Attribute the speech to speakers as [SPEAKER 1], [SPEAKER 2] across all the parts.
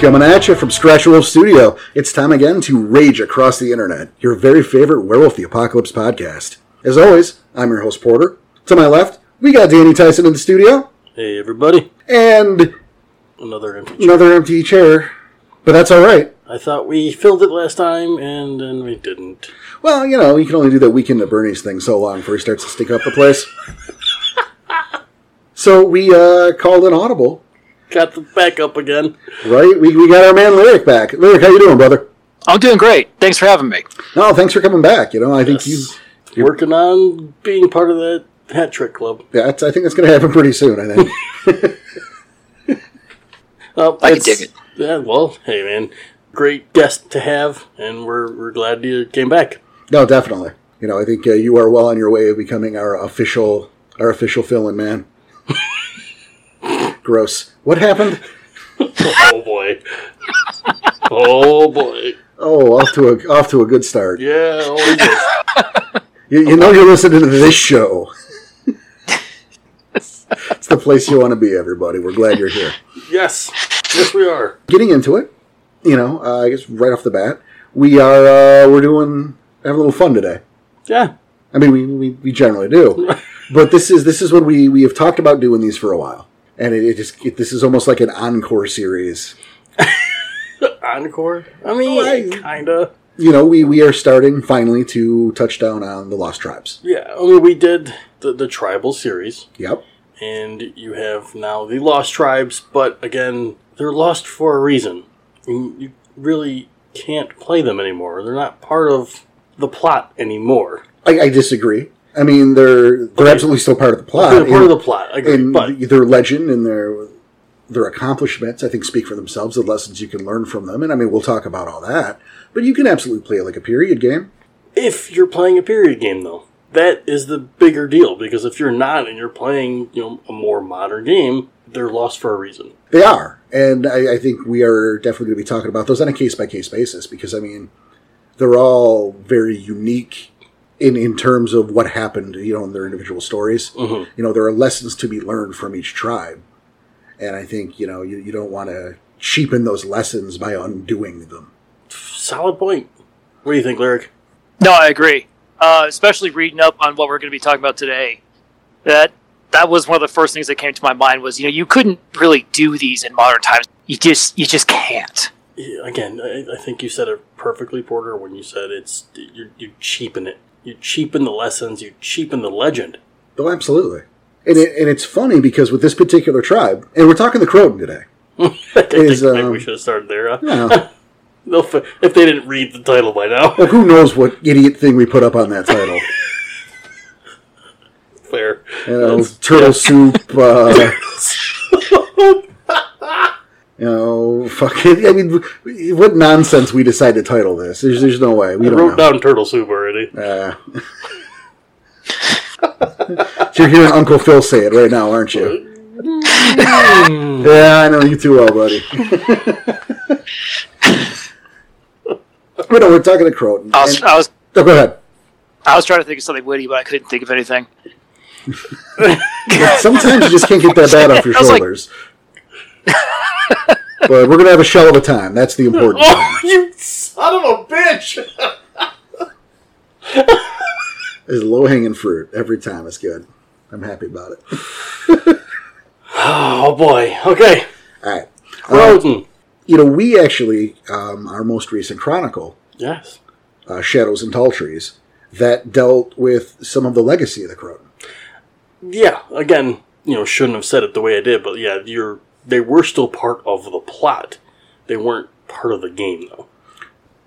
[SPEAKER 1] Coming at you from Scratch Wolf Studio, it's time again to rage across the internet, your very favorite Werewolf the Apocalypse podcast. As always, I'm your host, Porter. To my left, we got Danny Tyson in the studio,
[SPEAKER 2] Hey everybody!
[SPEAKER 1] and
[SPEAKER 2] Another empty. chair.
[SPEAKER 1] another empty chair, but that's all right.
[SPEAKER 2] I thought we filled it last time, and then we didn't.
[SPEAKER 1] Well, you know, you can only do that weekend at Bernie's thing so long before he starts to stink up the place. so we uh, called an audible,
[SPEAKER 2] Got the back up again.
[SPEAKER 1] right? We, we got our man Lyric back. Lyric, how you doing, brother?
[SPEAKER 3] I'm doing great. Thanks for having me.
[SPEAKER 1] No, thanks for coming back. You know, I think you.
[SPEAKER 2] Yes. Working on being part of that hat trick club.
[SPEAKER 1] Yeah, that's, I think that's going to happen pretty soon. I think.
[SPEAKER 2] Oh,
[SPEAKER 3] I can
[SPEAKER 2] that's-
[SPEAKER 3] dig it.
[SPEAKER 2] Yeah, well, hey man, great guest to have, and we're we're glad you came back.
[SPEAKER 1] no, definitely. You know, I think uh, you are well on your way of becoming our official, our official fill-in man. Gross. What happened?
[SPEAKER 2] Oh boy! oh boy!
[SPEAKER 1] Oh, off to a off to a good start.
[SPEAKER 2] Yeah, oh, always is.
[SPEAKER 1] You, you know you're listening to this show. it's the place you want to be, everybody. We're glad you're here.
[SPEAKER 2] yes, yes we are.
[SPEAKER 1] Getting into it, you know, uh, I guess right off the bat, we are uh, we're doing having a little fun today.
[SPEAKER 2] Yeah,
[SPEAKER 1] I mean, we, we, we generally do, but this is this is what we we have talked about doing these for a while, and it, it just it, this is almost like an encore series.
[SPEAKER 2] encore. I
[SPEAKER 3] Oh,
[SPEAKER 2] mean,
[SPEAKER 1] I-
[SPEAKER 2] kinda.
[SPEAKER 1] You know, we we are starting finally to touch down on the Lost Tribes.
[SPEAKER 2] Yeah, I mean, we did the the tribal series.
[SPEAKER 1] Yep,
[SPEAKER 2] and you have now the lost tribes but again they're lost for a reason you, you really can't play them anymore they're not part of the plot anymore
[SPEAKER 1] I, I disagree. I mean, they're they're
[SPEAKER 2] Okay.
[SPEAKER 1] absolutely still part of the plot.
[SPEAKER 2] they're part
[SPEAKER 1] and-
[SPEAKER 2] of the plot I agree
[SPEAKER 1] and
[SPEAKER 2] but
[SPEAKER 1] th- their legend and their their accomplishments, I think, speak for themselves. The lessons you can learn from them, and I mean, we'll talk about all that. But you can absolutely play it like a period game.
[SPEAKER 2] if you're playing a period game though that is the bigger deal because if you're not and you're playing you know a more modern game they're lost for a reason
[SPEAKER 1] They are, and I, I think we are definitely going to be talking about those on a case by case basis because I mean, they're all very unique in in terms of what happened, you know, in their individual stories.
[SPEAKER 2] Mhm.
[SPEAKER 1] You know, there are lessons to be learned from each tribe, and I think you know you, you don't want to cheapen those lessons by undoing them.
[SPEAKER 2] solid point what do you think lyric
[SPEAKER 3] No, I agree. Uh, especially reading up on what we're going to be talking about today. That that was one of the first things that came to my mind was you know you couldn't really do these in modern times. You just you just can't.
[SPEAKER 2] Yeah, again, I, I think you said it perfectly, Porter, when you said it's you, you cheapen it. You cheapen the lessons. You cheapen the legend.
[SPEAKER 1] Oh, absolutely. And, it, and it's funny because with this particular tribe, and we're talking the Croton today.
[SPEAKER 2] I think
[SPEAKER 1] Is,
[SPEAKER 2] maybe
[SPEAKER 1] um,
[SPEAKER 2] we should have started there. Huh?
[SPEAKER 1] You know,
[SPEAKER 2] They'll fi- if they didn't read the title by now,
[SPEAKER 1] well, who knows what idiot thing we put up on that title?
[SPEAKER 2] fair.
[SPEAKER 1] You know,
[SPEAKER 2] That's-
[SPEAKER 1] turtle soup. Uh, you know, fucking. I mean, what nonsense we decide to title this? There's, there's no way we
[SPEAKER 2] I
[SPEAKER 1] don't
[SPEAKER 2] wrote
[SPEAKER 1] know.
[SPEAKER 2] down turtle soup already.
[SPEAKER 1] Uh, you're hearing Uncle Phil say it right now, aren't you?
[SPEAKER 3] Hmm.
[SPEAKER 1] Yeah, I know you too well, buddy. but no, we're talking to Croton.
[SPEAKER 3] I was
[SPEAKER 1] And-
[SPEAKER 3] I was
[SPEAKER 1] oh, go ahead.
[SPEAKER 3] I was trying to think of something witty, but I couldn't think of anything.
[SPEAKER 1] Sometimes you just can't get that bad off your
[SPEAKER 3] I was like-
[SPEAKER 1] shoulders. but we're gonna have a shell of a time. That's the important. Time.
[SPEAKER 2] Oh, you son of a bitch!
[SPEAKER 1] It's low hanging fruit every time. It's good. I'm happy about it.
[SPEAKER 2] Oh boy. Okay,
[SPEAKER 1] All right. Uh,
[SPEAKER 2] Croton.
[SPEAKER 1] you know, we actually um, our most recent chronicle,
[SPEAKER 2] yes.
[SPEAKER 1] uh, Shadows and Tall Trees, that dealt with some of the legacy of the Croton.
[SPEAKER 2] Yeah. Again, you know, shouldn't have said it the way I did, but yeah, you're. They were still part of the plot. They weren't part of the game though.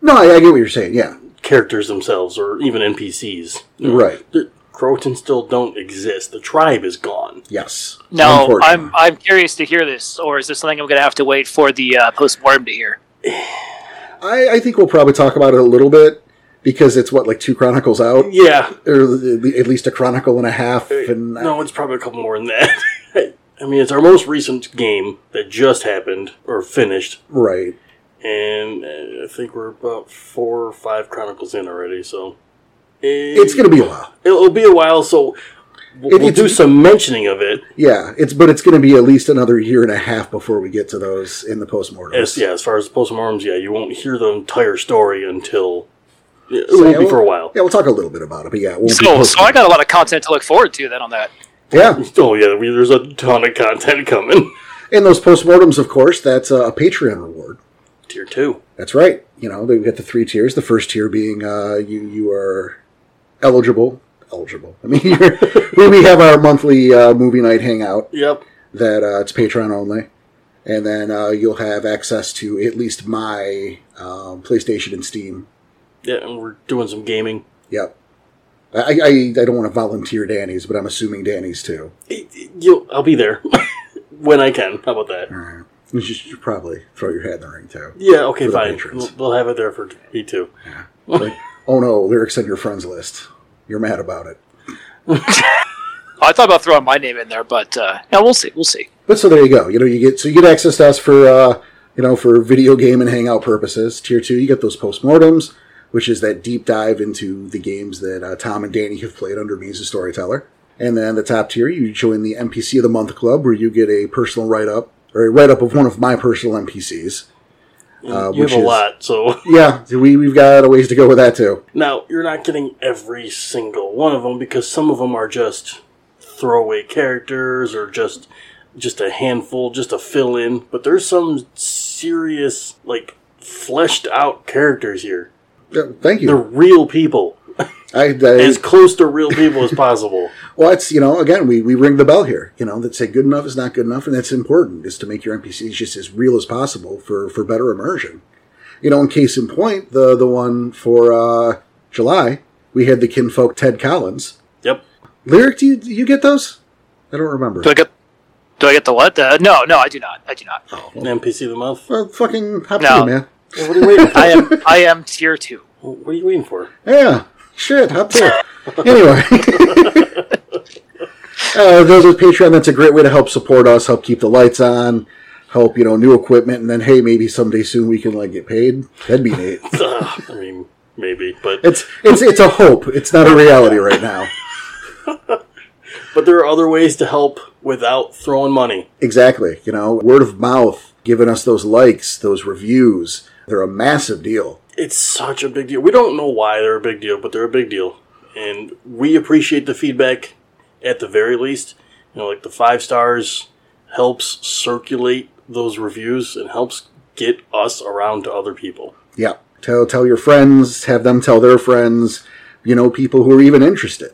[SPEAKER 1] No, I, I get what you're saying. Yeah,
[SPEAKER 2] characters themselves or even NPCs.
[SPEAKER 1] right.
[SPEAKER 2] The Croton still don't exist. The tribe is gone.
[SPEAKER 1] Yes.
[SPEAKER 3] No,
[SPEAKER 1] Unfortunately.
[SPEAKER 3] I'm I'm curious to hear this, or is this something I'm going to have to wait for the uh, postmortem to hear?
[SPEAKER 1] I, I think we'll probably talk about it a little bit because it's what like two chronicles out,
[SPEAKER 2] Yeah.
[SPEAKER 1] or at least a chronicle and a half. And
[SPEAKER 2] No, it's probably a couple more than that. I mean, it's our most recent game that just happened or finished,
[SPEAKER 1] right.
[SPEAKER 2] and uh, I think we're about four or five chronicles in already. So
[SPEAKER 1] It's
[SPEAKER 2] it's
[SPEAKER 1] going to be a while.
[SPEAKER 2] it'll be a while. So We'll,
[SPEAKER 1] It-
[SPEAKER 2] we'll
[SPEAKER 1] it's-
[SPEAKER 2] do some mentioning of it
[SPEAKER 1] Yeah, it's but it's going to be at least another year and a half before we get to those in the postmortems.
[SPEAKER 2] As yeah, as far as post mortems, yeah, you won't hear the entire story until it
[SPEAKER 1] So,
[SPEAKER 2] will
[SPEAKER 1] yeah,
[SPEAKER 2] be
[SPEAKER 1] we'll-
[SPEAKER 2] for a while.
[SPEAKER 1] Yeah, we'll talk a little bit about it, but yeah, it won't be
[SPEAKER 3] So,
[SPEAKER 1] post-
[SPEAKER 3] so I got a lot of content to look forward to then on that.
[SPEAKER 1] yeah.
[SPEAKER 2] Oh yeah, we, there's a ton of content coming.
[SPEAKER 1] And those postmortems, of course, that's uh, a Patreon reward.
[SPEAKER 2] Tier two.
[SPEAKER 1] That's right. You know, they've got the three tiers. The first tier being uh, you you are eligible. Eligible. I mean, you're, we, we have our monthly uh, movie night hangout
[SPEAKER 2] Yep.
[SPEAKER 1] that uh, it's Patreon only, and then uh, you'll have access to at least my um, PlayStation and Steam.
[SPEAKER 2] Yeah, and we're doing some gaming.
[SPEAKER 1] Yep. I I, I don't want to volunteer Danny's, but I'm assuming Danny's too.
[SPEAKER 2] You'll, I'll be there when I can. How about that?
[SPEAKER 1] All right. You should should probably throw your hat in the ring too.
[SPEAKER 2] Yeah. Okay.
[SPEAKER 1] For the
[SPEAKER 2] Fine. We'll,
[SPEAKER 1] patrons.
[SPEAKER 2] we'll have it there for me too.
[SPEAKER 1] Like, oh no, lyrics on your friends list. You're mad about it.
[SPEAKER 3] I thought about throwing my name in there, but uh, yeah, we'll see. We'll see.
[SPEAKER 1] But so there you go. You know, you get so you get access to us for uh, you know for video game and hangout purposes. Tier two, you get those postmortems, which is that deep dive into the games that uh, Tom and Danny have played under me as a storyteller. And then the top tier, you join the NPC of the Month Club, where you get a personal write up or a write up of one of my personal NPCs. Uh,
[SPEAKER 2] you
[SPEAKER 1] which
[SPEAKER 2] have a
[SPEAKER 1] is-
[SPEAKER 2] lot, so
[SPEAKER 1] Yeah, we we've got a ways to go with that too.
[SPEAKER 2] now you're not getting every single one of them because some of them are just throwaway characters or just just a handful, just a fill in. But there's some serious, like fleshed out characters here.
[SPEAKER 1] Yeah, Thank
[SPEAKER 2] They're
[SPEAKER 1] you.
[SPEAKER 2] real people,
[SPEAKER 1] I, I,
[SPEAKER 2] as close to real people as possible.
[SPEAKER 1] Well, it's you know again we, we ring the bell here. You know that say good enough is not good enough, and that's important is to make your NPCs just as real as possible for for better immersion. You know, in case in point, the the one for uh, July, we had the kinfolk Ted Collins.
[SPEAKER 2] Yep.
[SPEAKER 1] Lyric, do you, do you get those? I don't remember.
[SPEAKER 3] Do I get? Do I get the what? The, no, no, I do not. I do not.
[SPEAKER 2] NPC of the month.
[SPEAKER 1] Well, fucking hop
[SPEAKER 3] No.
[SPEAKER 1] to it, man.
[SPEAKER 2] Well, What are you waiting for?
[SPEAKER 3] I am. I am tier two.
[SPEAKER 2] What are you waiting for?
[SPEAKER 1] Yeah, shit, hop to it. anyway. Uh, those with Patreon, that's a great way to help support us, help keep the lights on, help you know new equipment, and then hey, maybe someday soon we can like get paid. That'd be neat.
[SPEAKER 2] Ugh, I mean, maybe, but
[SPEAKER 1] It's it's it's a hope. It's not a reality right now.
[SPEAKER 2] but there are other ways to help without throwing money.
[SPEAKER 1] Exactly. You know, word of mouth, giving us those likes, those reviews, they're a massive deal.
[SPEAKER 2] It's such a big deal. We don't know why they're a big deal, but they're a big deal, and we appreciate the feedback at the very least. You know, like the five stars helps circulate those reviews and helps get us around to other people.
[SPEAKER 1] Yeah. Tell tell your friends, have them tell their friends, you know, people who are even interested.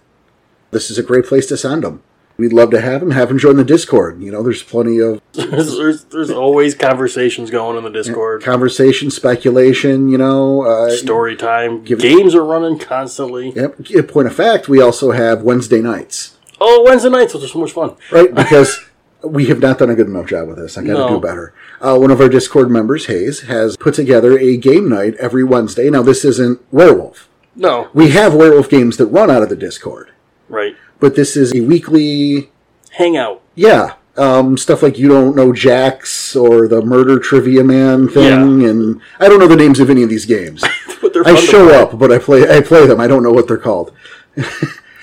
[SPEAKER 1] This is a great place to send them. We'd love to have them. Have them join the Discord. You know, there's plenty of
[SPEAKER 2] There's, there's, there's always conversations going in the Discord.
[SPEAKER 1] conversation, speculation. You know, uh,
[SPEAKER 2] Story time.
[SPEAKER 1] Give-
[SPEAKER 2] Games are running constantly.
[SPEAKER 1] yep. Yeah, point of fact, we also have Wednesday nights,
[SPEAKER 2] Oh, Wednesday nights, which is so much fun.
[SPEAKER 1] right? Because we have not done a good enough job with this. I got to
[SPEAKER 2] No.
[SPEAKER 1] do better. Uh, one of our Discord members, Hayes, has put together a game night every Wednesday. Now, this isn't Werewolf.
[SPEAKER 2] No.
[SPEAKER 1] We have Werewolf games that run out of the Discord,
[SPEAKER 2] Right.
[SPEAKER 1] but this is a weekly
[SPEAKER 2] Hang out.
[SPEAKER 1] Yeah. Um, stuff like You Don't Know Jax or the Murder Trivia Man thing. And I don't know the names of any of these games.
[SPEAKER 2] But they're
[SPEAKER 1] I
[SPEAKER 2] fun to
[SPEAKER 1] show
[SPEAKER 2] play.
[SPEAKER 1] up, but I play, I play them. I don't know what they're called.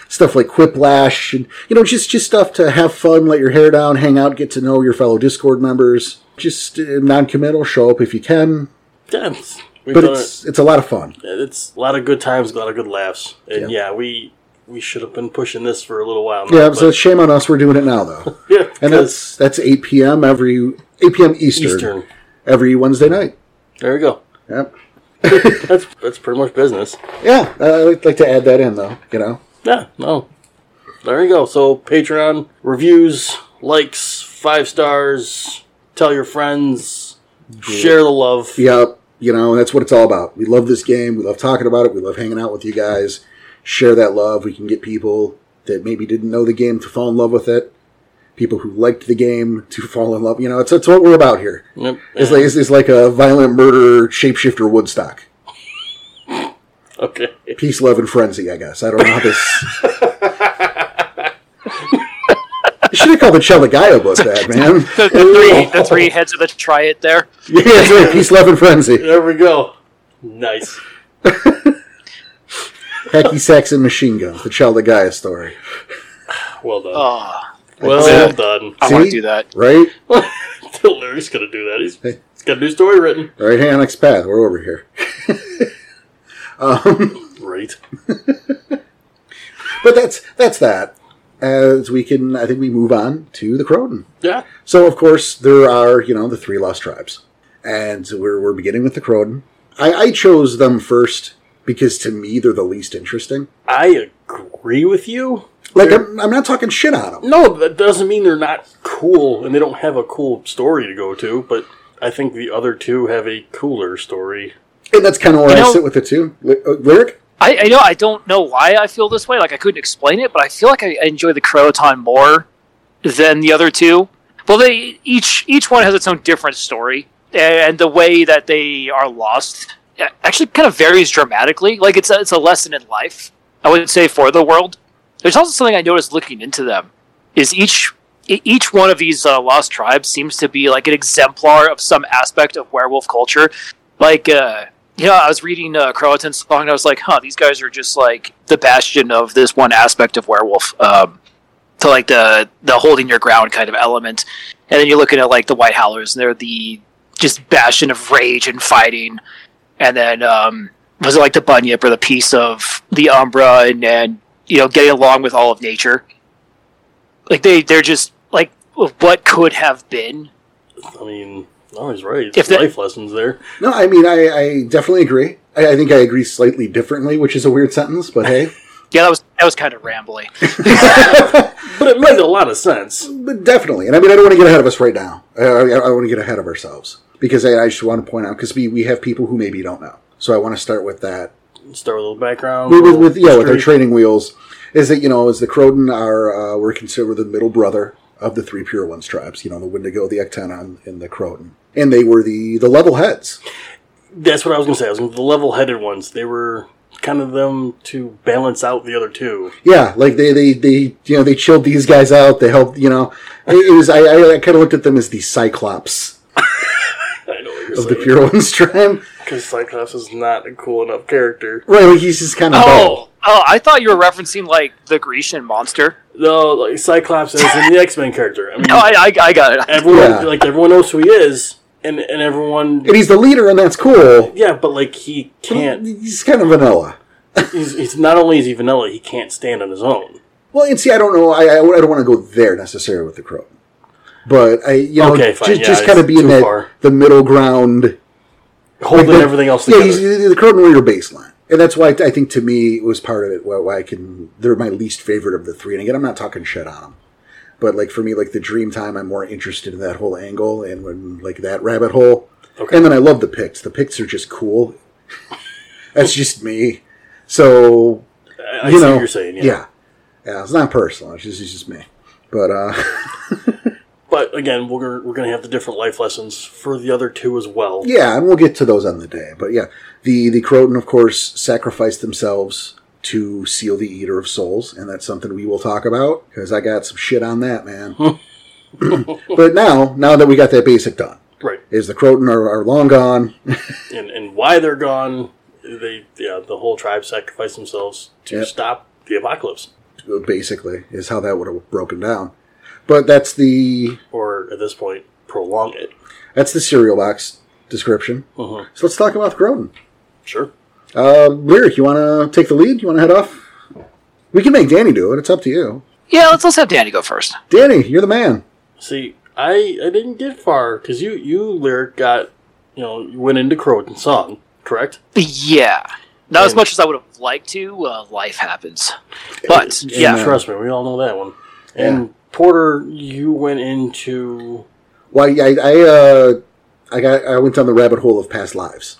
[SPEAKER 1] stuff like Quiplash and, you know, just, just stuff to have fun, let your hair down, hang out, get to know your fellow Discord members. Just uh, non-committal, show up if you can.
[SPEAKER 2] Yeah, it's- we've
[SPEAKER 1] But
[SPEAKER 2] done
[SPEAKER 1] it's, it's a lot of fun.
[SPEAKER 2] it. It's a lot of good times, a lot of good laughs, and yeah, we we should have been pushing this for a little while. Now,
[SPEAKER 1] Yeah.
[SPEAKER 2] but-
[SPEAKER 1] So shame on us. We're doing it now though.
[SPEAKER 2] yeah,
[SPEAKER 1] And
[SPEAKER 2] because-
[SPEAKER 1] that's, that's 8 PM every, 8 PM Eastern,
[SPEAKER 2] Eastern.
[SPEAKER 1] every Wednesday night.
[SPEAKER 2] There you go.
[SPEAKER 1] Yep.
[SPEAKER 2] That's that's pretty much business.
[SPEAKER 1] Yeah, uh, I'd like to add that in, though. You know,
[SPEAKER 2] Yeah, no. There you go. So Patreon reviews, likes, five stars. Tell your friends. Share the love.
[SPEAKER 1] yep. You know, that's what it's all about. We love this game. We love talking about it. We love hanging out with you guys. Share that love. We can get people that maybe didn't know the game to fall in love with it. People who liked the game to fall in love. You know, it's it's what we're about here.
[SPEAKER 2] Yep.
[SPEAKER 1] It's like it's, it's like a violent murder shapeshifter Woodstock.
[SPEAKER 2] okay.
[SPEAKER 1] Peace, love, and frenzy. I guess I don't know how this. You should have called the Chelagaya book that, man.
[SPEAKER 3] The, the three. The three heads of the triad there.
[SPEAKER 1] Yeah, that's right. Peace, love, and frenzy.
[SPEAKER 2] There we go. Nice.
[SPEAKER 1] Hacky Saxon Machine Gun, the Child of Gaia story.
[SPEAKER 2] Well done.
[SPEAKER 3] Oh,
[SPEAKER 2] well
[SPEAKER 1] See?
[SPEAKER 2] done.
[SPEAKER 3] I want
[SPEAKER 1] See?
[SPEAKER 3] to do that.
[SPEAKER 1] Right?
[SPEAKER 2] Larry's gonna do that. He's, he's got a new story written.
[SPEAKER 1] All right, hang on, next path. We're over here.
[SPEAKER 2] Right.
[SPEAKER 1] But that's that's that. As we can, I think we move on to the Croton.
[SPEAKER 2] Yeah.
[SPEAKER 1] So, of course, there are, you know, the three lost tribes. And so we're, we're beginning with the Croton. I, I chose them first because to me they're the least interesting.
[SPEAKER 2] I agree with you.
[SPEAKER 1] Like, I'm, I'm not talking shit on them.
[SPEAKER 2] No, that doesn't mean they're not cool and they don't have a cool story to go to, but I think the other two have a cooler story.
[SPEAKER 1] And that's kind of where
[SPEAKER 3] You
[SPEAKER 1] I
[SPEAKER 3] know-
[SPEAKER 1] sit with it, too. Ly- uh, Lyric?
[SPEAKER 3] I, I know I don't know why I feel this way. Like I couldn't explain it, but I feel like I I enjoy the Croton more than the other two. Well, they each each one has its own different story, and the way that they are lost actually kind of varies dramatically. Like it's a, it's a lesson in life, I would say, for the world. There's also something I noticed looking into them is each e- each one of these uh, lost tribes seems to be like an exemplar of some aspect of werewolf culture. Like, uh, you know, I was reading uh, Croatan's song and I was like, huh, these guys are just like the bastion of this one aspect of werewolf. Um, to like the the holding your ground kind of element, and then you're looking at like the White Howlers and they're the just bastion of rage and fighting, and then um, was it like the Bunyip or the piece of the Umbra and, and you know getting along with all of nature like they they're just like what could have been
[SPEAKER 2] I mean, no, he's right.
[SPEAKER 3] If
[SPEAKER 2] It's
[SPEAKER 3] that-
[SPEAKER 2] life lessons there.
[SPEAKER 1] No, I mean, I, I definitely agree. I, I think I agree slightly differently, which is a weird sentence, but hey.
[SPEAKER 3] yeah that was that was kind of rambly
[SPEAKER 2] But it made a lot of sense.
[SPEAKER 1] But definitely, and I mean, I don't want to get ahead of us right now. I, I, I want to get ahead of ourselves because I, I just want to point out because we, we have people who maybe don't know. So I want to start with that
[SPEAKER 2] Start with a little background.
[SPEAKER 1] with, with, with yeah with our
[SPEAKER 2] history.
[SPEAKER 1] training wheels is that you know as the Croden are uh, we're considered the middle brother of the three pure ones tribes. You know the Wendigo, the Ectanon, and the Croton, and they were the the level heads.
[SPEAKER 2] That's what I was gonna say. I was gonna, the level-headed ones. They were kind of them to balance out the other two.
[SPEAKER 1] Yeah, like they they they you know they chilled these guys out. They helped. You know, it, it was I, I, I kind of looked at them as the Cyclops
[SPEAKER 2] I know what you're
[SPEAKER 1] of the
[SPEAKER 2] saying.
[SPEAKER 1] pure ones tribe.
[SPEAKER 2] Because Cyclops is not a cool enough character.
[SPEAKER 1] Right, like he's just kind of
[SPEAKER 3] oh oh i thought you were referencing like the grecian monster
[SPEAKER 2] No, like Cyclops is in the X-Men character. I mean,
[SPEAKER 3] no i i, I got it
[SPEAKER 2] everyone
[SPEAKER 1] Yeah.
[SPEAKER 2] like everyone knows who he is, and and everyone.
[SPEAKER 1] and he's the leader, and that's cool.
[SPEAKER 2] Yeah, but like he can't.
[SPEAKER 1] He's kind of vanilla.
[SPEAKER 2] He's, he's not only is he vanilla, he can't stand on his own.
[SPEAKER 1] Well, and see, I don't know. I, I, I don't want to go there necessarily with the crow, but I, you know,
[SPEAKER 2] Okay, fine,
[SPEAKER 1] just,
[SPEAKER 2] yeah,
[SPEAKER 1] just kind of
[SPEAKER 2] it's
[SPEAKER 1] being
[SPEAKER 2] too
[SPEAKER 1] that
[SPEAKER 2] far.
[SPEAKER 1] the middle ground,
[SPEAKER 2] Holding
[SPEAKER 1] Like,
[SPEAKER 2] everything else
[SPEAKER 1] Yeah,
[SPEAKER 2] together.
[SPEAKER 1] he's, he's- the crow were your baseline, and that's why I think to me it was part of it. Why, why I can they're my least favorite of the three. And again, I'm not talking shit on them, but like for me, like the dream time, I'm more interested in that whole angle and when like that rabbit hole.
[SPEAKER 2] Okay.
[SPEAKER 1] And then I love the picks. The picks are just cool. that's just me. So
[SPEAKER 2] I, I
[SPEAKER 1] you
[SPEAKER 2] see
[SPEAKER 1] know,
[SPEAKER 2] what you're saying. Yeah.
[SPEAKER 1] yeah, Yeah, It's not personal. It's just, it's just me. But uh,
[SPEAKER 2] But again, we're gonna, we're gonna have the different life lessons for the other two as well.
[SPEAKER 1] yeah, and we'll get to those on the day. But yeah, the the Croton, of course, sacrificed themselves to seal the Eater of Souls, and that's something we will talk about because I got some shit on that, man. but now, now that we got that basic done,
[SPEAKER 2] Right.
[SPEAKER 1] is the Croton are, are long gone,
[SPEAKER 2] And and why they're gone? They yeah, the whole tribe sacrificed themselves to
[SPEAKER 1] Yep.
[SPEAKER 2] stop the apocalypse,
[SPEAKER 1] basically, is how that would have broken down. But that's the
[SPEAKER 2] or at this point, prolong it.
[SPEAKER 1] that's the cereal box description.
[SPEAKER 2] Mhm.
[SPEAKER 1] So let's talk about the Croton.
[SPEAKER 2] Sure.
[SPEAKER 1] Uh, Lyric, you want to take the lead? You want to head off? We can make Danny do it. It's up to you.
[SPEAKER 3] yeah let's let's have danny go first
[SPEAKER 1] Danny, you're the man.
[SPEAKER 2] See, I I didn't get far because you you lyric got you know you went into Croton song, correct?
[SPEAKER 3] yeah not as
[SPEAKER 2] And-
[SPEAKER 3] much as i would have liked to uh, life happens but yeah
[SPEAKER 1] uh,
[SPEAKER 2] Trust me, we all know that one. And Porter, you went into
[SPEAKER 1] Why? I I, uh, I got I went down the rabbit hole of past lives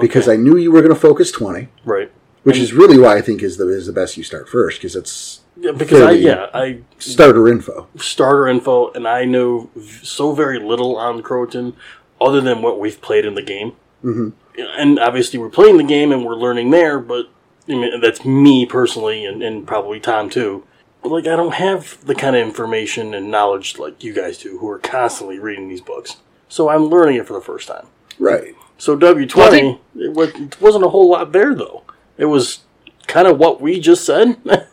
[SPEAKER 1] because I knew you were going to focus twenty,
[SPEAKER 2] right.
[SPEAKER 1] which is really why I think is the is the best you start first because it's
[SPEAKER 2] Yeah, because I
[SPEAKER 1] Fairly-
[SPEAKER 2] yeah I
[SPEAKER 1] starter info.
[SPEAKER 2] starter info and I know v- so very little on Croton other than what we've played in the game.
[SPEAKER 3] Mm-hmm.
[SPEAKER 1] Mhm.
[SPEAKER 2] And obviously, we're playing the game and we're learning there, but I mean, that's me personally and, and probably Tom too. But like, I don't have the kind of information and knowledge like you guys do who are constantly reading these books. So I'm learning it for the first time.
[SPEAKER 1] Right.
[SPEAKER 2] So W20,
[SPEAKER 3] Well, I think-
[SPEAKER 2] it, was, it wasn't a whole lot there though. It was kind of what we just said.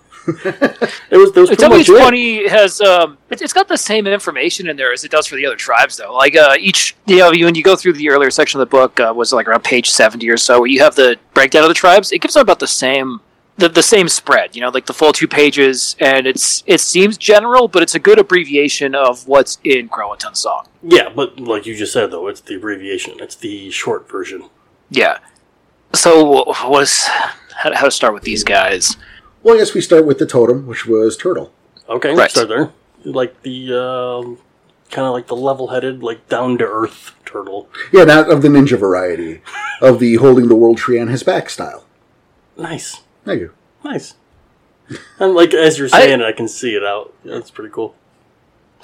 [SPEAKER 2] It was, there was
[SPEAKER 3] It's
[SPEAKER 2] pretty much
[SPEAKER 3] always
[SPEAKER 2] it.
[SPEAKER 3] funny. Has um, it, it's got the same information in there as it does for the other tribes, though. Like uh, each, you know, when you go through the earlier section of the book, uh, was like around page seventy or so, where you have the breakdown of the tribes. It gives out about the same, the, the same spread. You know, like the full two pages, and it's it seems general, but it's a good abbreviation of what's in Crowatun's song.
[SPEAKER 2] Yeah, but like you just said, though, it's the abbreviation. It's the short version.
[SPEAKER 3] Yeah. So wh- what is how, how to start with these guys?
[SPEAKER 1] Well, I guess we start with the totem, which was turtle.
[SPEAKER 2] Okay,
[SPEAKER 3] Right.
[SPEAKER 2] start there. Like the um kind of like the level-headed, like down-to-earth turtle.
[SPEAKER 1] Yeah, not of the ninja variety, of the holding the world tree on his back style.
[SPEAKER 2] Nice,
[SPEAKER 1] Thank you.
[SPEAKER 2] nice. And like as you're
[SPEAKER 3] I-
[SPEAKER 2] saying, it, I can see it out. Yeah, that's pretty cool.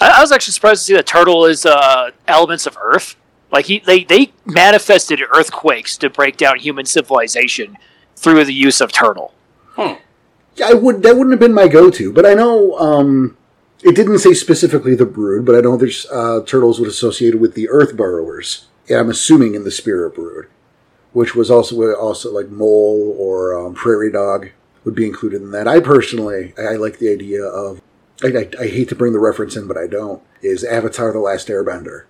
[SPEAKER 3] I, I was actually surprised to see that Turtle is uh, elements of Earth. Like he, they, they manifested earthquakes to break down human civilization through the use of Turtle.
[SPEAKER 1] Yeah, I would that wouldn't have been my go-to, but I know um, it didn't say specifically the brood, but I know there's uh, turtles would associate with the earth burrowers. Yeah, I'm assuming in the spirit brood, which was also also like mole or um, prairie dog would be included in that. I personally I, I like the idea of I, I, I hate to bring the reference in, but I don't is Avatar: The Last Airbender.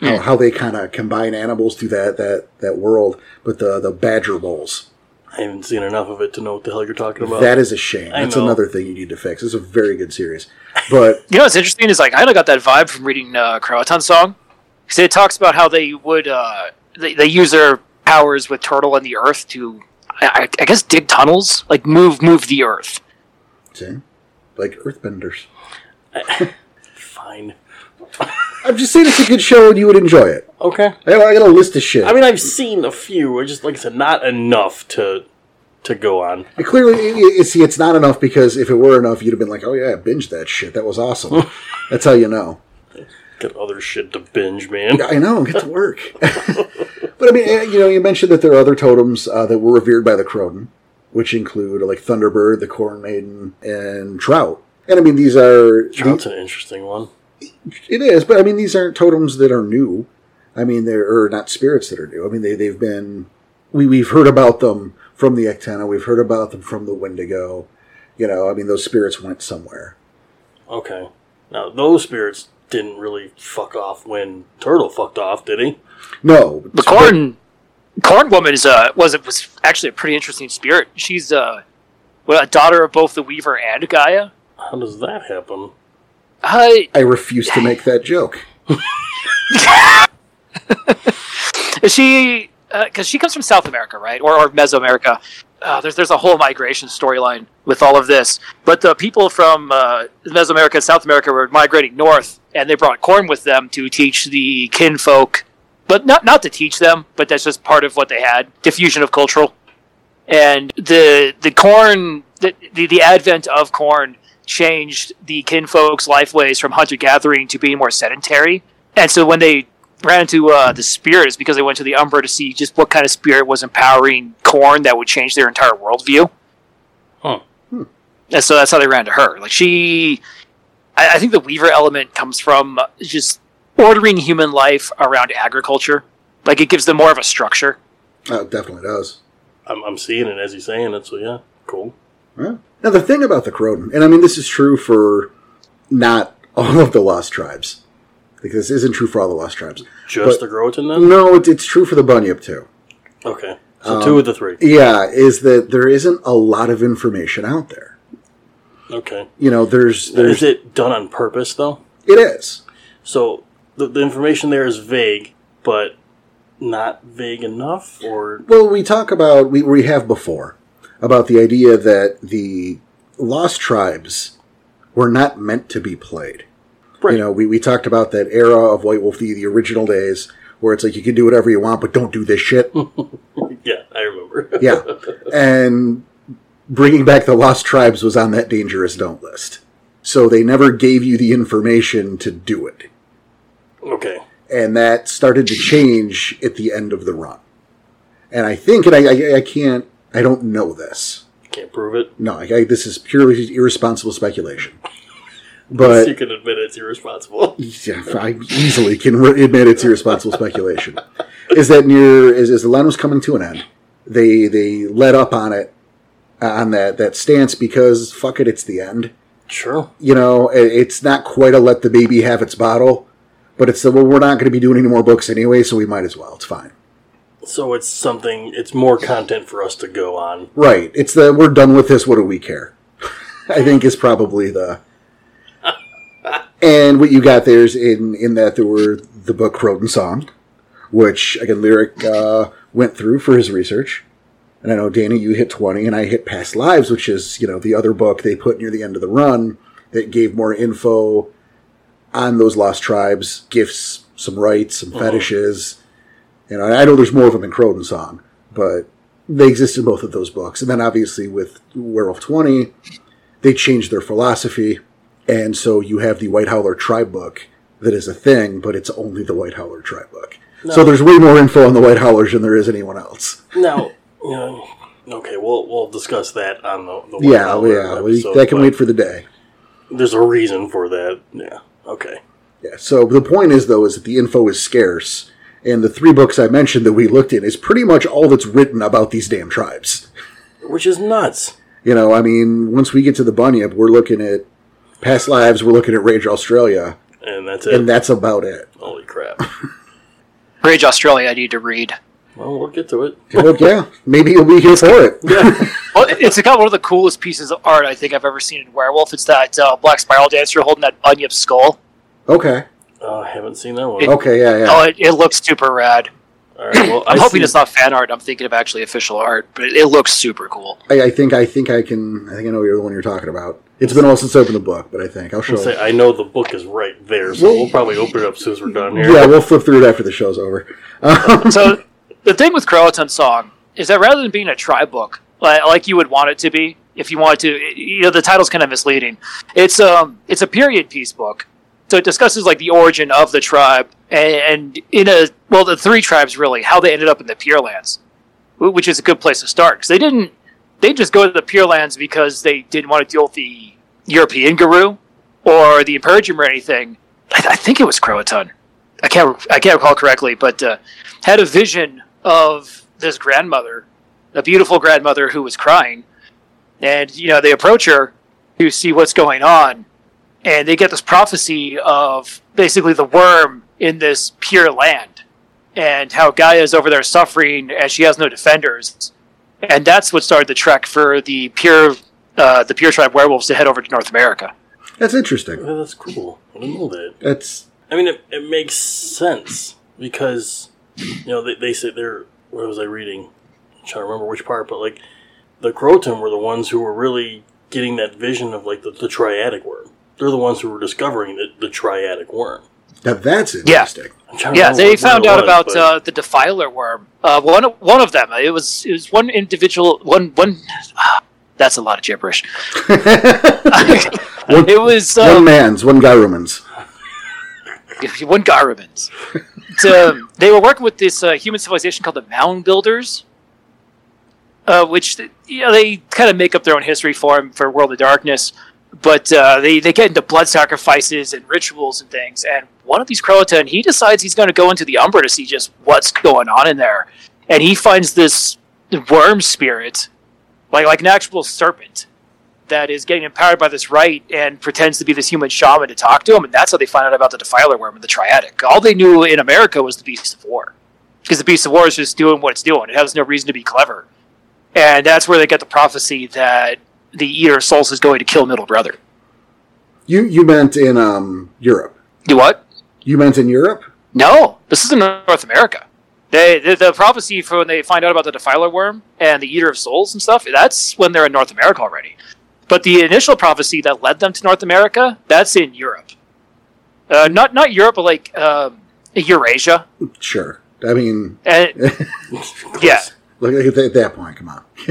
[SPEAKER 1] How, how they kind of combine animals through that that that world, but the the badger bowls.
[SPEAKER 2] I haven't seen enough of it to know what the hell you're talking about.
[SPEAKER 1] That is a shame.
[SPEAKER 2] I
[SPEAKER 1] That's
[SPEAKER 2] know.
[SPEAKER 1] another thing you need to fix. It's a very good series, but
[SPEAKER 3] You know what's interesting is like I kind of got that vibe from reading uh, Croatan song because it talks about how they would uh, they, they use their powers with Turtle and the Earth to I, I I guess dig tunnels like move move the Earth.
[SPEAKER 1] see, like Earthbenders.
[SPEAKER 2] Fine.
[SPEAKER 1] I'm just saying it's a good show and you would enjoy it.
[SPEAKER 2] Okay.
[SPEAKER 1] I I got a list of shit.
[SPEAKER 2] I mean, I've seen a few. I just like I said, not enough to to go on.
[SPEAKER 1] It clearly, it, it, see, it's not enough because if it were enough, you'd have been like, "Oh yeah, I binged that shit. That was awesome." That's how you know.
[SPEAKER 2] Got other shit to binge, man.
[SPEAKER 1] I know. Get to work. but I mean, eh, you know, you mentioned that there are other totems uh, that were revered by the Croton, which include like Thunderbird, the Corn Maiden, and Trout. And I mean, these are
[SPEAKER 2] That's an interesting one.
[SPEAKER 1] It is, but I mean, these aren't totems that are new. I mean, they're or not spirits that are new. I mean, they they've been we we've heard about them from the Ectana. We've heard about them from the Wendigo. You know, I mean, those spirits went somewhere.
[SPEAKER 2] Okay. Now those spirits didn't really fuck off when Turtle fucked off, did he?
[SPEAKER 1] No,
[SPEAKER 3] The corn corn woman is uh was was actually a pretty interesting spirit. She's uh well, a daughter of both the Weaver and Gaia.
[SPEAKER 2] How does that happen?
[SPEAKER 3] Uh,
[SPEAKER 1] I refuse to make that joke.
[SPEAKER 3] is she because she comes from South America, right, or, or Mesoamerica? Uh, there's there's a whole migration storyline with all of this. But the people from uh, Mesoamerica and South America were migrating north, and they brought corn with them to teach the kinfolk, but not not to teach them, but that's just part of what they had diffusion of cultural. And the the corn the the, the advent of corn changed the kinfolk's life ways from hunter gathering to being more sedentary. And so when they ran into uh, the spirit, it's because they went to the Umbra to see just what kind of spirit was empowering Corn that would change their entire worldview.
[SPEAKER 2] Huh.
[SPEAKER 3] And so that's how they ran to her. Like she, I, I think the Weaver element comes from just ordering human life around agriculture. Like it gives them more of a structure.
[SPEAKER 1] Oh, it definitely does.
[SPEAKER 2] I'm, I'm seeing it as he's saying it, so yeah, cool.
[SPEAKER 1] Yeah. Now, the thing about the Croton, and I mean, this is true for not all of the Lost Tribes, because this isn't true for all the Lost Tribes.
[SPEAKER 2] Just
[SPEAKER 1] But- Mm.
[SPEAKER 2] the Groton then?
[SPEAKER 1] No, it, it's true for the Bunyip too.
[SPEAKER 2] Okay. So
[SPEAKER 1] Um,
[SPEAKER 2] two of the three.
[SPEAKER 1] Yeah, is that there isn't a lot of information out there.
[SPEAKER 2] Okay.
[SPEAKER 1] you know, there's there's
[SPEAKER 2] Is it done on purpose though?
[SPEAKER 1] it is.
[SPEAKER 2] So the, the information there is vague, but not vague enough, or
[SPEAKER 1] Well, we talk about we we have before about the idea that the lost tribes were not meant to be played.
[SPEAKER 2] Right.
[SPEAKER 1] You know, we, we talked about that era of White Wolf, the, the original days, where it's like you can do whatever you want, but don't do this shit.
[SPEAKER 2] yeah, I remember.
[SPEAKER 1] yeah, and bringing back the lost tribes was on that dangerous don't list. So they never gave you the information to do it,
[SPEAKER 2] okay.
[SPEAKER 1] and that started to change at the end of the run. And I think, and I, I, I can't, I don't know this.
[SPEAKER 2] Can't prove it.
[SPEAKER 1] No, I, I, this is purely irresponsible speculation.
[SPEAKER 2] you
[SPEAKER 1] But
[SPEAKER 2] can admit it's irresponsible.
[SPEAKER 1] yeah, I easily can re- admit it's irresponsible speculation. Is that near? Is as the line was coming to an end, they they let up on it on that that stance because fuck it, it's the end.
[SPEAKER 2] Sure.
[SPEAKER 1] You know, it, it's not quite a let the baby have its bottle, but it's the well, we're not going to be doing any more books anyway, so we might as well. It's fine.
[SPEAKER 2] So it's something. It's more content for us to go on.
[SPEAKER 1] Right. It's the we're done with this. What do we care? I think is probably the. and what you got there is in in that there were the book Croton Song, which again lyric uh, went through for his research, and I know Danny you hit twenty and I hit Past Lives, which is you know the other book they put near the end of the run that gave more info on those lost tribes, gifts, some rites, some fetishes. You know, and I know there's more of them in Croton Song, but they exist in both of those books. And then obviously with Werewolf 20, they changed their philosophy. And so you have the White Howler tribe book that is a thing, but it's only the White Howler tribe book. So
[SPEAKER 2] No.
[SPEAKER 1] there's way more info on the White Howlers than there is anyone else.
[SPEAKER 2] Now, you know, okay, we'll we'll discuss that on the, the
[SPEAKER 1] yeah,
[SPEAKER 2] Wonder
[SPEAKER 1] yeah. we-
[SPEAKER 2] episode,
[SPEAKER 1] that can
[SPEAKER 2] but
[SPEAKER 1] wait for the day.
[SPEAKER 2] There's a reason for that. Yeah. Okay.
[SPEAKER 1] Yeah. So the point is, though, is that the info is scarce, and the three books I mentioned that we looked in is pretty much all that's written about these damn tribes.
[SPEAKER 2] Which is nuts.
[SPEAKER 1] You know, I mean, once we get to the Bunyip, we're looking at past lives, we're looking at Rage Australia,
[SPEAKER 2] And that's it.
[SPEAKER 1] and that's about it.
[SPEAKER 2] Holy crap.
[SPEAKER 3] Rage Australia, I need to read.
[SPEAKER 2] well, we'll get to it.
[SPEAKER 1] Well, yeah, maybe you'll be here for it.
[SPEAKER 2] Yeah.
[SPEAKER 3] Well, it's got one of the coolest pieces of art I think I've ever seen in Werewolf. It's that uh, black spiral dancer holding that bunyip skull.
[SPEAKER 1] Okay,
[SPEAKER 2] Uh, I haven't seen that one.
[SPEAKER 1] okay, yeah, yeah.
[SPEAKER 3] Oh, it, it looks super rad.
[SPEAKER 2] All right. Well,
[SPEAKER 3] I'm
[SPEAKER 2] I
[SPEAKER 3] hoping
[SPEAKER 2] see-
[SPEAKER 3] it's not fan art. I'm thinking of actually official art, but it, it looks super cool.
[SPEAKER 1] I, I think I think I can. I think I know you're the one you're talking about. It's been a while since I opened the book, but I think I'll show.
[SPEAKER 2] I'll say I know the book is right there, so we'll probably open it up as soon as we're done here.
[SPEAKER 1] yeah, we'll flip through it after the show's over. Um,
[SPEAKER 3] so the thing with Croatan Song is that rather than being a tribe book, li- like you would want it to be, if you wanted to, you know, the title's kind of misleading. It's um, it's a period piece book, so it discusses like the origin of the tribe and, and in a well, the three tribes really how they ended up in the Pure Lands, wh- which is a good place to start because they didn't they just go to the Pure Lands because they didn't want to deal with the European guru or the Imperium or anything. I, I think it was Croatan. I can't re- I can't recall correctly, but uh, had a vision of this grandmother, a beautiful grandmother who was crying, and you know they approach her to see what's going on, and they get this prophecy of basically the worm in this pure land, and how Gaia is over there suffering and she has no defenders, and that's what started the trek for the pure uh, the pure tribe werewolves to head over to North America.
[SPEAKER 1] That's interesting.
[SPEAKER 2] Yeah, that's cool. I didn't know that.
[SPEAKER 1] That's
[SPEAKER 2] I mean, it, it makes sense because you know they, they say they're. What was I reading? I'm trying to remember which part, but like the Croton were the ones who were really getting that vision of like the, the triadic worm. They're the ones who were discovering the, the triadic worm.
[SPEAKER 1] now that's interesting.
[SPEAKER 2] I'm trying to
[SPEAKER 3] Yeah,
[SPEAKER 2] remember
[SPEAKER 3] they
[SPEAKER 2] what- what
[SPEAKER 3] found
[SPEAKER 2] it
[SPEAKER 3] out
[SPEAKER 2] was,
[SPEAKER 3] about
[SPEAKER 2] but-
[SPEAKER 3] uh, the defiler worm. Uh, one one of them. It was it was one individual. One one. ah, that's a lot of gibberish. it was
[SPEAKER 1] One
[SPEAKER 3] um,
[SPEAKER 1] man's, one guy Roman's.
[SPEAKER 3] one guy ribbons. so they were working with this uh, human civilization called the Mound Builders, uh, which you know they kind of make up their own history for 'em for World of Darkness. But uh, they they get into blood sacrifices and rituals and things. And one of these Croatan, he decides he's going to go into the Umbra to see just what's going on in there, and he finds this worm spirit, like like an actual serpent that is getting empowered by this rite and pretends to be this human shaman to talk to him, and that's how they find out about the Defiler Worm and the Triadic. All they knew in America was the Beast of War, because the Beast of War is just doing what it's doing. It has no reason to be clever, and that's where they get the prophecy that the Eater of Souls is going to kill Middle Brother.
[SPEAKER 1] You you meant in um Europe.
[SPEAKER 3] Do what?
[SPEAKER 1] You meant in Europe.
[SPEAKER 3] No, this is in North America. They, the, the prophecy for when they find out about the Defiler Worm and the Eater of Souls and stuff, that's when they're in North America already. But the initial prophecy that led them to North America, that's in Europe. Uh, not not Europe, but like um, Eurasia.
[SPEAKER 1] Sure. I mean,
[SPEAKER 3] And, yeah,
[SPEAKER 1] look at that- at that point. Come on.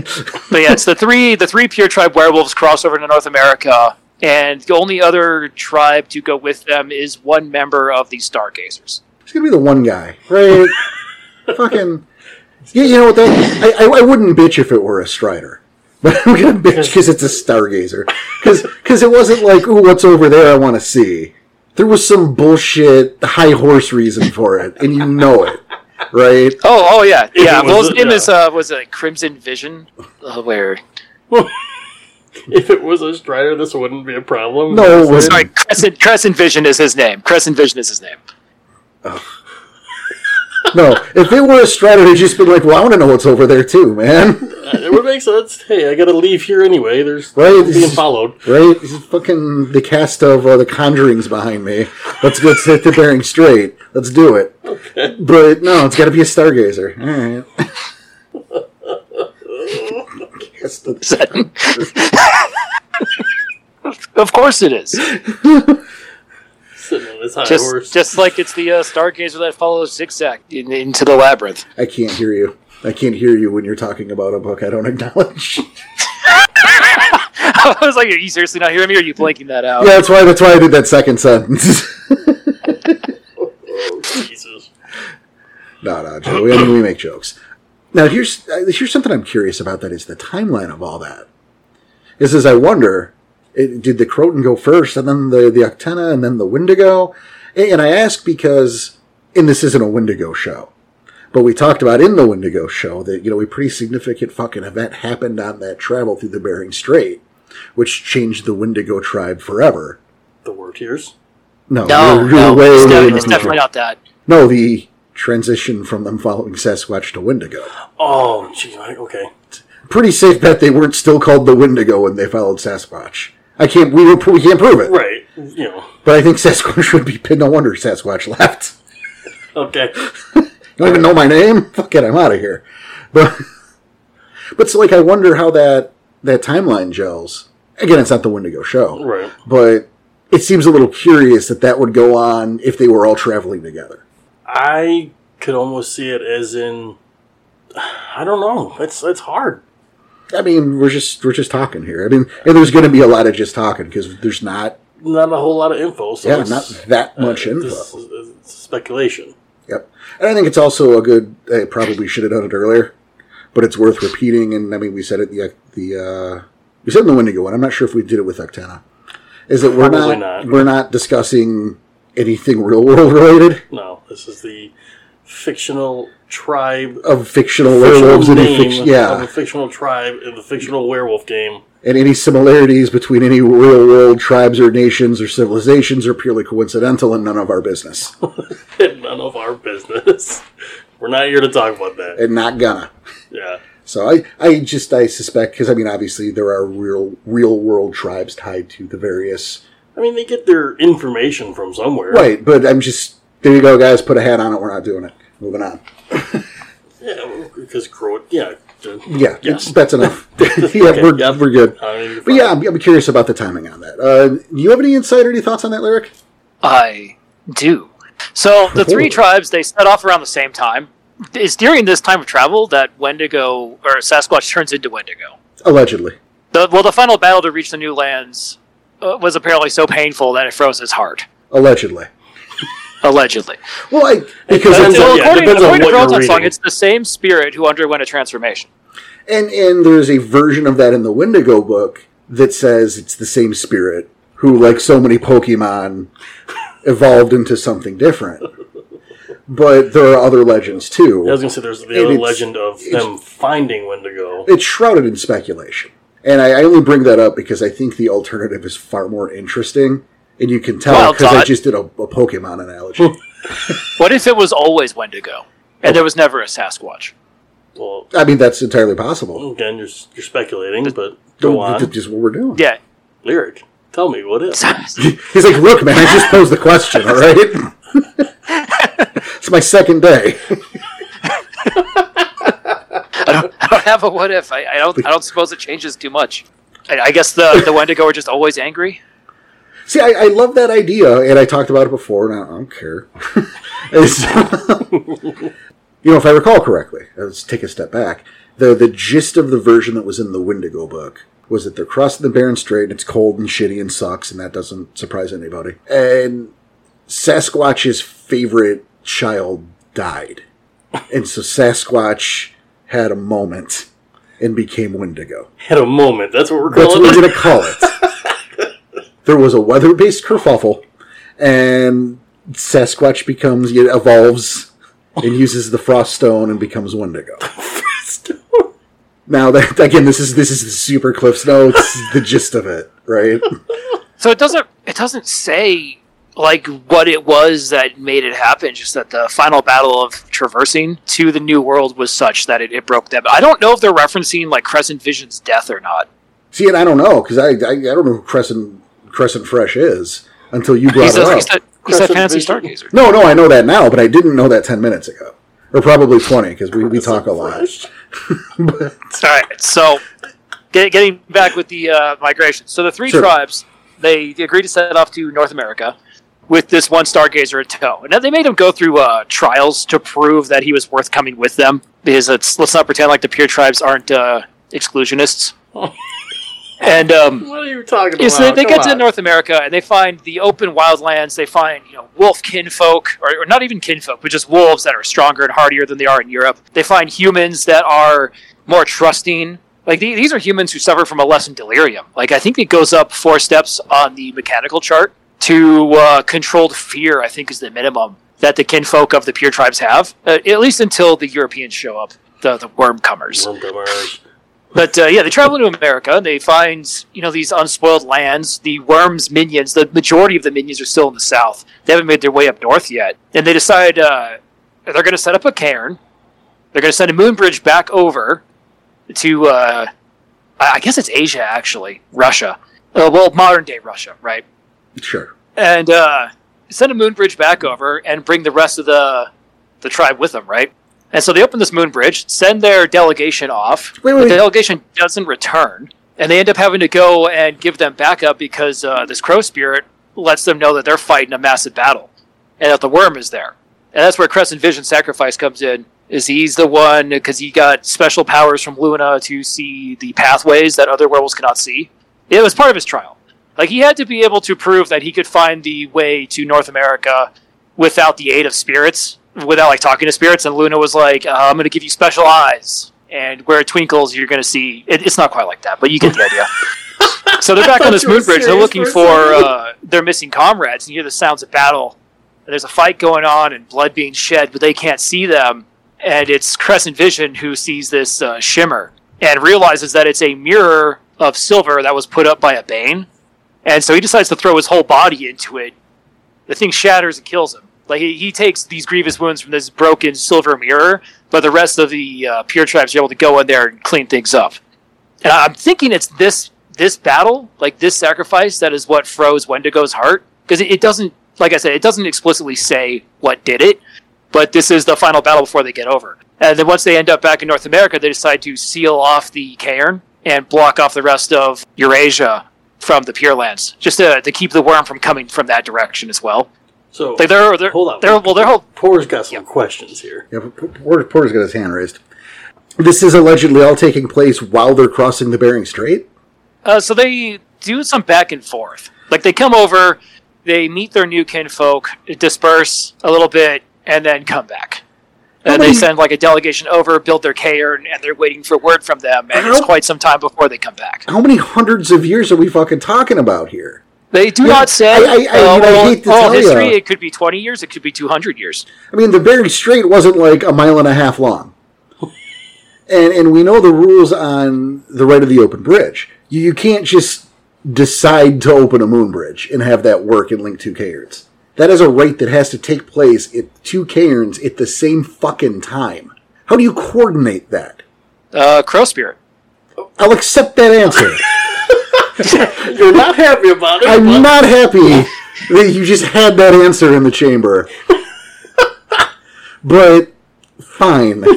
[SPEAKER 3] but yeah, it's the three the three pure tribe werewolves cross over to North America, and the only other tribe to go with them is one member of the Stargazers.
[SPEAKER 1] It's gonna be the one guy, right? Fucking. Yeah, you know what? Though I, I, I wouldn't bitch if it were a Strider, but I'm gonna bitch because it's a Stargazer. Because it wasn't like, ooh, what's over there? I want to see. There was some bullshit high horse reason for it, and you know it, right?
[SPEAKER 3] Oh, oh yeah, yeah.
[SPEAKER 2] it
[SPEAKER 3] Well,
[SPEAKER 2] was-
[SPEAKER 3] his name
[SPEAKER 2] yeah.
[SPEAKER 3] is uh, was it Crimson Vision, uh, where
[SPEAKER 2] If it was a Strider, this wouldn't be a problem.
[SPEAKER 1] No, it wasn't.
[SPEAKER 3] Sorry, Crescent, Crescent Vision is his name. Crescent Vision is his name.
[SPEAKER 1] No, if it were a Strider, they'd just be like, well, I want to know what's over there too, man.
[SPEAKER 2] it would make sense. Hey, I gotta leave here anyway. There's
[SPEAKER 1] Right, this
[SPEAKER 2] being
[SPEAKER 1] is-
[SPEAKER 2] followed.
[SPEAKER 1] Right? This is fucking the cast of uh, The Conjuring's behind me. Let's let's hit the bearing straight. Let's do it. But no, it's got to be a stargazer. All right. Cast of-
[SPEAKER 3] Of course it is.
[SPEAKER 2] Sitting on this high horse.
[SPEAKER 3] Just, just like it's the uh, Stargazer that follows Zigzag in, into the labyrinth.
[SPEAKER 1] I can't hear you. I can't hear you when you're talking about a book I don't acknowledge.
[SPEAKER 3] I was like, are you seriously not hearing me? Or are you blanking that out?
[SPEAKER 1] yeah, that's why. That's why I did that second sentence.
[SPEAKER 2] Oh, Jesus.
[SPEAKER 1] no, no, Joey. I mean, we make jokes. Now, here's uh, here's something I'm curious about. That is the timeline of all that. Is is I wonder, it, did the Croton go first, and then the the Octana, and then the Wendigo? A- And I ask because, and this isn't a Wendigo show, but we talked about in the Wendigo show that you know a pretty significant fucking event happened on that travel through the Bering Strait, which changed the Wendigo tribe forever.
[SPEAKER 2] The war tears.
[SPEAKER 1] No,
[SPEAKER 3] No,
[SPEAKER 1] you're, you're
[SPEAKER 3] no,
[SPEAKER 1] way,
[SPEAKER 3] it's,
[SPEAKER 1] way in
[SPEAKER 3] def-
[SPEAKER 1] the
[SPEAKER 3] it's
[SPEAKER 1] future.
[SPEAKER 3] definitely not that.
[SPEAKER 1] No, the transition from them following Sasquatch to Wendigo.
[SPEAKER 2] Oh, jeez. I- Okay.
[SPEAKER 1] Pretty safe bet they weren't still called the Wendigo when they followed Sasquatch. I can't. We, were, we can't prove it.
[SPEAKER 2] Right. You know.
[SPEAKER 1] But I think Sasquatch would be. No wonder Sasquatch left.
[SPEAKER 2] Okay.
[SPEAKER 1] You don't even know my name. Fuck it. I'm out of here. But but so like I wonder how that that timeline gels. Again, it's not the Wendigo show,
[SPEAKER 2] Right.
[SPEAKER 1] but it seems a little curious that that would go on if they were all traveling together.
[SPEAKER 2] I could almost see it as in. I don't know. It's it's hard.
[SPEAKER 1] I mean, we're just we're just talking here. I mean, and there's going to be a lot of just talking because there's not
[SPEAKER 2] Not a whole lot of info. So
[SPEAKER 1] yeah
[SPEAKER 2] it's-
[SPEAKER 1] not that much
[SPEAKER 2] uh,
[SPEAKER 1] info.
[SPEAKER 2] this is- is speculation.
[SPEAKER 1] Yep. And I think it's also a good. I probably should have done it earlier, but it's worth repeating. And I mean, we said it the the uh, we said it in the Wendigo one. I'm not sure if we did it with Octana. Is that we're
[SPEAKER 2] Probably
[SPEAKER 1] not,
[SPEAKER 2] not.
[SPEAKER 1] we're not discussing anything real world related
[SPEAKER 2] No, this is the fictional tribe.
[SPEAKER 1] of fictional,
[SPEAKER 2] Fictional uh,
[SPEAKER 1] werewolves and
[SPEAKER 2] name
[SPEAKER 1] fic-
[SPEAKER 2] of a
[SPEAKER 1] yeah,
[SPEAKER 2] fictional tribe in the fictional werewolf game.
[SPEAKER 1] and any similarities between any real world tribes or nations or civilizations are purely coincidental and none of our business.
[SPEAKER 2] None of our business. We're not here to talk about that.
[SPEAKER 1] and not gonna.
[SPEAKER 2] Yeah.
[SPEAKER 1] So I, I just I suspect because I mean obviously there are real real world tribes tied to the various
[SPEAKER 2] I mean, they get their information from somewhere.
[SPEAKER 1] right, but I'm just there you go guys put a hat on it we're not doing it moving on
[SPEAKER 2] Yeah, because Crow. Yeah. the-
[SPEAKER 1] yeah
[SPEAKER 2] Yes.
[SPEAKER 1] it's, that's enough yeah
[SPEAKER 2] Okay,
[SPEAKER 1] we're
[SPEAKER 2] yep.
[SPEAKER 1] we're good
[SPEAKER 2] I don't even
[SPEAKER 1] but yeah I'm, I'm curious about the timing on that uh, you have any insight or any thoughts on that lyric
[SPEAKER 3] I do. So the three
[SPEAKER 1] Cool.
[SPEAKER 3] tribes they set off around the same time. It's during this time of travel that Wendigo or Sasquatch turns into Wendigo.
[SPEAKER 1] allegedly
[SPEAKER 3] The, well, the final battle to reach the new lands uh, was apparently so painful that it froze his heart,
[SPEAKER 1] allegedly
[SPEAKER 3] allegedly.
[SPEAKER 1] well I because
[SPEAKER 2] depends
[SPEAKER 1] it's,
[SPEAKER 2] on-
[SPEAKER 3] Well,
[SPEAKER 2] yeah,
[SPEAKER 3] according,
[SPEAKER 2] depends on
[SPEAKER 3] according to
[SPEAKER 2] what you're
[SPEAKER 3] Carlton's song,
[SPEAKER 2] reading.
[SPEAKER 3] it's the same spirit who underwent a transformation.
[SPEAKER 1] and and there's a version of that in the Wendigo book that says it's the same spirit who like so many Pokemon evolved into something different. But there are other legends too.
[SPEAKER 2] I was going to say there's the
[SPEAKER 1] And
[SPEAKER 2] other
[SPEAKER 1] it's-
[SPEAKER 2] legend of them finding Wendigo.
[SPEAKER 1] it's shrouded in speculation. And I, I only bring that up because I think the alternative is far more interesting. And you can tell
[SPEAKER 3] Well,
[SPEAKER 1] because I
[SPEAKER 3] Todd.
[SPEAKER 1] just did a, a Pokemon analogy.
[SPEAKER 3] What if it was always Wendigo and there was never a Sasquatch?
[SPEAKER 2] Well,
[SPEAKER 1] I mean, that's entirely possible.
[SPEAKER 2] again, you're, you're speculating, but go
[SPEAKER 1] That's
[SPEAKER 2] on.
[SPEAKER 1] just what we're doing.
[SPEAKER 3] Yeah.
[SPEAKER 2] Lyric, tell me what is.
[SPEAKER 1] He's like, look, man, I just posed the question, all right? it's my second day.
[SPEAKER 3] I don't have a what if. I, I don't. I don't suppose it changes too much. I, I guess the the Wendigo are just always angry.
[SPEAKER 1] See, I, I love that idea, and I talked about it before, and I don't care. It's- you know, if I recall correctly, let's take a step back. The the gist of the version that was in the Wendigo book was that they're crossing the Barren Strait, and it's cold and shitty and sucks, and that doesn't surprise anybody. And Sasquatch's favorite child died, and so Sasquatch had a moment and became Wendigo.
[SPEAKER 2] Had a moment. That's what we're
[SPEAKER 1] That's what
[SPEAKER 2] calling
[SPEAKER 1] we're
[SPEAKER 2] it.
[SPEAKER 1] going to call it. there was a weather based kerfuffle, and Sasquatch becomes, it evolves and uses the frost stone and becomes Wendigo. Now that again, this is this is the super cliffs notes, the gist of it, right?
[SPEAKER 3] So it doesn't it doesn't say like what it was that made it happen. Just that the final battle of traversing to the new world was such that it, it broke them. I don't know if they're referencing like Crescent Vision's death or not.
[SPEAKER 1] See, and I don't know because I, I I don't know who Crescent Crescent Fresh is until you brought
[SPEAKER 3] He's
[SPEAKER 1] it
[SPEAKER 3] a,
[SPEAKER 1] up.
[SPEAKER 3] he's a, he's a
[SPEAKER 2] Crescent
[SPEAKER 3] fantasy
[SPEAKER 2] Vision.
[SPEAKER 3] stargazer.
[SPEAKER 1] No, no, I know that now, but I didn't know that ten minutes ago, or probably twenty because we, we talk a lot.
[SPEAKER 3] All right, so get, getting back with the uh, migration. So the three
[SPEAKER 1] Sure.
[SPEAKER 3] tribes they agreed to set off to North America with this one stargazer in tow. Now they made him go through uh, trials to prove that he was worth coming with them because it's, let's not pretend like the pure tribes aren't uh, exclusionists. and um,
[SPEAKER 2] What are you talking about?
[SPEAKER 3] yeah, so they, they
[SPEAKER 2] Come
[SPEAKER 3] get to
[SPEAKER 2] on.
[SPEAKER 3] North America and they find the open wildlands. They find you know wolf kinfolk, or, or not even kinfolk, but just wolves that are stronger and hardier than they are in Europe. They find humans that are more trusting. Like the, these are humans who suffer from a lessened delirium. Like I think it goes up four steps on the mechanical chart to uh, controlled fear. I think is the minimum that the kinfolk of the pure tribes have, uh, at least until the Europeans show up, the the worm comers.
[SPEAKER 2] Worm gummers.
[SPEAKER 3] But uh, yeah, they travel into America. They find you know these unspoiled lands. The worms' minions. The majority of the minions are still in the south. They haven't made their way up north yet. And they decide uh, they're going to set up a cairn. They're going to send a moon bridge back over to uh, I I guess it's Asia actually, Russia. Uh, well, modern day Russia, right?
[SPEAKER 1] Sure.
[SPEAKER 3] And uh, send a moon bridge back over and bring the rest of the the tribe with them, right? And so they open this moon bridge, send their delegation off.
[SPEAKER 1] Wait,
[SPEAKER 3] But
[SPEAKER 1] wait.
[SPEAKER 3] the delegation doesn't return, and they end up having to go and give them backup because uh, this crow spirit lets them know that they're fighting a massive battle, and that the worm is there. And that's where Crescent Vision Sacrifice comes in. Is he's the one because he got special powers from Luna to see the pathways that other werewolves cannot see. It was part of his trial. Like he had to be able to prove that he could find the way to North America without the aid of spirits, without like talking to spirits. And Luna was like, uh, "I'm going to give you special eyes, and where it twinkles, you're going to see." It, it's not quite like that, but you get the idea. so they're back on this
[SPEAKER 2] you were
[SPEAKER 3] moon bridge. They're
[SPEAKER 2] serious
[SPEAKER 3] looking
[SPEAKER 2] for a
[SPEAKER 3] for
[SPEAKER 2] second.
[SPEAKER 3] uh, their missing comrades, and you hear the sounds of battle. And there's a fight going on and blood being shed, but they can't see them. And it's Crescent Vision who sees this uh, shimmer and realizes that it's a mirror of silver that was put up by a Bane. And so he decides to throw his whole body into it. The thing shatters and kills him. Like he, he takes these grievous wounds from this broken silver mirror, but the rest of the uh, pure tribes are able to go in there and clean things up. And I- I'm thinking it's this this battle, like this sacrifice, that is what froze Wendigo's heart because it, it doesn't, like I said, it doesn't explicitly say what did it, but this is the final battle before they get over. And then once they end up back in North America, they decide to seal off the cairn and block off the rest of Eurasia from the Pure Lands, just to, to keep the worm from coming from that direction as well.
[SPEAKER 2] So
[SPEAKER 3] Like they're, they're,
[SPEAKER 2] Hold on.
[SPEAKER 3] they're well, their whole
[SPEAKER 2] Poor's got some questions here.
[SPEAKER 1] Yeah, but P- Porter, Porter's got his hand raised. This is allegedly all taking place while they're crossing the Bering Strait.
[SPEAKER 3] Uh, so they do some back and forth. Like they come over, they meet their new kinfolk, disperse a little bit, and then come back. And they
[SPEAKER 1] many-
[SPEAKER 3] send like a delegation over, build their cairn, and they're waiting for word from them. And it's
[SPEAKER 1] How-
[SPEAKER 3] quite some time before they come back.
[SPEAKER 1] How many hundreds of years are we fucking talking about here?
[SPEAKER 3] They do
[SPEAKER 1] Yeah,
[SPEAKER 3] not say. uh,
[SPEAKER 1] I- I- I- you know, I
[SPEAKER 3] well,
[SPEAKER 1] hate to
[SPEAKER 3] all
[SPEAKER 1] tell
[SPEAKER 3] history.
[SPEAKER 1] ya.
[SPEAKER 3] It could be twenty years. It could be two hundred years.
[SPEAKER 1] I mean, the Bering Strait wasn't like a mile and a half long, and and we know the rules on the right of the open bridge. You, you can't just decide to open a moon bridge and have that work and link two cairns. That is a right that has to take place at two cairns at the same fucking time. How do you coordinate that?
[SPEAKER 3] Uh, Crow Spirit.
[SPEAKER 1] I'll accept that answer.
[SPEAKER 2] You're not happy about it.
[SPEAKER 1] I'm
[SPEAKER 2] but-
[SPEAKER 1] not happy that you just had that answer in the chamber. but fine.
[SPEAKER 3] No,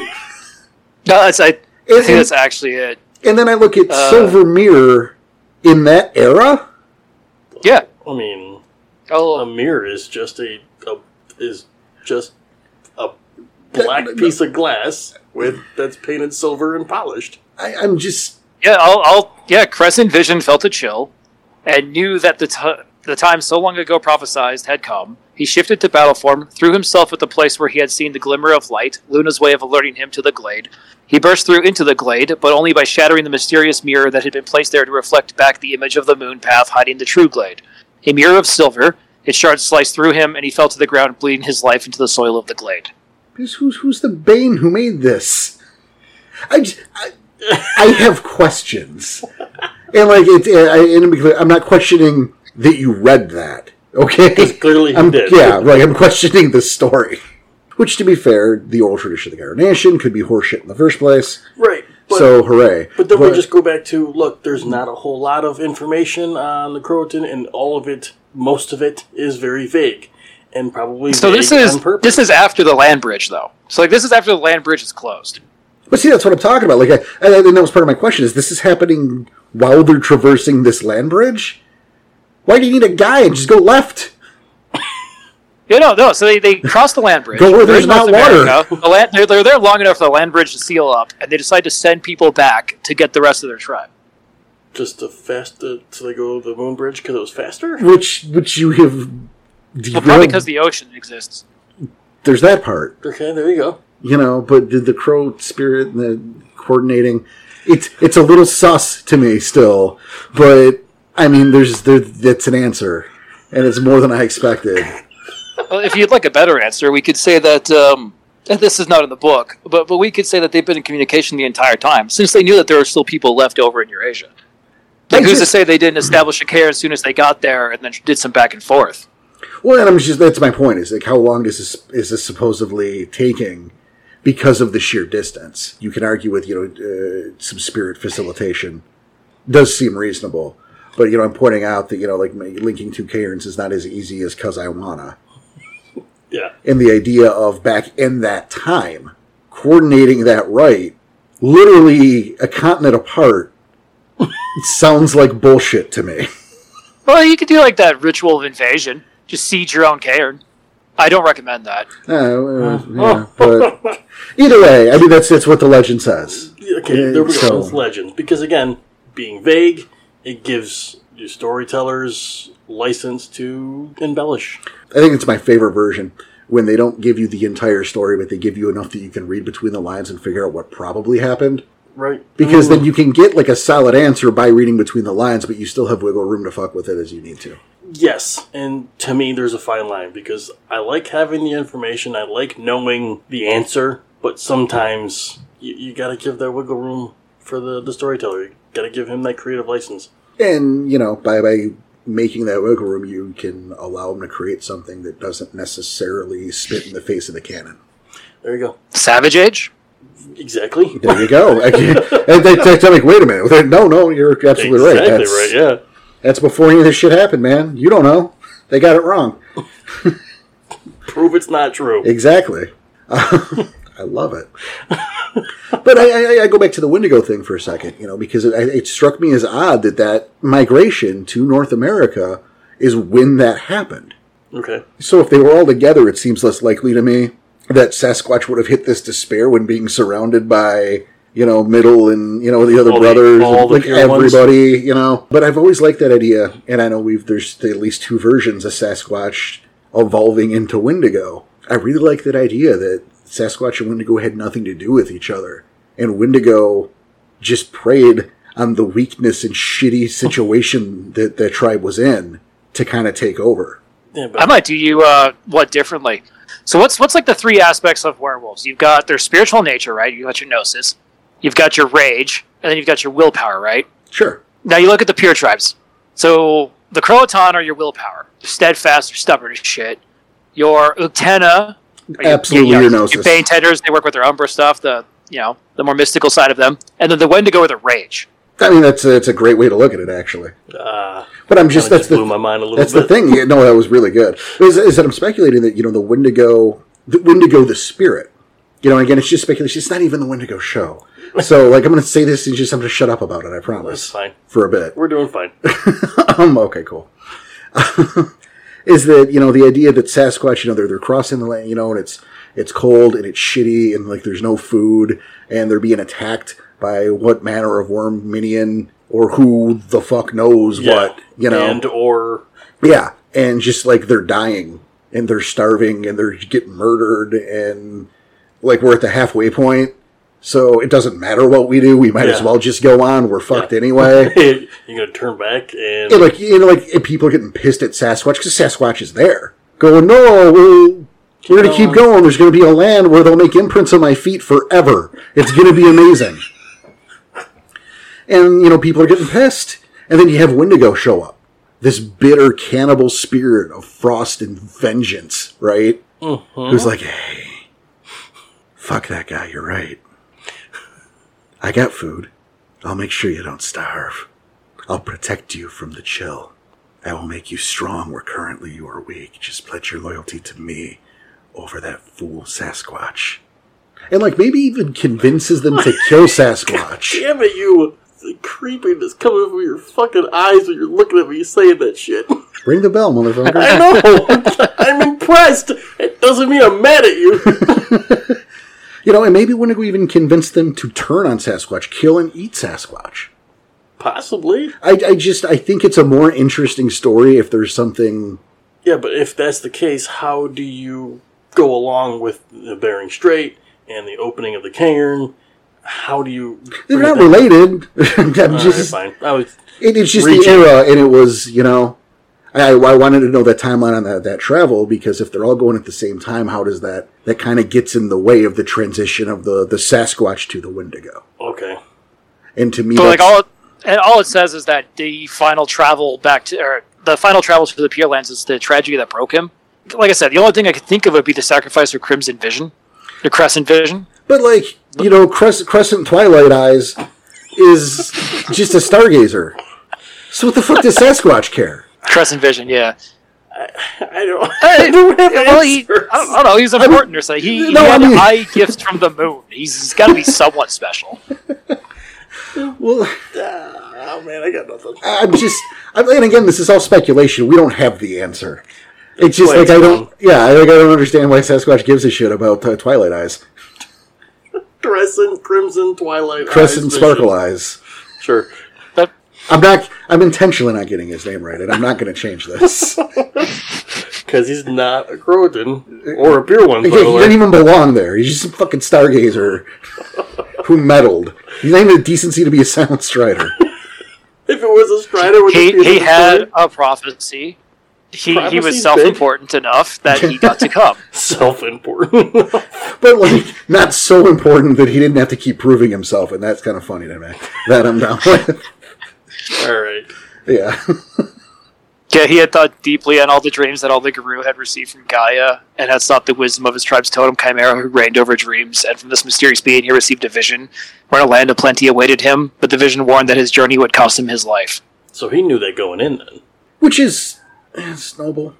[SPEAKER 3] that's, I, I think
[SPEAKER 1] and-
[SPEAKER 3] that's actually it.
[SPEAKER 1] And then I look at Silver Mirror in that era.
[SPEAKER 3] Yeah.
[SPEAKER 2] I mean,
[SPEAKER 3] Oh,
[SPEAKER 2] a mirror is just a, a is just a black
[SPEAKER 1] That-
[SPEAKER 2] piece of glass with that's painted silver and polished.
[SPEAKER 1] I, I'm just
[SPEAKER 3] Yeah, I'll, I'll yeah. Crescent Vision felt a chill, and knew that the t- the time so long ago prophesized had come. He shifted to battle form, threw himself at the place where he had seen the glimmer of light, Luna's way of alerting him to the glade. He burst through into the glade, but only by shattering the mysterious mirror that had been placed there to reflect back the image of the moon path hiding the true glade. A mirror of silver, its shards sliced through him, and he fell to the ground, bleeding his life into the soil of the glade.
[SPEAKER 1] who's who's, who's the Bane who made this? I, j- I- I have questions, and like it's I, and to be clear, I'm not questioning that you read that. Okay,
[SPEAKER 2] Clearly, he
[SPEAKER 1] I'm,
[SPEAKER 2] did.
[SPEAKER 1] Um, Yeah, right. I'm questioning the story. Which, to be fair, the oral tradition of the Garden Nation could be horseshit in the first place.
[SPEAKER 2] right. But,
[SPEAKER 1] so hooray!
[SPEAKER 2] but then we just go back to look. There's not a whole lot of information on the Croatan, and all of it, most of it, is very vague, and probably
[SPEAKER 3] So
[SPEAKER 2] vague
[SPEAKER 3] this is
[SPEAKER 2] on purpose.
[SPEAKER 3] this is after the land bridge, though. So like this is after the land bridge is closed.
[SPEAKER 1] But see, that's what I'm talking about. Like, I, I, and that was part of my question: is this is happening while they're traversing this land bridge? Why do you need a guide? Just go left.
[SPEAKER 3] Yeah, no, no. So they, they cross the land bridge.
[SPEAKER 1] Go where
[SPEAKER 3] They're
[SPEAKER 1] there's
[SPEAKER 3] in
[SPEAKER 1] not
[SPEAKER 3] North
[SPEAKER 1] water.
[SPEAKER 3] America. The land, they're, they're there long enough for the land bridge to seal up, and they decide to send people back to get the rest of their tribe.
[SPEAKER 2] just to fast uh, so they go the moon bridge because it was faster.
[SPEAKER 1] Which, which you have
[SPEAKER 3] Well,
[SPEAKER 1] derailed.
[SPEAKER 3] probably because the ocean exists.
[SPEAKER 1] there's that part,
[SPEAKER 2] Okay, there you go.
[SPEAKER 1] you know. But did the crow spirit and the coordinating? It's it's a little sus to me still, but I mean, there's there. That's an answer, and it's more than I expected.
[SPEAKER 3] Well, if you'd like a better answer, we could say that um, and this is not in the book, but but we could say that they've been in communication the entire time since they knew that there were still people left over in Eurasia. Like,
[SPEAKER 1] They
[SPEAKER 3] who's to
[SPEAKER 1] just-
[SPEAKER 3] say they didn't establish a care as soon as they got there, and then did some back and forth?
[SPEAKER 1] Well, and I'm just that's my point is like how long is this is this supposedly taking because of the sheer distance? You can argue with you know uh, some spirit facilitation does seem reasonable, but you know I'm pointing out that you know like linking two cairns is not as easy as cause I wanna,
[SPEAKER 2] Yeah,
[SPEAKER 1] and the idea of back in that time coordinating that right, literally a continent apart, sounds like bullshit to me.
[SPEAKER 3] Well, you could do like that ritual of invasion, just siege your own cairn. I don't recommend that.
[SPEAKER 1] Uh, well, yeah, but either way, I mean that's that's what the legend says.
[SPEAKER 2] okay,
[SPEAKER 1] Yeah,
[SPEAKER 2] there we
[SPEAKER 1] so-
[SPEAKER 2] go. It's legend because again, being vague, it gives your storytellers license to embellish.
[SPEAKER 1] I think it's my favorite version when they don't give you the entire story, but they give you enough that you can read between the lines and figure out what probably happened.
[SPEAKER 2] Right.
[SPEAKER 1] Because then you can get like a solid answer by reading between the lines, but you still have wiggle room to fuck with it as you need to.
[SPEAKER 2] Yes, and to me, there's a fine line because I like having the information, I like knowing the answer, but sometimes you, you got to give that wiggle room for the, the storyteller. You got to give him that creative license.
[SPEAKER 1] And you know, by by making that wiggle room, you can allow them to create something that doesn't necessarily spit in the face of the canon.
[SPEAKER 2] There you go.
[SPEAKER 3] Savage Age?
[SPEAKER 2] Exactly.
[SPEAKER 1] There you go. I can't- and they, they, they're like, wait a minute. No, no, you're absolutely right.
[SPEAKER 2] exactly
[SPEAKER 1] That's-
[SPEAKER 2] right. Yeah.
[SPEAKER 1] That's before any of this shit happened, man. You don't know. They got it wrong.
[SPEAKER 2] Prove it's not true.
[SPEAKER 1] Exactly. I love it. but I, I, I go back to the Wendigo thing for a second, you know, because it, it struck me as odd that that migration to North America is when that happened.
[SPEAKER 2] okay.
[SPEAKER 1] So if they were all together, it seems less likely to me that Sasquatch would have hit this despair when being surrounded by you know middle and you know the other
[SPEAKER 2] All the-
[SPEAKER 1] brothers,
[SPEAKER 2] all
[SPEAKER 1] and,
[SPEAKER 2] the
[SPEAKER 1] like
[SPEAKER 2] pure ones.
[SPEAKER 1] everybody, you know. But I've always liked that idea, and I know we've there's at least two versions of Sasquatch evolving into Wendigo. I really like that idea that Sasquatch and Wendigo had nothing to do with each other, and Wendigo just preyed on the weakness and shitty situation that the tribe was in to kind of take over.
[SPEAKER 2] Yeah, but
[SPEAKER 3] I might do you uh, what differently. So what's what's like the three aspects of werewolves? You've got their spiritual nature, right? You've got your gnosis, you've got your rage, and then you've got your willpower, right?
[SPEAKER 1] Sure.
[SPEAKER 3] Now you look at the pure tribes. So the Croatan are your willpower, steadfast, or stubborn as shit. Your Uktena, are your-
[SPEAKER 1] Absolutely
[SPEAKER 3] your,
[SPEAKER 1] your
[SPEAKER 3] your,
[SPEAKER 1] Gnosis.
[SPEAKER 3] Bane Tenders, they work with their Umbra stuff, the you know the more mystical side of them, and then the Wendigo are the rage.
[SPEAKER 1] I mean, that's a, that's a great way to look at it, actually.
[SPEAKER 2] uh,
[SPEAKER 1] But I'm just
[SPEAKER 2] kinda
[SPEAKER 1] that's
[SPEAKER 2] just blew
[SPEAKER 1] the
[SPEAKER 2] my mind a little
[SPEAKER 1] that's the
[SPEAKER 2] bit.
[SPEAKER 1] thing. Yeah, No, that was really good. Is, is that I'm speculating that you know the Wendigo, the Wendigo, the spirit. You know, again, it's just speculation. It's not even the Wendigo show. So, like, I'm going to say this and just I'm going to shut up about it. I
[SPEAKER 2] That's
[SPEAKER 1] promise
[SPEAKER 2] fine.
[SPEAKER 1] for a bit.
[SPEAKER 2] We're doing fine.
[SPEAKER 1] um, okay, cool. is that you know the idea that Sasquatch, you know, they're they're crossing the land, you know, and it's it's cold and it's shitty and like there's no food and they're being attacked by what manner of worm minion or who the fuck knows what you know
[SPEAKER 2] and or
[SPEAKER 1] yeah and just like they're dying and they're starving and they're getting murdered and like we're at the halfway point so it doesn't matter what we do we might as
[SPEAKER 2] Yeah.
[SPEAKER 1] well just go on we're fucked anyway
[SPEAKER 2] you're gonna turn back and
[SPEAKER 1] yeah, like you know, like and people are getting pissed at Sasquatch because Sasquatch is there, going, "No, we'll, we're going to keep
[SPEAKER 2] going."
[SPEAKER 1] going. There's going to be a land where they'll make imprints on my feet forever. It's going to be amazing." and you know people are getting pissed, and then you have Wendigo show up, this bitter cannibal spirit of frost and vengeance, right?
[SPEAKER 2] Mhm.
[SPEAKER 1] Who's like, hey, fuck that guy. You're right. I got food. I'll make sure you don't starve. I'll protect you from the chill. I will make you strong where currently you are weak. Just pledge your loyalty to me over that fool Sasquatch. And like maybe even convinces them to kill Sasquatch.
[SPEAKER 2] Damn it, you! The creepiness coming from your fucking eyes when you're looking at me saying that shit.
[SPEAKER 1] Ring the bell, motherfucker.
[SPEAKER 2] I know! I'm impressed! It doesn't mean I'm mad at you!
[SPEAKER 1] You know, and maybe Winnebago even convinced them to turn on Sasquatch, kill and eat Sasquatch.
[SPEAKER 2] Possibly.
[SPEAKER 1] I, I just I think it's a more interesting story if there's something
[SPEAKER 2] Yeah, but if that's the case, how do you go along with the Bering Strait and the opening of the cairn? How do you.
[SPEAKER 1] they're not related. I'm
[SPEAKER 2] All right,
[SPEAKER 1] just
[SPEAKER 2] fine. I was,
[SPEAKER 1] it, it's just
[SPEAKER 2] Reaching.
[SPEAKER 1] the era, and it was you know I, I wanted to know that timeline on that, that travel because if they're all going at the same time, how does that that kind of gets in the way of the transition of the the Sasquatch to the Wendigo?
[SPEAKER 2] okay.
[SPEAKER 1] And to me,
[SPEAKER 3] So like
[SPEAKER 1] that's-
[SPEAKER 3] all, it- and all it says is that the final travel back to, or the final travels to the Pure Lands is the tragedy that broke him. Like I said, the only thing I could think of would be the sacrifice of Crimson Vision, the Crescent Vision.
[SPEAKER 1] But like you know, Cres- Crescent Twilight Eyes is just a stargazer. So what the fuck does Sasquatch care?
[SPEAKER 3] Crescent Vision, yeah.
[SPEAKER 2] I don't.
[SPEAKER 3] Hey,
[SPEAKER 2] I don't have
[SPEAKER 3] well, he,
[SPEAKER 2] answers.
[SPEAKER 3] I, don't, I don't know. He's important or something. He, he
[SPEAKER 1] no,
[SPEAKER 3] had
[SPEAKER 1] I mean-
[SPEAKER 3] eye gifts from the moon. He's, he's got to be somewhat special.
[SPEAKER 1] Well,
[SPEAKER 2] Oh man, I got nothing.
[SPEAKER 1] I'm just. I'm, and again, this is all speculation. We don't have the answer. It's just
[SPEAKER 2] Wait,
[SPEAKER 1] like I
[SPEAKER 2] um,
[SPEAKER 1] don't. Yeah, I- like I don't understand why Sasquatch gives a shit about uh, Twilight Eyes,
[SPEAKER 2] Crescent, Crimson, Twilight,
[SPEAKER 1] Crescent
[SPEAKER 2] Eyes,
[SPEAKER 1] Sparkle
[SPEAKER 2] Vision.
[SPEAKER 1] Eyes.
[SPEAKER 2] Sure.
[SPEAKER 3] But
[SPEAKER 1] I'm not. I'm intentionally not getting his name right, and I'm not going to change this. yeah,
[SPEAKER 2] Because he's not a Croatan or a beer one.
[SPEAKER 1] he
[SPEAKER 2] by the way.
[SPEAKER 1] doesn't even belong there. He's just a fucking stargazer who meddled. He's not even the decency to be a silent strider.
[SPEAKER 2] If it was a Strider, would
[SPEAKER 3] he,
[SPEAKER 2] it be
[SPEAKER 3] he
[SPEAKER 2] a
[SPEAKER 3] had a prophecy. He, he
[SPEAKER 2] Prophecy's big.
[SPEAKER 3] was self important enough that he got to come.
[SPEAKER 2] self-important.
[SPEAKER 1] But like, not so important that he didn't have to keep proving himself, and that's kind of funny to me. That I'm down with.
[SPEAKER 2] All right.
[SPEAKER 1] Yeah.
[SPEAKER 3] Yeah, he had thought deeply on all the dreams that all the guru had received from Gaia, and had sought the wisdom of his tribe's totem chimera who reigned over dreams, and from this mysterious being he received a vision, where a land of plenty awaited him, but the vision warned that his journey would cost him his life.
[SPEAKER 2] So he knew that going in then.
[SPEAKER 1] Which is eh, it's noble.